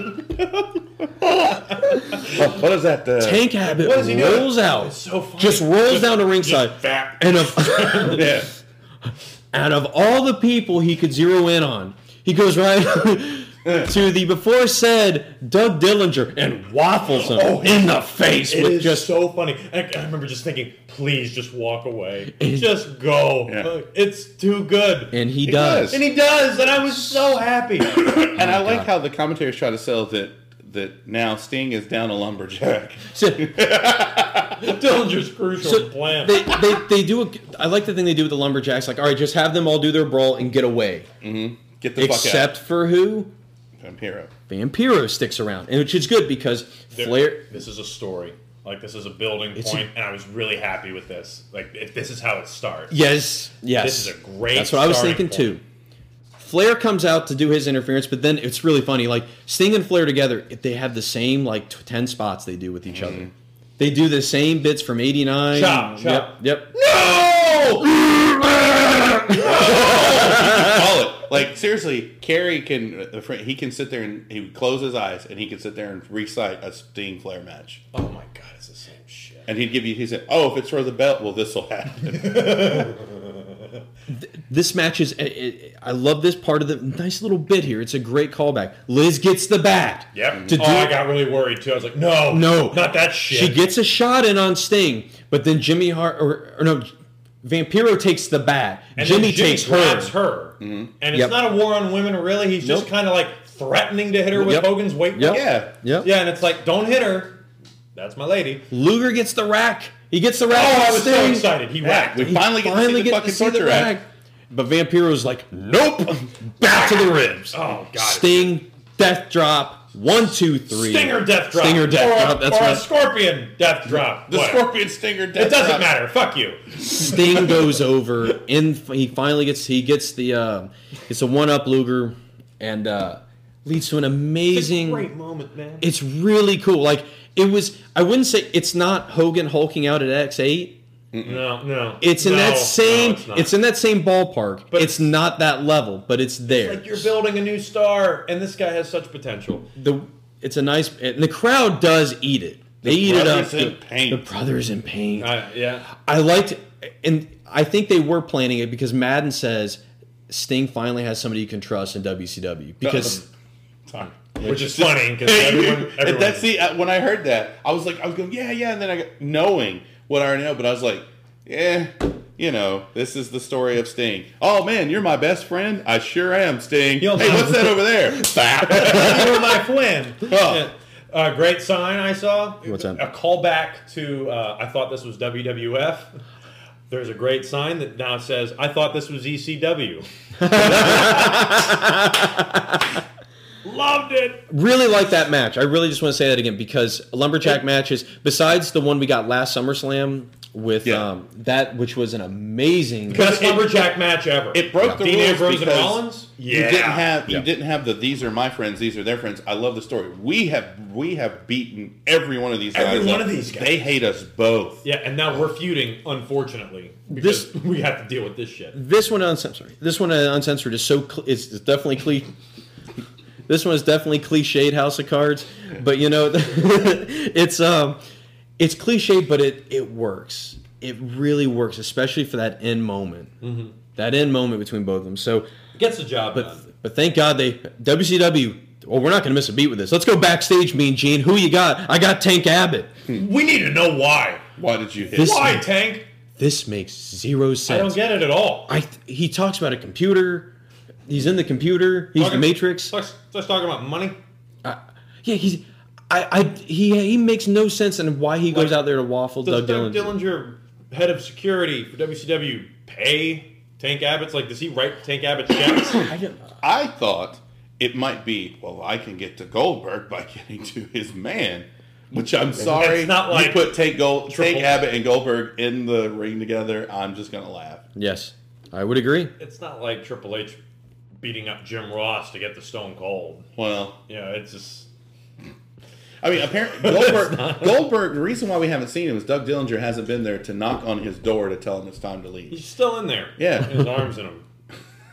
What what is that? The Tank Abbott What is he doing? rolls out, It's so funny. just rolls down to ringside, Just fat. and of Yeah. out of all the people he could zero in on, he goes right to the before said Doug Dillinger and waffles him Oh, in the face It with is just just so funny. I, I remember just thinking, please just walk away, It- just go. Yeah. It's too good. and he He does. does. And he does, and I was so happy. and Oh I like how the commentators try to sell that that now Sting is down a lumberjack. So- Dillinger's crucial So plan. they, they, they do. A, I like the thing they do with the lumberjacks. Like, all right, just have them all do their brawl and get away. Get the Except for who? fuck out. Vampiro. Vampiro sticks around, and which is good because There- Flair. This is a story. Like this is a building It's a- point, and I was really happy with this. Like if this is how it starts. Yes, yes. This is a great That's what I was starting thinking point. too. Flair comes out to do his interference, but then it's really funny. Like Sting and Flair together, if they have the same like t- ten spots they do with each other. They do the same bits from '89. Mm-hmm. Chop, chop. Yep, yep. Call it. Like seriously, Kerry can the friend, he can sit there and he would close his eyes and he could sit there and recite a Sting Flair match. Oh my god, it's the same shit. And he'd give you he said, "Oh, if it's for the belt, well, this will happen." th- this match is. i i I love this part of the nice little bit here. It's a great callback. Liz gets the bat. Yep. To do oh, I it- got really worried too. I was like, no, No, not that shit. She gets a shot in on Sting, but then Jimmy Hart or, or no, Vampiro takes the bat. and then Jimmy, takes her. Mm-hmm. grabs her. And it's Yep. not a war on women, really. He's just Nope. kind of like threatening to hit her with Yep. Hogan's weight. Yep. Yeah. Yep. Yeah, and it's like, don't hit her. That's my lady. Luger gets the rack. He gets the rack. Oh, I on was so Sting. excited. He Yeah, whacked. we He finally get to see the gets fucking torture act. But Vampiro's like, nope, back to the ribs. Oh god. Sting, death drop, one, two, three. Stinger death drop. Stinger death or a, drop. That's or a right. scorpion death drop. The Whatever. scorpion stinger death. It doesn't drop. matter. Fuck you. Sting goes over. In he finally gets he gets the uh, it's a one up Luger, and uh, leads to an amazing Great moment, man. it's really cool. Like it was, I wouldn't say it's not Hogan hulking out at X eight. No, no. It's in No, that same. no, it's, not. in that same ballpark. But But- it's not that level, but it's there. like you're building a new star, and this guy has such potential. the it's a nice and the crowd does eat it. They eat it up. brother's in pain. The brothers in pain. I, I, yeah. liked, and I think they were planning it because Madden says Sting finally has somebody you can trust in WCW because Sorry. Which is funny because Hey, everyone, dude, everyone. that's the uh, when I heard that I was like I was going yeah yeah and then I got, knowing what I already know but I was like yeah you know this is the story of Sting oh man you're my best friend I sure am Sting You'll- hey what's that over there Bap. You're my Flynn. Oh. Yeah. A great sign I saw. What's that? A callback to uh, I thought this was WWF. There's a great sign that now says I thought this was E ECW. Loved it. really like that match. I really just want to say that again because lumberjack matches, besides the one we got last SummerSlam with Yeah. um, that, which was an amazing. Best lumberjack match ever. it broke the Dean rules Ambrose and because Rollins. you didn't have you didn't have the these are my friends these are their friends I love the story we have we have beaten every one of these guys Every one up. of these guys. they hate us both Yeah, and now we're feuding, unfortunately, because we have to deal with this shit. This one uncensored. This one uh, uncensored is so cl- is, is definitely cli this one is definitely cliched House of Cards, but you know, it's um, it's cliched, but it it works. It really works, especially for that end moment. Mm-hmm. That end moment between both of them. So Gets the job But done. but thank God they WCW. Well, we're not going to miss a beat with this. Let's go backstage, Mean Gene. Who you got? I got Tank Abbott. We need to know why. why did you hit This- Why, Tank? This makes zero I don't sense. get it at all. I th- he talks about a computer. He's in the computer. He's Talking- the Matrix. Let's, let's talk about money. Yeah, he's. I, I he he makes no sense in why he goes out there to waffle Does Doug, Doug, Dillinger. Dillinger, head of security for WCW, pay Tank Abbott's? Like, does he write Tank Abbott checks? I don't- I thought it might be, well, I can get to Goldberg by getting to his man, which I'm sorry. It's not like you put take Gold, take triple- Abbott and Goldberg in the ring together. I'm just gonna laugh. Yes, I would agree. it's not like Triple H beating up Jim Ross to get the Stone Cold. Well, Yeah, it's just I mean, apparently Goldberg. Goldberg. The reason why we haven't seen him is Doug Dillinger hasn't been there to knock on his door to tell him it's time to leave. he's still in there. Yeah. his arms in him.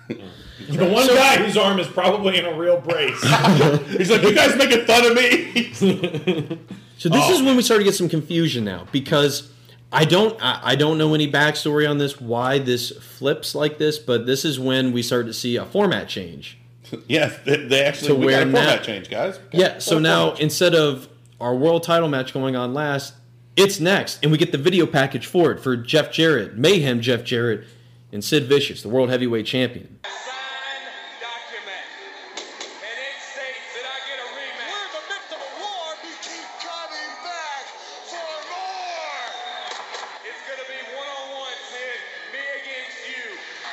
The one guy whose arm is probably in a real brace. He's like, "You guys making fun of me?" So this Oh. is when we start to get some confusion now because I don't I, I don't know any backstory on this why this flips like this, but this is when we start to see a format change. yes, they, they actually To we where got a format now- change, guys. Yeah, Oh, so now instead of our world title match going on last, it's next, and we get the video package for it for Jeff Jarrett, Mayhem Jeff Jarrett, and Sid Vicious, the world heavyweight champion. signed document. And it states that I get a rematch. We're in the midst of a war. We keep coming back for more. It's going to be one on one, Sid. Me against you.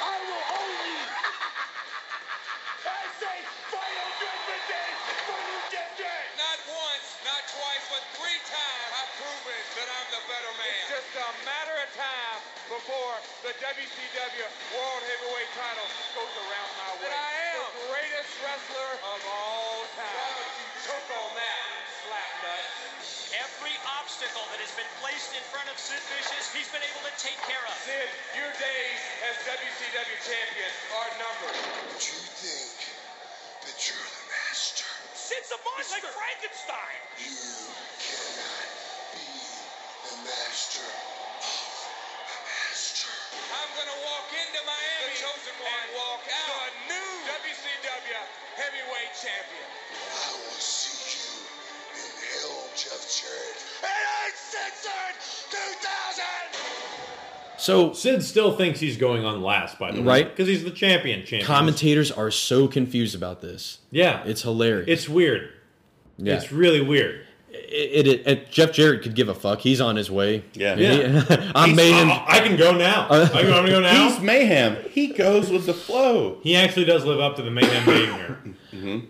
I will only. I say final judgment day for you, Jeff Jarrett. Not once, not twice, but three times I've proven that I'm the better man. It's just a matter of time before the WCW World Heavyweight title goes around my way. That I am the greatest wrestler of all time. Took on that, slap Every obstacle that has been placed in front of Sid Vicious, he's been able to take care of. Sid, your days as WCW champion are numbered. But you think that you're the master. Sid's a monster like Frankenstein. You cannot be the master of the master. I'm going to walk into Miami the chosen one, and walk out the new WCW heavyweight champion. I will see you in hell, Jeff Jarrett. And Uncensored 2000! So Sid still thinks he's going on last, by the way, Right. Because he's the champion. Champion. commentators are so confused about this. Yeah, It's hilarious. it's weird. yeah. It's really weird. it, it, it- Jeff Jarrett could give a fuck. He's on his way. Yeah. I'm Maiden. Oh, I can go now. I can I'm gonna go now. He's mayhem. He goes with the flow. he actually does live up to the main here.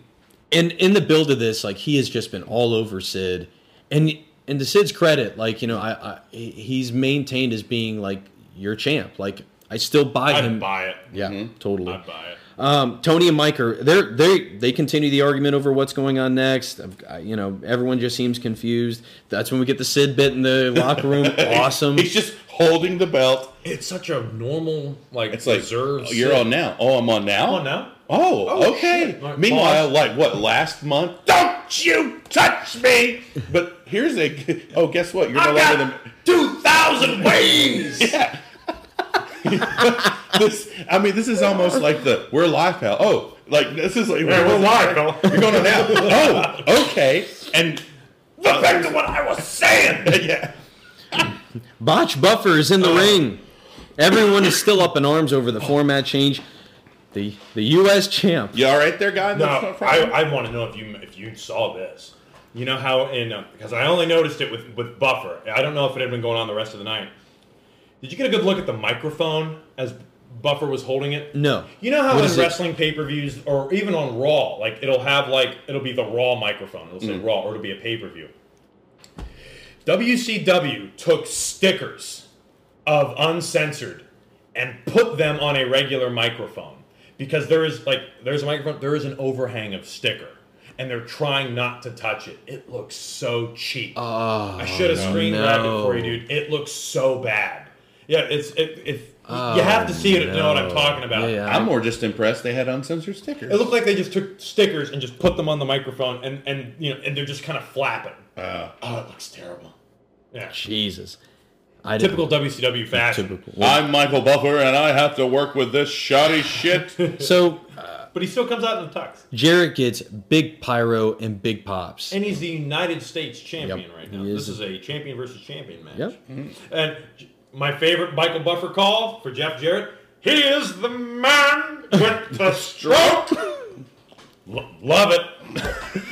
and in the build of this, like he has just been all over Sid, and and to Sid's credit, like you know, I, I he- he's maintained as being like your champ. Like I still buy I'd him. buy it. Yeah, totally. I'd buy it. Um, Tony and Mike are they they they continue the argument over what's going on next. I've- I- You know, everyone just seems confused. That's when we get the Sid bit in the locker room. Awesome. He's just holding the belt. It's such a normal, like, It's like reserved oh, you're sit. on now. Oh, I'm on now. I'm on now. Oh, Oh, okay. shit. Like, Meanwhile, pause. like what? Last month? Don't you touch me! But here's a. Oh, guess what? You're no longer the. two thousand ways. Yeah. this, I mean, this is almost like the we're live, pal. Oh, like this is like we're live, pal. You're going on now. oh, okay. And uh, Look back to what I was saying. yeah, Botch Buffer is in Uh. the ring. Everyone is still up in arms over the format change. The the U.S. champ you all right there, guy? No, That's not I, fine? I want to know if you if you saw this. You know how in uh, because I only noticed it with with Buffer. I don't know if it had been going on the rest of the night. Did you get a good look at the microphone as Buffer was holding it? No. You know how What is in it? wrestling pay per views or even on Raw, like it'll have like it'll be the Raw microphone. It'll Mm. say Raw or it'll be a pay per view. WCW took stickers of uncensored and put them on a regular microphone because there is like there's a microphone there is an overhang of sticker and they're trying not to touch it it looks so cheap Oh, i should have screen grabbed it for you dude it looks so bad yeah it's it, it you have to see it to know what i'm talking about Oh, Yeah, yeah. I'm more just impressed they had uncensored stickers. it looked like they just took stickers and just put them on the microphone and and you know and they're just kind of flapping Uh, oh it looks terrible yeah Jesus. I didn't- typical wcw fashion Typical. I'm Michael Buffer, and I have to work with this shoddy shit. So but he still comes out in the tux Jarrett gets big pyro and big pops. And he's the United States champion Yep, right now. he This is. is a champion versus champion match. Mm-hmm. Yep. And j- my favorite Michael Buffer call for Jeff Jarrett. He is the man with the stroke. Lo- love it.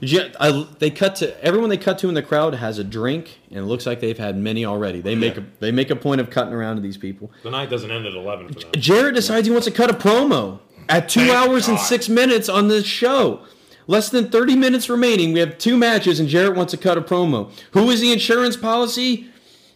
Ja- I- they cut to everyone they cut to in the crowd has a drink and it looks like they've had many already. They make a they make a point of cutting around to these people. The night doesn't end at eleven for them. Jarrett decides he wants to cut a promo at 2 hours and 6 minutes on this show. Less than 30 minutes remaining. We have two matches and Jarrett wants to cut a promo. Who is the insurance policy?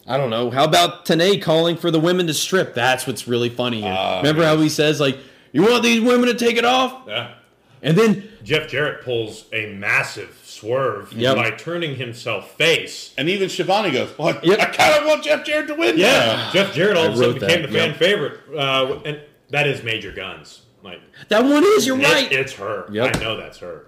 I don't know. How about Tanay calling for the women to strip? That's what's really funny here. Remember how he says like, "You want these women to take it off?" Yeah. And then Jeff Jarrett pulls a massive swerve Yep. by turning himself face. and even Shivani goes, well, I- Yep. I kind of want Jeff Jarrett to win. Yeah, Jeff Jarrett all of a I sudden wrote became that, the fan yep. favorite, uh, and that is Major Guns. Like that one is, you're it- right. it's her. Yep. I know that's her.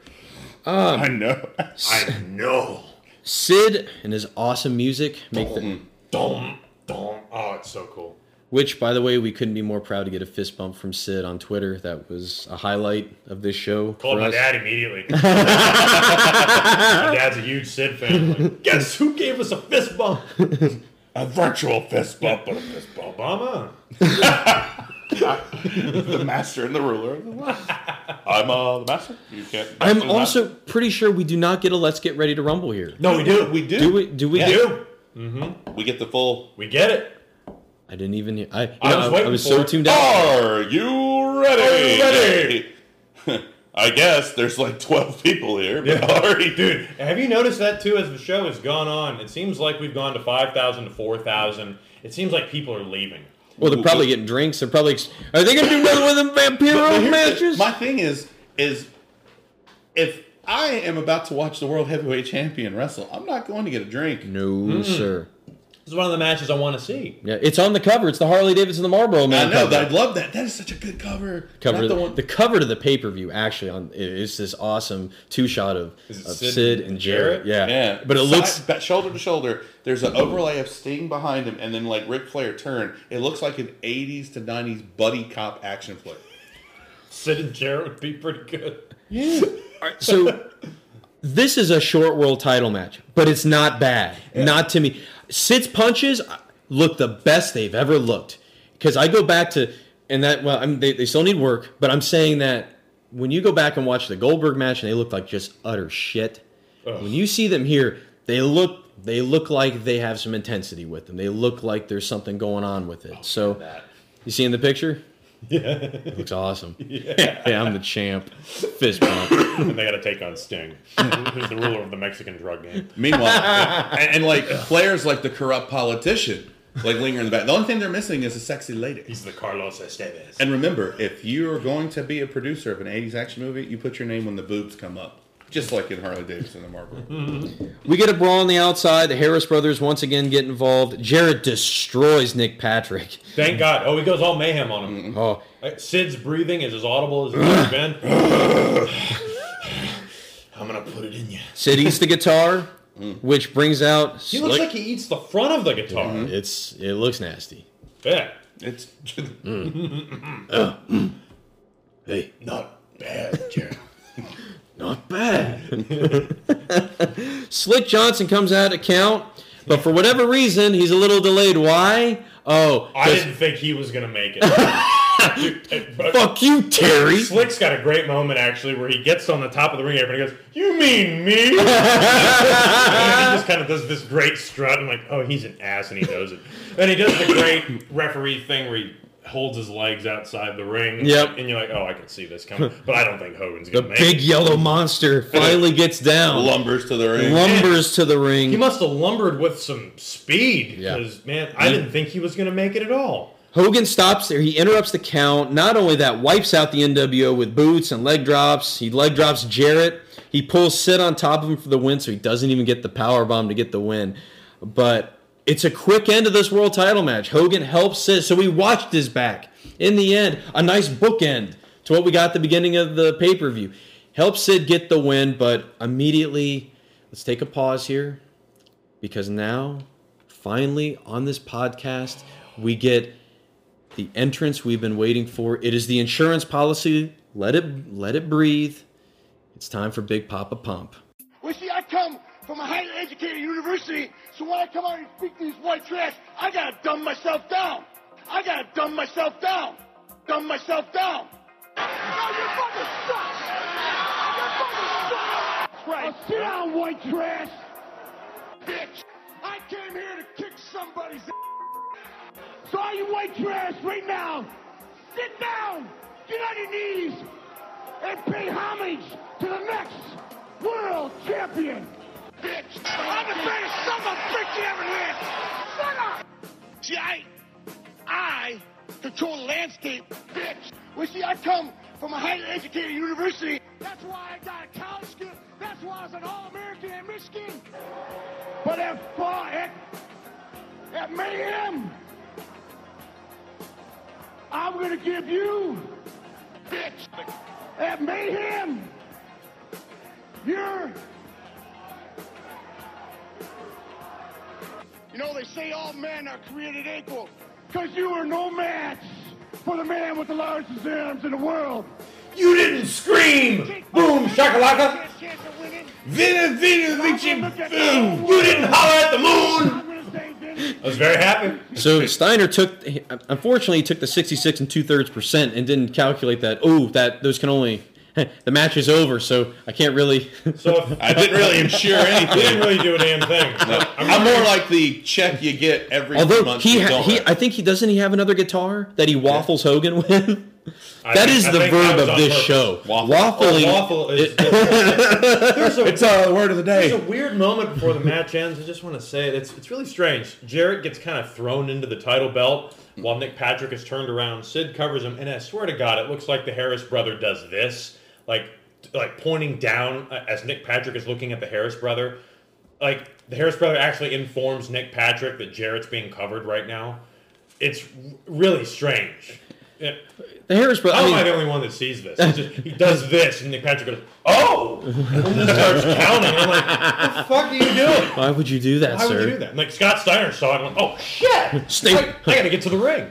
now. I know. I know. Sid and his awesome music make the Dom, dom. Oh, it's so cool. which by the way, we couldn't be more proud to get a fist bump from Sid on Twitter. That was a highlight of this show. Called for my us. dad immediately. my dad's a huge Sid fan. Like, Guess who gave us a fist bump? a virtual fist bump, but a fist bump. Obama. the master and the ruler of the land. I'm uh, the master. You can't. I'm also pretty sure we do not get a let's get ready to rumble here. No, we do. We do. Do we? Do we? Yeah. Do? do. We get the full. We get it. I didn't even. Hear, I, you I know, was I- I waiting was for so it. tuned Oh! out. Are you ready? Are you I guess there's like 12 people here. But already, dude. Have you noticed that too? As the show has gone on, it seems like we've gone to five thousand to four thousand. It seems like people are leaving. Well, they're probably getting drinks. They're probably. ex- Are they gonna do another one of them But Vampiro here's the- matches? My thing is, is if I am about to watch the world heavyweight champion wrestle, I'm not going to get a drink. no, sir. This is one of the matches I want to see. Yeah, it's on the cover. It's the Harley Davidson, the Marlboro I Man. know, cover. but I'd love that. That is such a good cover. cover Not the, the one. the cover to the pay per view actually on is this awesome two shot of, of Is it Sid, Sid and and Jarrett. Jarrett? Yeah. yeah, but it Side- looks ba- shoulder to shoulder. There's an overlay of Sting behind him, and then like Ric Flair turn. It looks like an '80s to '90s buddy cop action flick. Sid and Jarrett would be pretty good. so. This is a short world title match, but it's not bad. Not to me. Sid's punches uh, look the best they've ever looked. Because I go back to and that well, I mean, they, they still need work, but I'm saying that when you go back and watch the Goldberg match and they look like just utter shit. When you see them here, they look they look like they have some intensity with them. They look like there's something going on with it. so you see in the picture? Yeah. Looks awesome. Yeah. I'm the champ. Fist bump. and they got to take on Sting, who's the ruler of the Mexican drug game. Meanwhile, and, and like Flair's like the corrupt politician, like lingering in the back. The only thing they're missing is a sexy lady. He's the Carlos Estevez. And remember, if you are going to be a producer of an '80s action movie, you put your name when the boobs come up, just like in Harley Davidson and Marlboro. We get a brawl on the outside. The Harris brothers once again get involved. Jarrett destroys Nick Patrick. Thank God. Oh, he goes all mayhem on him. Oh, Uh, Sid's breathing is as audible as it's ever been. I'm gonna put it in you. Sid eats the guitar, which brings out. He looks like he eats the front of the guitar. Mm-hmm. it's it looks nasty. Yeah. It's Mm. Hey, Not bad, Jared. not bad. Slick Johnson comes out to count, but for whatever reason, he's a little delayed. Why? Oh, I 'cause- didn't think he was gonna make it. fuck you, Terry. Slick's got a great moment actually where he gets on the top of the ring apron and goes, "You mean me?" and he just kind of does this great strut. I'm like, "Oh, he's an ass, and he knows it." And he does the great referee thing where he holds his legs outside the ring. Yep. And you're like, "Oh, I can see this coming," but I don't think Hogan's The gonna make big it. yellow monster finally gets down, lumbers to the ring. lumbers to the ring. He must have lumbered with some speed Yeah. because man, I didn't think he was gonna make it at all. Hogan stops there. He interrupts the count. Not only that, wipes out the NWO with boots and leg drops. He leg drops Jarrett. He pulls Sid on top of him for the win, so he doesn't even get the power bomb to get the win. But it's a quick end to this world title match. Hogan helps Sid, so we watched his back. In the end, a nice bookend to what we got at the beginning of the pay per view. Helps Sid get the win, but immediately, let's take a pause here because now, finally, on this podcast, we get the entrance we've been waiting for. It is the insurance policy. Let it let it breathe. It's time for Big Papa Pump. Well, see, I come from a highly educated university, so when I come out and speak these white trash, I gotta dumb myself down. I gotta dumb myself down. Dumb myself down. No, you fucking suck. You fucking suck. Right. sit down, white trash. Bitch, I came here to kick somebody's ass. So all you white trash right now, sit down, get on your knees, and pay homage to the next world champion. Bitch, I'm the greatest son of a bitch you ever lived. Shut up. See, I, I control the landscape, bitch. Well, see, I come from a highly educated university. That's why I got a college school. That's why I was an All-American at Michigan. But at, far- at, at Mayhem, I'm gonna give you, bitch, at Mayhem, you're. You know, they say all men are created equal, because you are no match for the man with the largest arms in the world. You didn't scream! Boom, shakalaka! Chance of winning. Vina, vina, vici, boom! You didn't holler at the moon! I'm going to say this. I was very happy. So Steiner took, he- unfortunately, he took the 66 and two thirds percent and didn't calculate that. Oh, that those can only the match is over, so I can't really. So if, I didn't really insure he didn't anything. really do a damn thing. I'm more like the check you get every Although month. he, you ha- don't he, have. I think he doesn't he have another guitar that he waffles Hogan with. I That think- is I the think that verb was of on this purpose. show. Waffle. Waffling. Oh, waffle is. there's a, it's uh, the word of the there's a day. weird moment before the match ends. I just want to say it. It's, it's really strange. Jarrett gets kind of thrown into the title belt while Nick Patrick is turned around. Sid covers him, and I swear to God, it looks like the Harris brother does this, like like pointing down uh, as Nick Patrick is looking at the Harris brother. Like the Harris brother actually informs Nick Patrick that Jarrett's being covered right now. It's r- really strange. Yeah. The Harris How brothers. am I the only one that sees this? It's just- he does this, and Nick Patrick goes, "Oh!" and then starts counting. I'm like, "What the fuck are you doing? why would you do that, Why sir? would you do that?" And, like Scott Steiner saw it. and went, "Oh shit! Stay- I, I gotta get to the ring."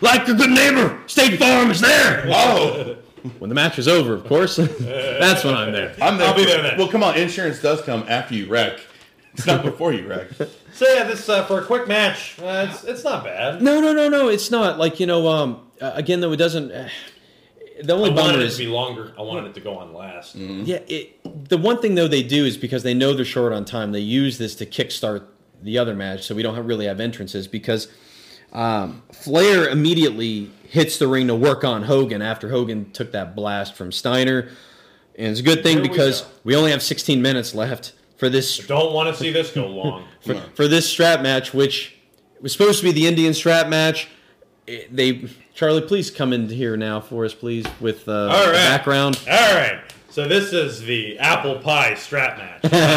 Like your good neighbor, State Farm is there. Oh. when the match is over, of course. That's when I'm there. I'm there. I'll be there then. Well, come on. Insurance does come after you wreck. It's not before you wreck. So yeah, this uh, for a quick match. Uh, it's it's not bad. No, no, no, no. It's not like you know. Um, uh, again, though, it doesn't. Uh, the I only wanted bummer it to is be longer. I wanted it to go on last. yeah. It, the one thing though they do is because they know they're short on time, they use this to kickstart the other match, so we don't have, really have entrances because um, Flair immediately hits the ring to work on Hogan after Hogan took that blast from Steiner, and it's a good thing Here we because go. we, only have 16 minutes left for this Don't want to see this go long. for, for this strap match, which was supposed to be the Indian strap match. it- They Charlie, please come in here now for us, please, with uh, All the right. background. All right. So this is the apple pie strap match.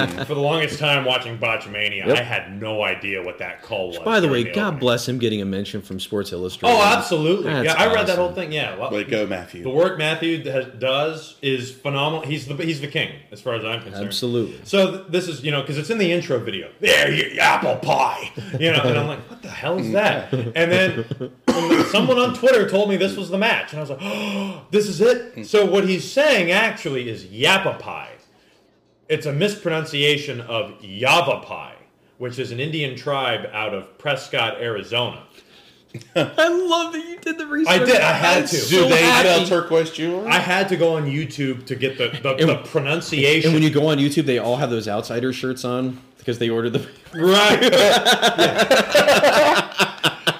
Uh, For the longest time watching Botchamania, Yep. I had no idea what that call was. By the during way, God opening. bless him getting a mention from Sports Illustrated. Oh, absolutely. That's yeah, I read that awesome. whole thing. Yeah. Well, Way to go, The uh, Matthew. work Matthew has, does is phenomenal. He's the he's the king as far as I'm concerned. Absolutely. So th- this is you know because it's in the intro video. There, you apple pie. You know, and I'm like, what the hell is that? And then someone on Twitter told me this was the match, and I was like, oh, this is it. So what he's saying actually is yappa pie. It's a mispronunciation of Yavapai, which is an Indian tribe out of Prescott, Arizona. I love that you did the research. I did. I had to. Do they happy. sell turquoise jewelry? I had to go on YouTube to get the, the, the pronunciation. And when you go on YouTube, they all have those outsider shirts on because they ordered the. right.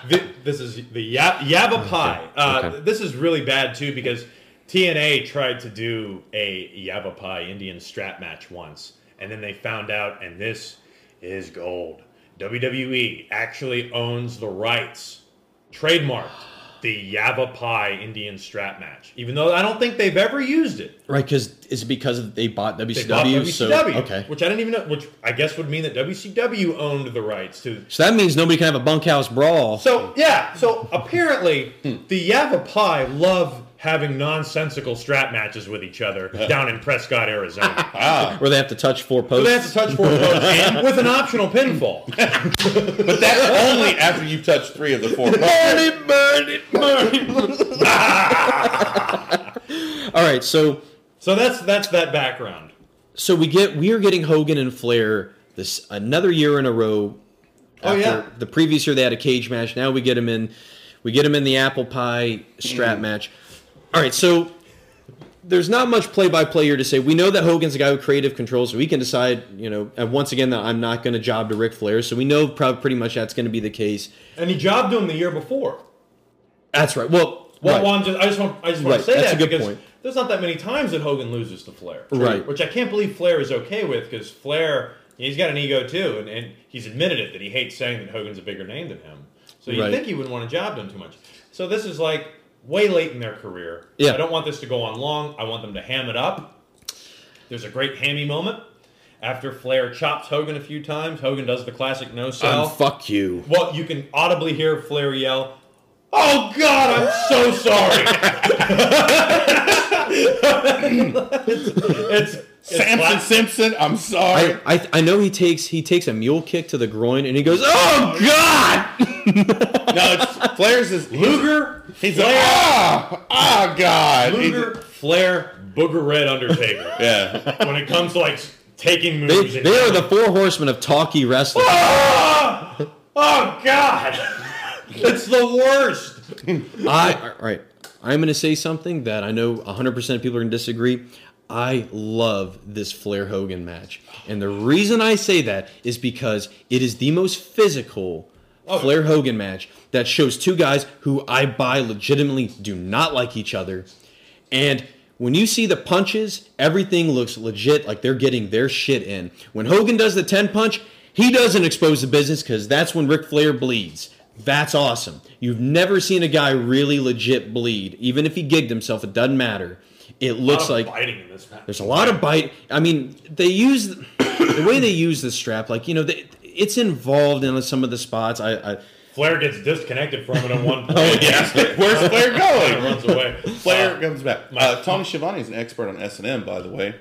Thi- this is the ya- Yabba Pie. Uh, Okay. This is really bad too because TNA tried to do a Yabba Pie Indian strap match once, and then they found out, and this is gold. WWE actually owns the rights, trademarked the Yabba Pie Indian strap match, even though I don't think they've ever used it. Right, because is it because they bought WCW? They bought WCW, so okay, which I didn't even know, which I guess would mean that WCW owned the rights to. so that means nobody can have a bunkhouse brawl. So yeah, so apparently the Yavapai love having nonsensical strap matches with each other down in Prescott, Arizona. where they have to touch four So posts. they have to touch four posts and with an optional pinfall. But that's only after you've touched three of the four. Burn it, burn it, burn it. All right, so So that's that's that background. so we get we are getting Hogan and Flair this another year in a row. Oh, yeah. The previous year they had a cage match. Now we get him in, we get him in the apple pie strap Mm-hmm. match. All right, so there's not much play-by-play here to say. We know that Hogan's a guy with creative control, so he can decide. You know, and once again, that I'm not going to job to Ric Flair, so we know prob- pretty much that's going to be the case. And he jobbed him the year before. That's right. Well, Well, right. well, I'm just, I just want I just want Right, to say that's that a good because point. there's not that many times that Hogan loses to Flair, Right. Which I can't believe Flair is okay with because Flair he's got an ego too, and, and he's admitted it that he hates saying that Hogan's a bigger name than him. So you Right. would think he wouldn't want to job done too much. So this is like way late in their career. Yeah. I don't want this to go on long. I want them to ham it up. There's a great hammy moment after Flair chops Hogan a few times. Hogan does the classic no sell. Um, fuck you. Well, you can audibly hear Flair yell, "Oh God, I'm so sorry." it's, it's Samson class- Simpson, I'm sorry. I, I I know he takes he takes a mule kick to the groin and he goes, "Oh God!" no, it's Flair's is Luger, He's like, Flair, ah, ah, God. He- Luger, Flair, Booger Red Undertaker. Yeah. When it comes to like taking They, moves, and- they are the four horsemen of talkie wrestling. Ah! Oh God, it's the worst. I all right. I'm gonna say something that I know 100 percent of people are gonna disagree. I love this Flair Hogan match, and the reason I say that is because it is the most physical Flair Hogan match that shows two guys who I by legitimately do not like each other, and. When you see the punches, everything looks legit like they're getting their shit in. When Hogan does the 10 punch, he doesn't expose the business because that's when Ric Flair bleeds. That's awesome. You've never seen a guy really legit bleed. Even if he gigged himself, it doesn't matter. it looks A lot like of biting in this match. there's a lot of bite. I mean, they use the way they use the strap. Like you know, they, it's involved in some of the spots. I, I Flair gets disconnected from it at one point. Oh yeah, where's Flair Kinda going? runs away. Flair Uh, comes back. Uh, Tony Schiavone is an expert on S and M, by the way.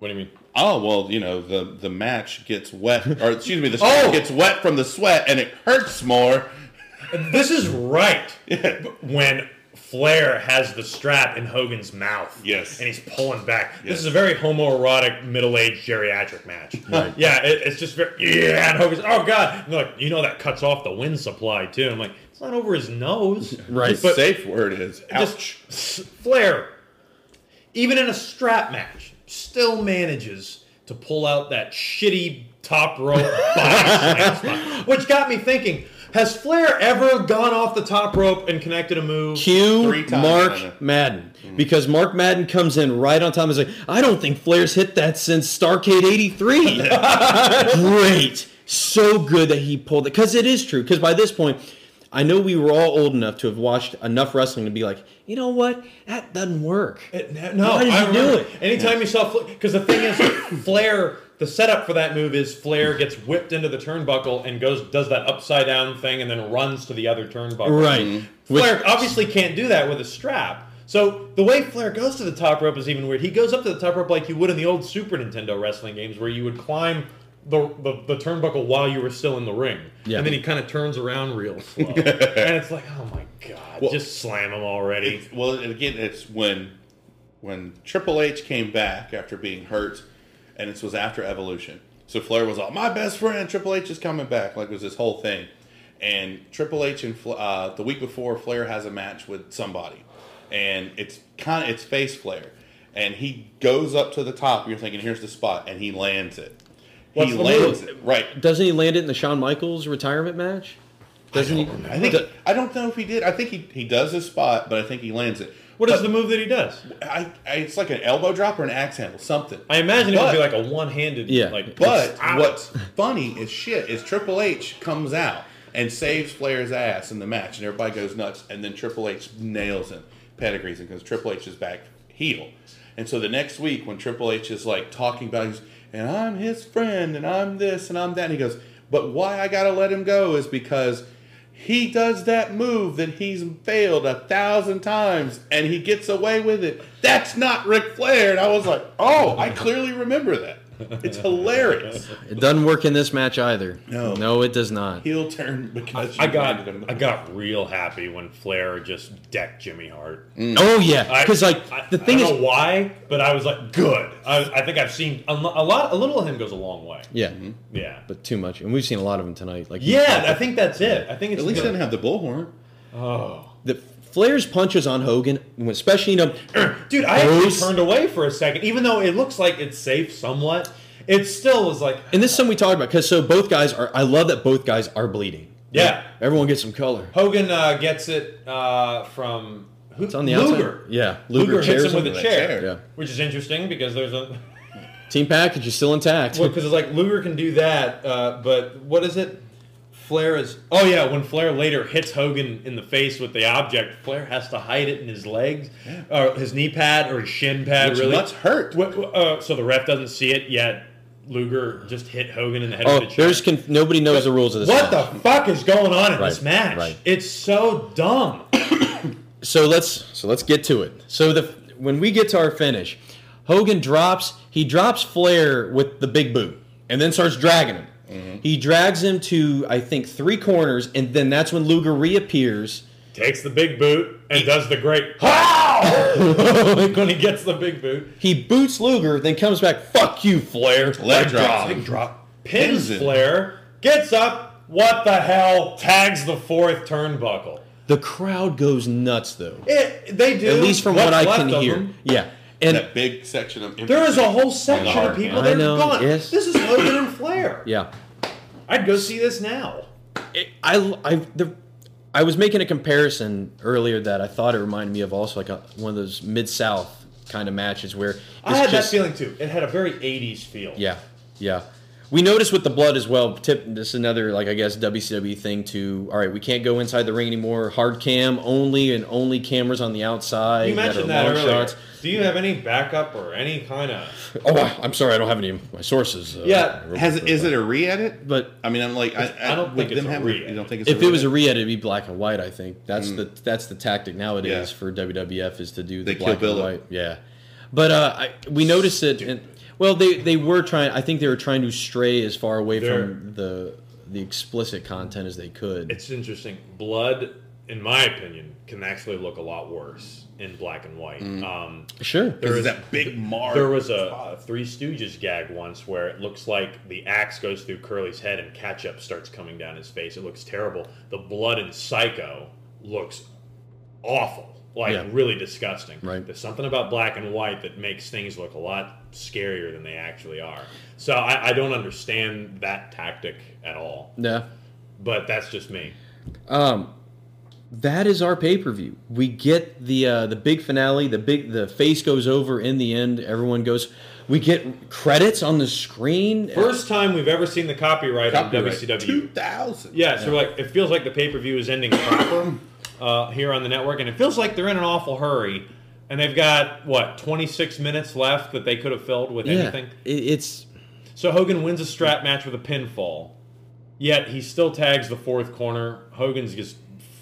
what do you mean? Oh well, you know the the match gets wet, or excuse me, the Oh! sweat gets wet from the sweat, and it hurts more. This is right when Flair has the strap in Hogan's mouth. Yes. And he's pulling back. Yes. This is a very homoerotic middle aged geriatric match. Yeah, it, it's just very, yeah. And Hogan's, oh, God. And they're like, you know, that cuts off the wind supply, too. I'm like, it's not over his nose. Right. The But safe word is just ouch. s- Flair, even in a strap match, still manages to pull out that shitty top rope body slam spot, which got me thinking: Has Flair ever gone off the top rope and connected a move? Cue Three times, Mm-hmm. I know. Mark Madden because Mark Madden comes in right on time. and is like, I don't think Flair's hit that since Starcade '83. Great, so good that he pulled it because it is true. Because by this point, I know we were all old enough to have watched enough wrestling to be like, you know what, that doesn't work. It- no, Why did I you do remember. it? Anytime you saw, because the thing is, Flair. The setup for that move is Flair gets whipped into the turnbuckle and goes does that upside down thing and then runs to the other turnbuckle. Right. Mm-hmm. Which- Flair obviously can't do that with a strap. So the way Flair goes to the top rope is even weird. He goes up to the top rope like you would in the old Super Nintendo wrestling games, where you would climb the the, the turnbuckle while you were still in the ring, Yeah. and then he kind of turns around real slow, and it's like, oh my god, Well- just slam him already. It's- well, and again, it's when when Triple H came back after being hurt, and this was after Evolution. So Flair was all my best friend. Triple H is coming back. Like it was this whole thing, and Triple H and Fla- uh, the week before Flair has a match with somebody, and it's kind of it's face Flair, and he goes up to the top. You're thinking here's the spot, and he lands it. What's he the lands move? it right. Doesn't he land it in the Shawn Michaels retirement match? Doesn't he? I think I don't know if he did. I think he, he does his spot, but I think he lands it. What is But- the move that he does? I, I, it's like an elbow drop or an axe handle, something. I imagine it would But- be like a one-handed, Yeah. like But ah. what's funny as shit is Triple H comes out and saves Flair's ass in the match, and everybody goes nuts. And then Triple H nails him, pedigrees him because Triple H is back heel. And so the next week, when Triple H is like talking about, he's, and I'm his friend, and I'm this, and I'm that, and he goes, but why I gotta let him go is because he does that move that he's failed a thousand times and he gets away with it. That's not Ric Flair. And I was like, oh, I clearly remember that. It's hilarious. It doesn't work in this match either. No. no, it does not. Heel turn because I you got handed him the- I got real happy when Flair just decked Jimmy Hart. Mm. Oh Uh, yeah, I- because like I- the thing I is, don't know why, but I was like, good. I, I think I've seen a, lo- a lot. A little of him goes a long way. yeah, mm-hmm. Yeah, but too much, and we've seen a lot of them tonight. Like yeah. I think that's it. I think it's At least he good. didn't have the bullhorn. Oh. the Flair's punches on Hogan, especially you know, Dude, I actually Gross. turned away for a second, even though it looks like it's safe somewhat. It still was like, and this is something we talked about because so both guys are. I love that both guys are bleeding. yeah. Everyone gets some color. Hogan uh, gets it uh, from who, It's on the Luger. outside. Yeah, Luger, hits him with him. a that chair, chair. Yeah. which is interesting because there's a Team package is still intact. Well, because it's like Luger can do that, uh, but what is it? Flair is. Oh yeah, when Flair later hits Hogan in the face with the object, Flair has to hide it in his legs, or his knee pad, or his shin pad. Which really, must hurt. Wh- wh- uh, so the ref doesn't see it yet. Luger just hit Hogan in the head oh, with a chair. there's conf- nobody knows the rules of this. what match. the fuck is going on in Right, this match? right. It's so dumb. so let's so let's get to it. So the when we get to our finish, Hogan drops he drops Flair with the big boot and then starts dragging him. He drags him to I think three corners and then that's when Luger reappears. Takes the big boot and does the great how when he gets the big boot. He boots Luger, then comes back. Fuck you, Flair. Leg drop. Leg drop. Pins, Pins it. Flair. Gets up. What the hell? Tags the fourth turnbuckle. The crowd goes nuts though. It, they do. At least from What's what I left can of hear. them. Yeah. And That big section of There is a whole section Hard. of people I that are know, gone. yes. This is Hogan and Flair. yeah. I'd go see this now. it, I I the I was making a comparison earlier that I thought it reminded me of also like a, one of those mid South kind of matches where it's I had just that feeling too. It had a very 80s feel. yeah yeah We noticed with the blood as well. Tip this is another like I guess WCW thing to all right. We can't go inside the ring anymore. Hard cam only and only cameras on the outside. You that are mentioned that long earlier. shots. Do you have any backup or any kind of? Oh, I- I'm sorry, I don't have any of my sources. Uh, Yeah, has is it a re-edit? But I mean, I'm like, I, I, I don't with think it's them a having- re-edit. You don't think it's a if it was a re-edit? re-edit, it'd be black and white. I think that's Mm. the that's the tactic nowadays Yeah. for WWF is to do the Mm. They Kill black Bill and it. white. Yeah, but uh, I, we noticed it. And, well, they they were trying. I think they were trying to stray as far away They're- from the the explicit content as they could. It's interesting. Blood, in my opinion, can actually look a lot worse in black and white. Mm. Um, sure. there Is is that big mark? There was a, a Three Stooges gag once where it looks like the axe goes through Curly's head and ketchup starts coming down his face. It looks terrible. The blood in Psycho looks awful, like Yeah. really disgusting. Right. There's something about black and white that makes things look a lot scarier than they actually are. So I, I don't understand that tactic at all. Yeah. But that's just me. Um, that is our pay per view. We get the uh, the big finale. The big the face goes over in the end. Everyone goes. We get credits on the screen. First time we've ever seen the copyright, on Copyright WCW. 2000. Yeah, so like it feels like the pay per view is ending proper uh, here on the network, and it feels like they're in an awful hurry. And they've got what 26 minutes left that they could have filled with uh, yeah, anything. it- it's So Hogan wins a strap match with a pinfall, yet he still tags the fourth corner. Hogan's just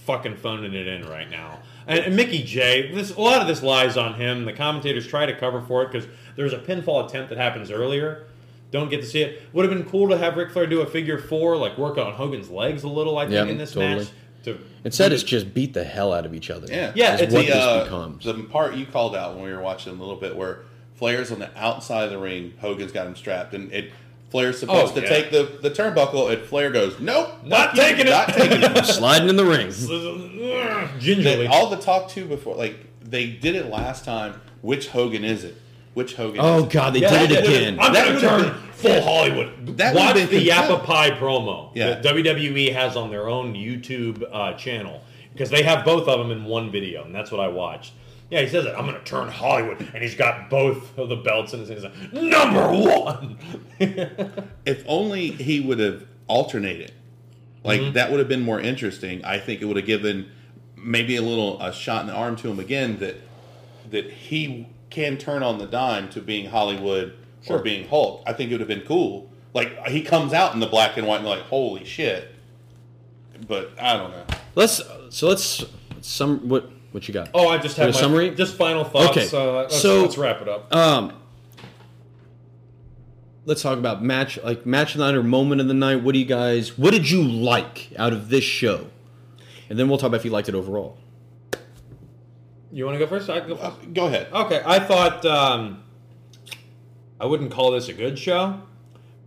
fucking phoning it in right now. And, and Mickey J, this a lot of this lies on him. The commentators try to cover for it because there's a pinfall attempt that happens earlier. Don't get to see it. Would have been cool to have Ric Flair do a figure four, like work on Hogan's legs a little. I think Yeah, in this totally. match. To Instead, it's just beat the hell out of each other. Yeah, Yeah, Is it's what the, this uh, becomes. the part you called out when we were watching a little bit where Flair's on the outside of the ring, Hogan's got him strapped, and it Flair's supposed Oh, to yeah. take the, the turnbuckle, and Flair goes, "Nope, fuck Not you, taking it." not taking it." I'm sliding in the ring. gingerly. They- all the talk to before, like they did it last time. Which Hogan is it? Which Hogan? Oh is it? god, they Yeah, did it that would've- again. I'm That going to would've turn full Hollywood. that Watch would've been the Yappa compelling. Pie promo Yeah. that WWE has on their own YouTube uh, channel because they have both of them in one video, and that's what I watched. Yeah, he says it. I'm going to turn Hollywood, and he's got both of the belts in his hands. Number one. If only he would have alternated. Like that would have been more interesting. I think it would have given maybe a little a shot in the arm to him again that that he can turn on the dime to being Hollywood or being Hulk. I think it would have been cool. Like he comes out in the black and white and like holy shit. But I don't know. Let's so let's some what what you got? Oh, I just have Your my, summary? Just final thoughts. Okay. Uh, let's, So- let's wrap it up. Um, let's talk about match like match of the night or moment of the night. What do you guys? What did you like out of this show? And then we'll talk about if you liked it overall. You want to go first? I can go first. Uh, Go ahead. Okay, I thought um, I wouldn't call this a good show,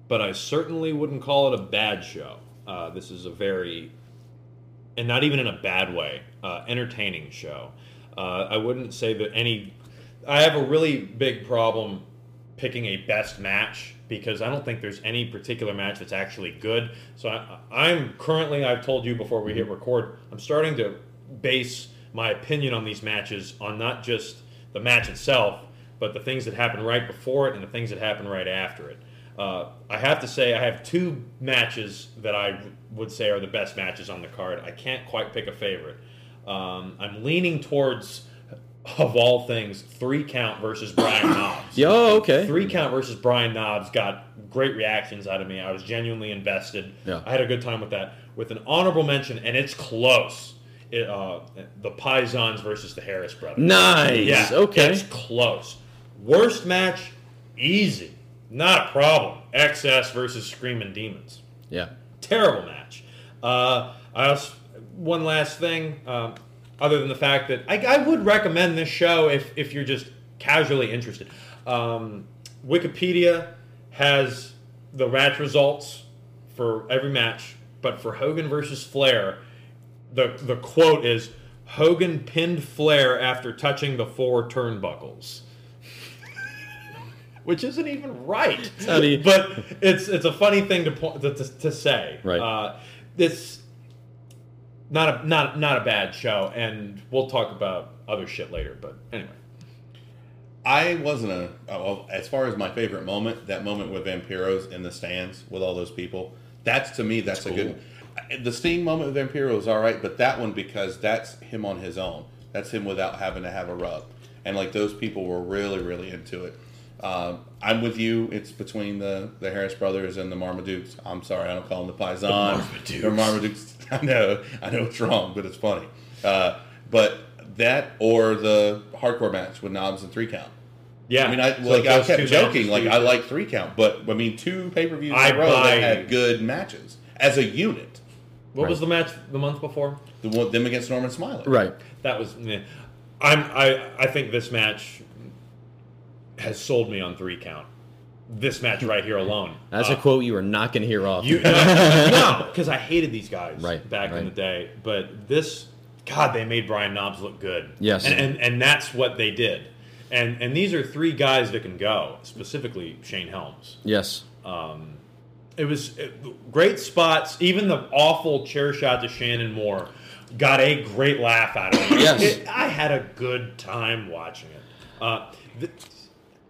but I certainly wouldn't call it a bad show. Uh, this is a very, and not even in a bad way, uh, entertaining show. Uh, I wouldn't say that any. I have a really big problem picking a best match because I don't think there's any particular match that's actually good. So I, I'm currently, I've told you before we hit record, I'm starting to base my opinion on these matches on not just the match itself, but the things that happen right before it and the things that happen right after it. Uh, I have to say, I have two matches that I would say are the best matches on the card. I can't quite pick a favorite. Um, I'm leaning towards, of all things, three count versus Brian Knobs. Yeah. oh, okay. Three count versus Brian Knobs got great reactions out of me. I was genuinely invested. Yeah. I had a good time with that. With an honorable mention, and it's close. It, uh, the Pisons versus the Harris brothers. Nice. Yeah. okay. It's close. Worst match, easy. Not a problem. XS versus Screaming Demons yeah. terrible match. Uh, I also, one last thing, um, other than the fact that I, I would recommend this show if, if you're just casually interested. Um, Wikipedia has the match results for every match, but for Hogan versus Flair, the the quote is Hogan pinned Flair after touching the four turnbuckles. Which isn't even right, not e- but it's it's a funny thing to point to, to, to say. Right. Uh, this not a not not a bad show, and we'll talk about other shit later. But anyway, I wasn't a oh, well, as far as my favorite moment. That moment with Vampiros in the stands with all those people. That's to me. That's, a good. I- The Sting moment with Vampiro is all right, but that one because that's him on his own. That's him without having to have a rub, and like those people were really really into it. Um, I'm with you. It's between the the Harris brothers and the Marmadukes. I'm sorry, I don't call them the Paisan. Marmadukes. The Marmadukes. I know, I know it's wrong, but it's funny. Uh, but that or the hardcore match with Knobs and three count. Yeah, I mean, I So like I those two kept joking, matches, like dude. I like three count, but I mean, two pay per views I in a row buy that you. had good matches as a unit. What was the match the month before? The one them against Norman Smiley, Right. That was. meh. I'm. I. I think this match has sold me on three count. This match right here alone. That's Uh, a quote you are not going to hear off. You no, because I hated these guys Right, back right. in the day. But this, God, they made Brian Knobs look good. Yes. and and, and that's what they did. And and these are three guys that can go. Specifically, Shane Helms. yes. It was it, great spots. Even the awful chair shot to Shannon Moore got a great laugh out of it. Yes. It- I had a good time watching it. Uh, th-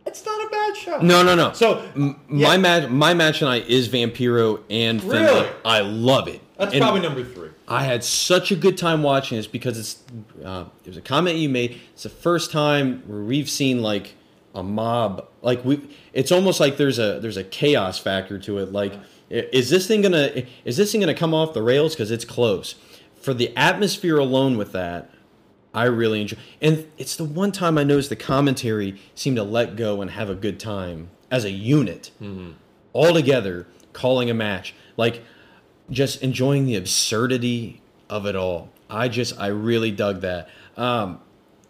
it's not a bad show. No, no, no. So M- my yeah, match, my match tonight is Vampiro and Finlay. Really? I love it. That's And probably number three. I had such a good time watching this because it's uh, it was a comment you made. It's the first time where we've seen like a mob. Like we, it's almost like there's a there's a chaos factor to it. Like, i- is this thing gonna is this thing gonna come off the rails because it's close? For the atmosphere alone with that, I really enjoy. And it's the one time I noticed the commentary seemed to let go and have a good time as a unit, Mm-hmm. all together, calling a match like just enjoying the absurdity of it all. I just, I really dug that. Um,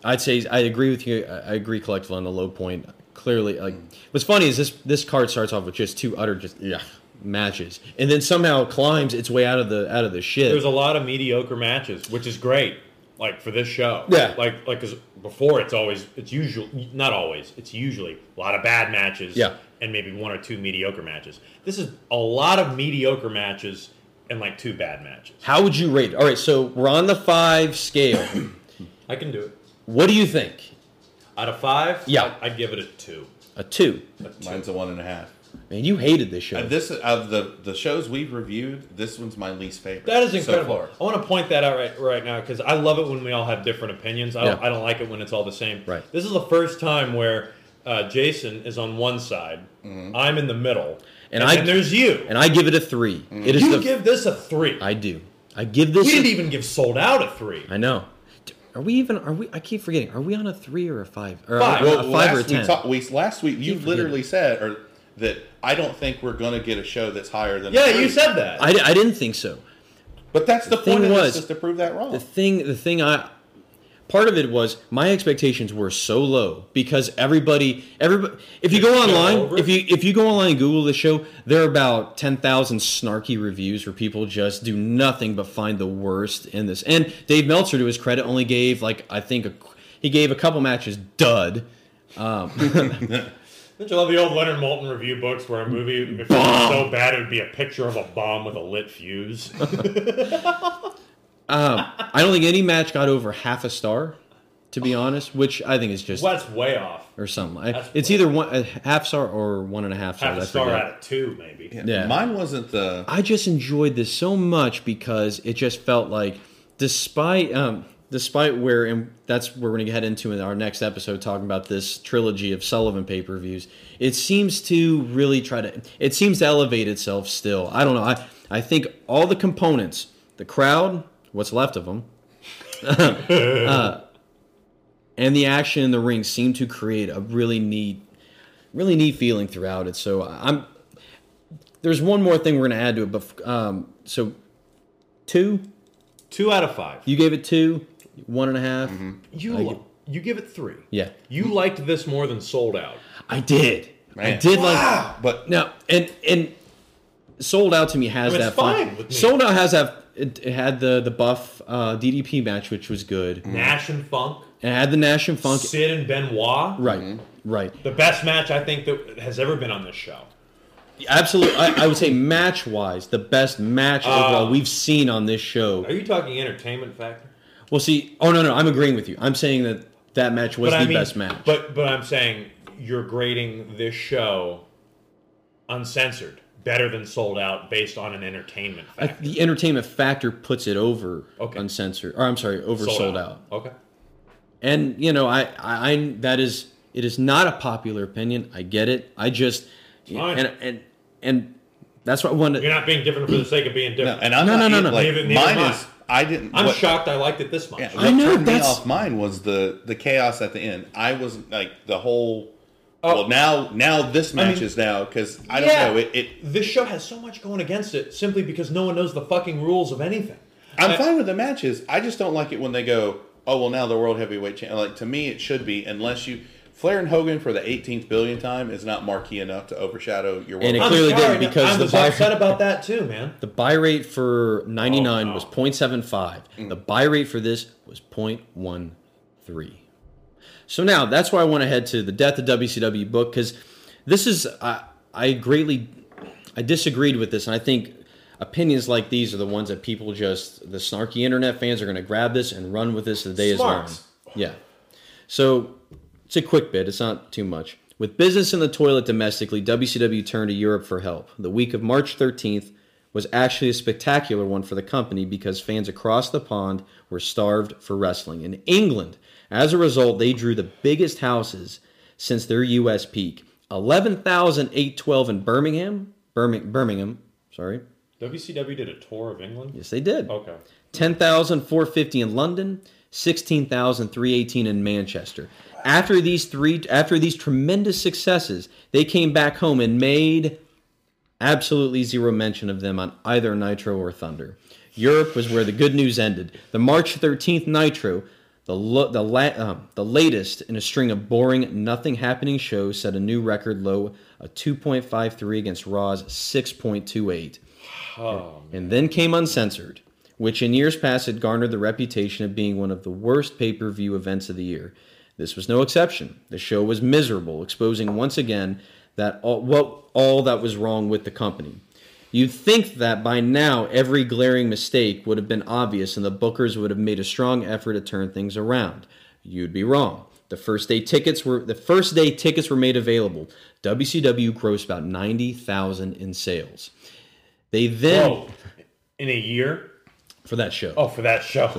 I'd say I agree with you. I I agree collectively on the low point. Clearly, like Mm. what's funny is this this card starts off with just two utter just yeah matches, and then somehow climbs its way out of the out of the shit. There's a lot of mediocre matches, which is great. Like for this show, Yeah. Like like 'cause before, it's always it's usual not always it's usually a lot of bad matches, Yeah. and maybe one or two mediocre matches. This is a lot of mediocre matches and like two bad matches. How would you rate? it? All right, so we're on the five scale. I can do it. what do you think? Out of five, Yeah. I'd give it a two. A two. A two. Mine's a one and a half. Man, you hated this show. Uh, This of the the shows we've reviewed, this one's my least favorite. That is so incredible. far. I want to point that out right right now because I love it when we all have different opinions. I, don't, Yeah. I don't like it when it's all the same. Right. This is the first time where uh, Jason is on one side, I'm in the middle, Mm-hmm. and, And I- then there's you. and I give it a three. It is you the give this a three. I do. I give this. we a- didn't even give sold out a three. I know. D- Are we even? Are we? I keep forgetting. Are we on a three or a five? Or Five. A, Well, a five last or a we ten? talked- we- last week you forgetting. literally said or that I don't think we're going to get a show that's higher than a yeah, you three. said that. I, I didn't think so. But that's the, thing point of was- this is to prove that wrong. The thing, the thing I, part of it was my expectations were so low because everybody, everybody. If you go It's still online, over? if you if you go online and Google the show, there are about ten thousand snarky reviews where people just do nothing but find the worst in this. And Dave Meltzer, to his credit, only gave like I think a, he gave a couple matches dud. Don't you love the old Leonard Moulton review books where a movie if it was so bad it would be a picture of a bomb with a lit fuse? I don't think any match got over half a star, to be honest, which I think is just well, that's way off. or something. I- That's it's way- either one a half star or one and a half Half stars. a I star forget. out of two, maybe. yeah. Mine wasn't the I just enjoyed this so much because it just felt like, despite um, despite where and that's where we're gonna head into in our next episode talking about this trilogy of Sullivan pay per views. It seems to really try to. It seems to elevate itself still. I don't know. I I think all the components, the crowd, what's left of them. and the action in the ring seem to create a really neat really neat feeling throughout it so i'm there's one more thing we're going to add to it but um, so two Two out of five. you gave it two one and a half. You Like- li- you give it three. yeah You liked this more than sold out. i did i Man. did like but no and and sold out to me has I mean, that it's fun- fine with me. sold out has that it, it had the the buff uh, ddp match which was good and Nash and Funk, it had the nash and funk Sid and Benoit. right right The best match I think that has ever been on this show. absolutely I, I would say match wise the best match Ah. overall we've seen on this show Are you talking entertainment factor? Well, see, oh no, no, I'm agreeing with you. I'm saying that That match was but the I mean, best match. But but I'm saying you're grading this show uncensored better than sold out based on an entertainment I- factor. the entertainment factor puts it over Okay. uncensored, or I'm sorry, over sold, out. Okay. And you know, I, I, I that is it is not a popular opinion. I get it. I just Fine. and and and that's what I wanted. You're not being different for the sake of being different. And I'm No, not no, no, even- no. Like, Neither- neither am I. mine is. I didn't. I'm what- shocked I liked it this much. Yeah, I what know, turned me that's- off mine was the the chaos at the end. I was like the whole. Well, now now this match Oh. mean- is now because I don't Yeah. know it. it This show has so much going against it simply because no one knows the fucking rules of anything. I'm I- fine with the matches. I just don't like it when they go. Oh well, now the world heavyweight champ. Like to me, it should be unless you Flair and Hogan for the 18th billion time is not marquee enough to overshadow your world. And it Heavyweight. I'm clearly sorry, didn't because I the was buy- upset about that too, man. The buy rate for 99 Oh, no. Mm. was 0.75. The buy rate for this was 0.13. So now that's why I want to head to the death of WCW book because this is I I greatly I disagreed with this and I think opinions like these are the ones that people just the snarky internet fans are going to grab this and run with this the day Smarts. is long. Yeah. So it's a quick bit, it's not too much. With business in the toilet domestically, WCW turned to Europe for help. The week of March 13th was actually a spectacular one for the company because fans across the pond were starved for wrestling. In England, as a result, they drew the biggest houses since their US peak 11,812 in Birmingham. Birmingham, Birmingham, sorry. WCW did a tour of England. Yes, they did. Okay. 10,450 in London, 16,318 in Manchester. After these three after these tremendous successes, they came back home and made absolutely zero mention of them on either Nitro or Thunder. Europe was where the good news ended. The March 13th Nitro, the lo- the la- um, the latest in a string of boring, nothing happening shows, set a new record low, a 2.53 against Raw's 6.28 and then came Uncensored, which in years past had garnered the reputation of being one of the worst pay per view events of the year. This was no exception. The show was miserable, exposing once again that all, what all that was wrong with the company. You'd think that by now every glaring mistake would have been obvious and the bookers would have made a strong effort to turn things around. You'd be wrong. The first day tickets were the first day tickets were made available. WCW grossed about 90,000 in sales. They then Oh, in a year? for that show. Oh, for that show.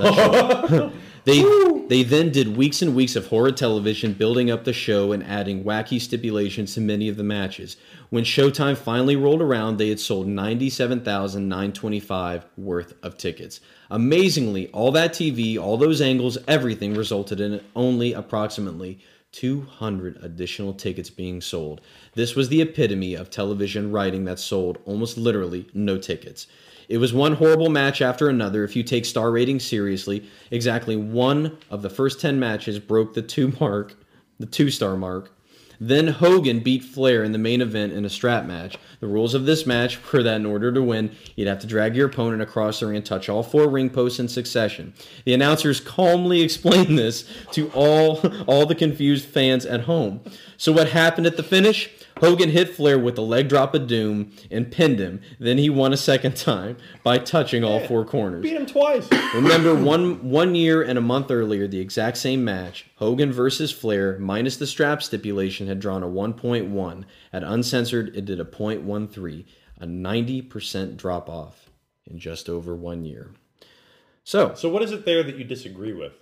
They they then did weeks and weeks of horror television, building up the show and adding wacky stipulations to many of the matches. When showtime finally rolled around, they had sold ninety-seven thousand nine twenty-five worth of tickets. Amazingly, all that TV, all those angles, everything resulted in only approximately. 200 additional tickets being sold. This was the epitome of television writing that sold almost literally no tickets. It was one horrible match after another. If you take star rating seriously, exactly one of the first 10 matches broke the two mark, the two star mark. Then Hogan beat Flair in the main event in a strap match. The rules of this match were that in order to win, you'd have to drag your opponent across the ring and touch all four ring posts in succession. The announcers calmly explained this to all all the confused fans at home. So what happened at the finish? Hogan hit Flair with a leg drop of doom and pinned him. Then he won a second time by touching all four corners. Beat him twice. Remember one one year and a month earlier, the exact same match, Hogan versus Flair, minus the strap stipulation, had drawn a 1.1. At Uncensored, it did a 0.13, a 90% drop off in just over one year. So So what is it there that you disagree with?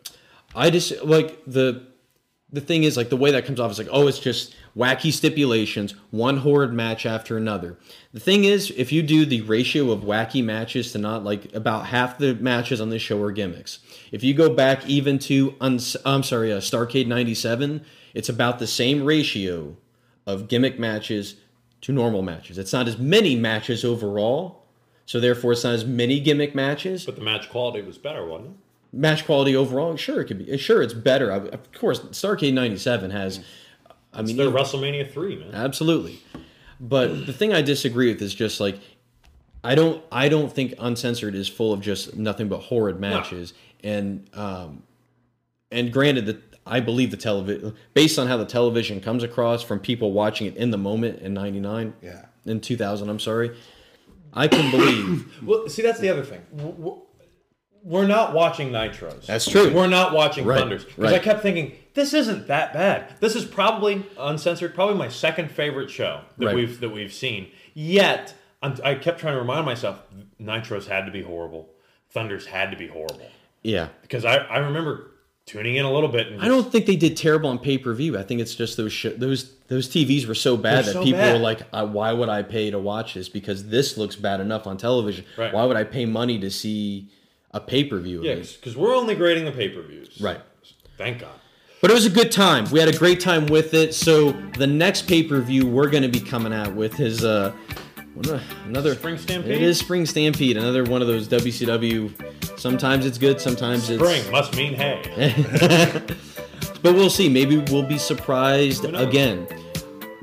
I just like the the thing is like the way that comes off is like oh it's just wacky stipulations one horrid match after another the thing is if you do the ratio of wacky matches to not like about half the matches on this show are gimmicks if you go back even to uns- i'm sorry uh, starcade 97 it's about the same ratio of gimmick matches to normal matches it's not as many matches overall so therefore it's not as many gimmick matches But the match quality was better, wasn't it? match quality overall, sure it could be. Sure, it's better. I, of course, Starcade '97 has. I mean, They're WrestleMania three, man. absolutely. But the thing I disagree with is just like, I don't. I don't think uncensored is full of just nothing but horrid matches. And um, and granted that I believe the television, based on how the television comes across from people watching it in the moment in '99, Yeah. in 2000, I'm sorry, I can believe Well, see, that's the other thing. W- w- we're not watching nitros. That's true. We're not watching Right, thunders because right. I kept thinking this isn't that bad. This is probably uncensored, probably my second favorite show that Right. we've that we've seen. Yet I'm, I kept trying to remind myself nitros had to be horrible. Thunders had to be horrible Yeah. because I, I remember tuning in a little bit and I don't think they did terrible on pay per view. I think it's just those sh- those those TVs were so They're bad that so people bad. were like, I, "Why would I pay to watch this? Because this looks bad enough on television. Right. Why would I pay money to see a pay per view?" yeah because we're only grading the pay per views Right. Thank God. But it was a good time. We had a great time with it. So the next pay per view we're going to be coming out with is uh, what am I- another Spring Stampede? It is Spring Stampede. Another one of those WCW. Sometimes it's good. Sometimes it's Spring must mean hay. But we'll see. Maybe we'll be surprised knows? again.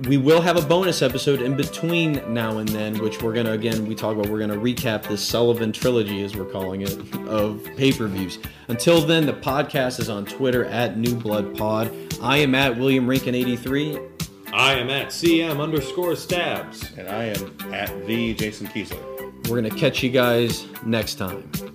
We will have a bonus episode in between now and then, which we're gonna again we talk about. We're gonna recap this Sullivan trilogy, as we're calling it, of pay per views. Until then, the podcast is on Twitter at New Blood Pod. I am at William Rinkin eighty three. I am at CM underscore stabs. And I am at the Jason Kiesler. We're gonna catch you guys next time.